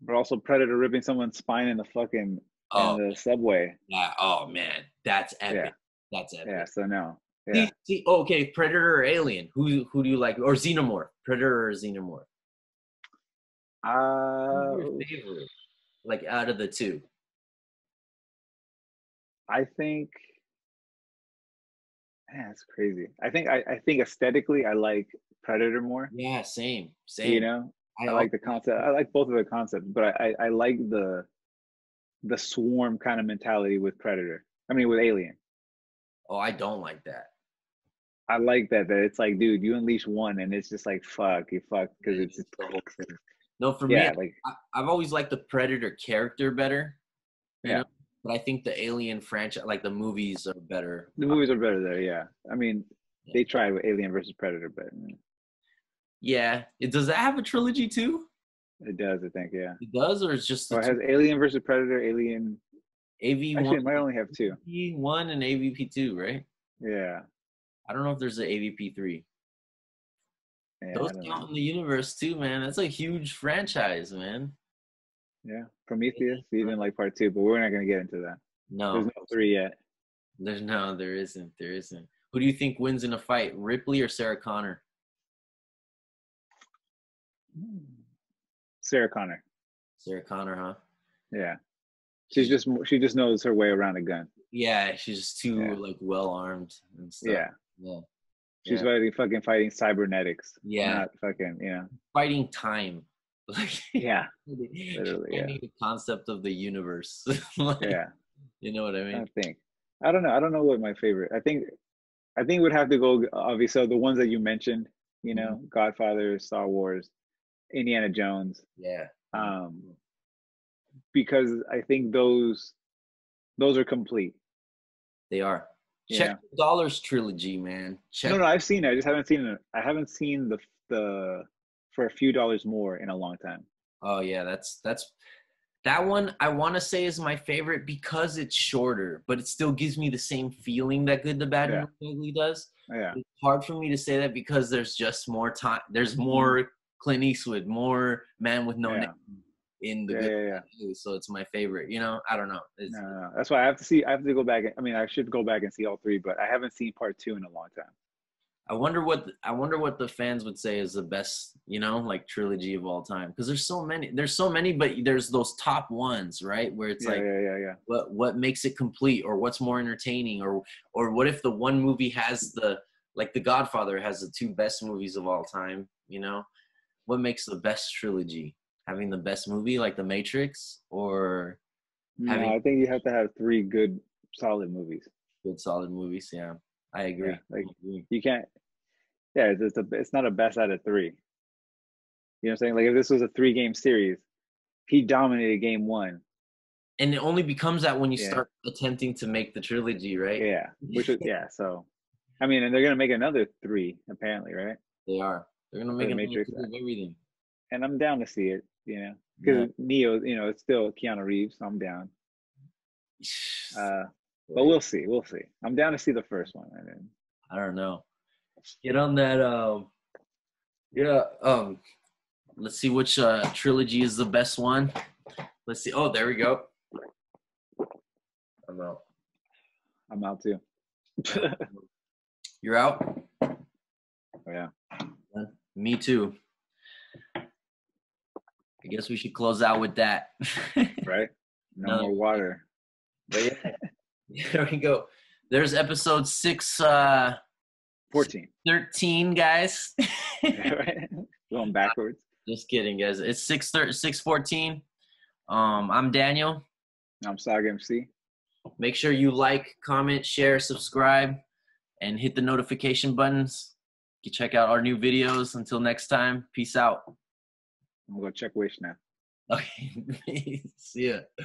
[SPEAKER 2] But also Predator ripping someone's spine in the fucking
[SPEAKER 1] Oh,
[SPEAKER 2] in the subway.
[SPEAKER 1] yeah. Oh man, that's epic. That's epic.
[SPEAKER 2] Yeah. So no.
[SPEAKER 1] See-
[SPEAKER 2] Yeah.
[SPEAKER 1] see- oh, okay, Predator or Alien? Who who do you like? Or Xenomorph? Predator or Xenomorph?
[SPEAKER 2] Uh,
[SPEAKER 1] Who's your favorite? Like out of the two,
[SPEAKER 2] I think. Man, that's crazy. I think I, I think aesthetically I like Predator more.
[SPEAKER 1] yeah, same, same.
[SPEAKER 2] You know,
[SPEAKER 1] I,
[SPEAKER 2] I
[SPEAKER 1] al-
[SPEAKER 2] like the concept. I like both of the concepts, but I, I, I like the the swarm kind of mentality with Predator. I mean, with Alien,
[SPEAKER 1] Oh, I don't like that.
[SPEAKER 2] I like that. That it's like, dude, you unleash one, and it's just like, fuck, you fuck, because it's just
[SPEAKER 1] Yeah, No, for
[SPEAKER 2] yeah,
[SPEAKER 1] me,
[SPEAKER 2] like
[SPEAKER 1] I, I've always liked the Predator character better. you
[SPEAKER 2] Yeah.
[SPEAKER 1] know? But I think the Alien franchise, like the movies, are better.
[SPEAKER 2] the movies are better there. Yeah, I mean,
[SPEAKER 1] Yeah.
[SPEAKER 2] they tried with Alien versus Predator, but mm,
[SPEAKER 1] Yeah, it does that have a trilogy too?
[SPEAKER 2] it does, I think. Yeah,
[SPEAKER 1] It does, or it's just
[SPEAKER 2] so
[SPEAKER 1] the
[SPEAKER 2] Oh, it has Alien versus Predator, Alien.
[SPEAKER 1] AV
[SPEAKER 2] Actually, it
[SPEAKER 1] one,
[SPEAKER 2] might only have two.
[SPEAKER 1] AVP one, and AVP two, right?
[SPEAKER 2] Yeah,
[SPEAKER 1] I don't know if there's an AVP three.
[SPEAKER 2] yeah, I
[SPEAKER 1] Those
[SPEAKER 2] don't
[SPEAKER 1] count
[SPEAKER 2] know.
[SPEAKER 1] in the universe too, man. That's a huge franchise, man.
[SPEAKER 2] yeah. Prometheus, you didn't like part two, but we're not gonna get into that.
[SPEAKER 1] No,
[SPEAKER 2] There's no three yet.
[SPEAKER 1] there's no, there isn't, there isn't. Who do you think wins in a fight, Ripley or Sarah Connor?
[SPEAKER 2] Sarah Connor.
[SPEAKER 1] Sarah Connor, huh?
[SPEAKER 2] Yeah. She's just mo- she just knows her way around a gun.
[SPEAKER 1] Yeah, she's just too
[SPEAKER 2] Yeah.
[SPEAKER 1] like well armed and stuff.
[SPEAKER 2] Yeah.
[SPEAKER 1] yeah,
[SPEAKER 2] She's
[SPEAKER 1] Yeah.
[SPEAKER 2] fighting fucking fighting cybernetics.
[SPEAKER 1] Yeah.
[SPEAKER 2] Not fucking, you know.
[SPEAKER 1] fighting time. Like,
[SPEAKER 2] Yeah.
[SPEAKER 1] She's
[SPEAKER 2] Literally, yeah.
[SPEAKER 1] finding the concept of the universe. Like,
[SPEAKER 2] Yeah.
[SPEAKER 1] You know what I
[SPEAKER 2] I
[SPEAKER 1] mean?
[SPEAKER 2] don't think. I don't know. I don't know what my favorite. I think I think it would have to go obviously so the ones that you mentioned, you know,
[SPEAKER 1] Mm-hmm.
[SPEAKER 2] Godfather, Star Wars, Indiana Jones.
[SPEAKER 1] Yeah. Mm-hmm.
[SPEAKER 2] Um because I think those those are complete.
[SPEAKER 1] They are.
[SPEAKER 2] Yeah.
[SPEAKER 1] Check the Dollars trilogy, man. Check.
[SPEAKER 2] No, no, I've seen it. I just haven't seen it. I haven't seen the the for a few dollars more in a long time.
[SPEAKER 1] Oh yeah, that's that's that one I want to say is my favorite because it's shorter, but it still gives me the same feeling that Good, the Bad,
[SPEAKER 2] Yeah.
[SPEAKER 1] and the Ugly does.
[SPEAKER 2] Yeah.
[SPEAKER 1] It's hard for me to say that because there's just more time. There's more Clint Eastwood, more Man with No
[SPEAKER 2] Mm-hmm. Yeah.
[SPEAKER 1] Name in the
[SPEAKER 2] Yeah,
[SPEAKER 1] Good,
[SPEAKER 2] yeah, yeah.
[SPEAKER 1] Bad, and Ugly, so it's my favorite. You know, I don't know. It's,
[SPEAKER 2] No, no, no. That's why I have to see. I have to go back. and- I mean, I should go back and see all three, but I haven't seen part two in a long time.
[SPEAKER 1] I wonder what I wonder what the fans would say is the best, you know, like trilogy of all time. Because there's so many, there's so many, but there's those top ones, right? Where it's
[SPEAKER 2] yeah,
[SPEAKER 1] like
[SPEAKER 2] yeah, yeah, yeah.
[SPEAKER 1] what what makes it complete, or what's more entertaining, or or what if the one movie has the like The Godfather has the two best movies of all time, you know? What makes the best trilogy? Having the best movie like The Matrix or
[SPEAKER 2] No,
[SPEAKER 1] Having-
[SPEAKER 2] I think you have to have three good, solid movies.
[SPEAKER 1] good solid movies? Yeah, I agree.
[SPEAKER 2] Yeah, like-
[SPEAKER 1] I agree.
[SPEAKER 2] You can't. Yeah, it's it's, a, it's not a best out of three. You know what I'm saying? Like if this was a three game series, he dominated game one.
[SPEAKER 1] And it only becomes that when you
[SPEAKER 2] Yeah.
[SPEAKER 1] start attempting to make the trilogy, right?
[SPEAKER 2] Yeah, which was yeah. So, I mean, and they're gonna make another three apparently, right?
[SPEAKER 1] They are. They're gonna
[SPEAKER 2] Or
[SPEAKER 1] make an
[SPEAKER 2] Matrix.
[SPEAKER 1] Matrix of everything.
[SPEAKER 2] And I'm down to see it. You know,
[SPEAKER 1] Yeah.
[SPEAKER 2] because Neo, you know, it's still Keanu Reeves. So I'm down. Uh, But we'll see. We'll see. I'm down to see the first one. I mean,
[SPEAKER 1] I don't know. Get on that. Um, yeah. Um, let's see which uh, trilogy is the best one. Let's see. Oh, there we go. I'm out.
[SPEAKER 2] I'm out too.
[SPEAKER 1] You're out.
[SPEAKER 2] Oh, yeah.
[SPEAKER 1] Me too. I guess we should close out with that.
[SPEAKER 2] Right? No,
[SPEAKER 1] No.
[SPEAKER 2] more water.
[SPEAKER 1] But yeah, there we go. There's episode six, uh,
[SPEAKER 2] 14.
[SPEAKER 1] 13, guys.
[SPEAKER 2] right? Going backwards.
[SPEAKER 1] Just kidding, guys. It's 6, thir- 614. Um, I'm Daniel.
[SPEAKER 2] I'm Saga MC.
[SPEAKER 1] Make sure you like, comment, share, subscribe, and hit the notification buttons. You can check out our new videos. Until next time, peace out.
[SPEAKER 2] I'm going to go check Wish now.
[SPEAKER 1] Okay, see ya.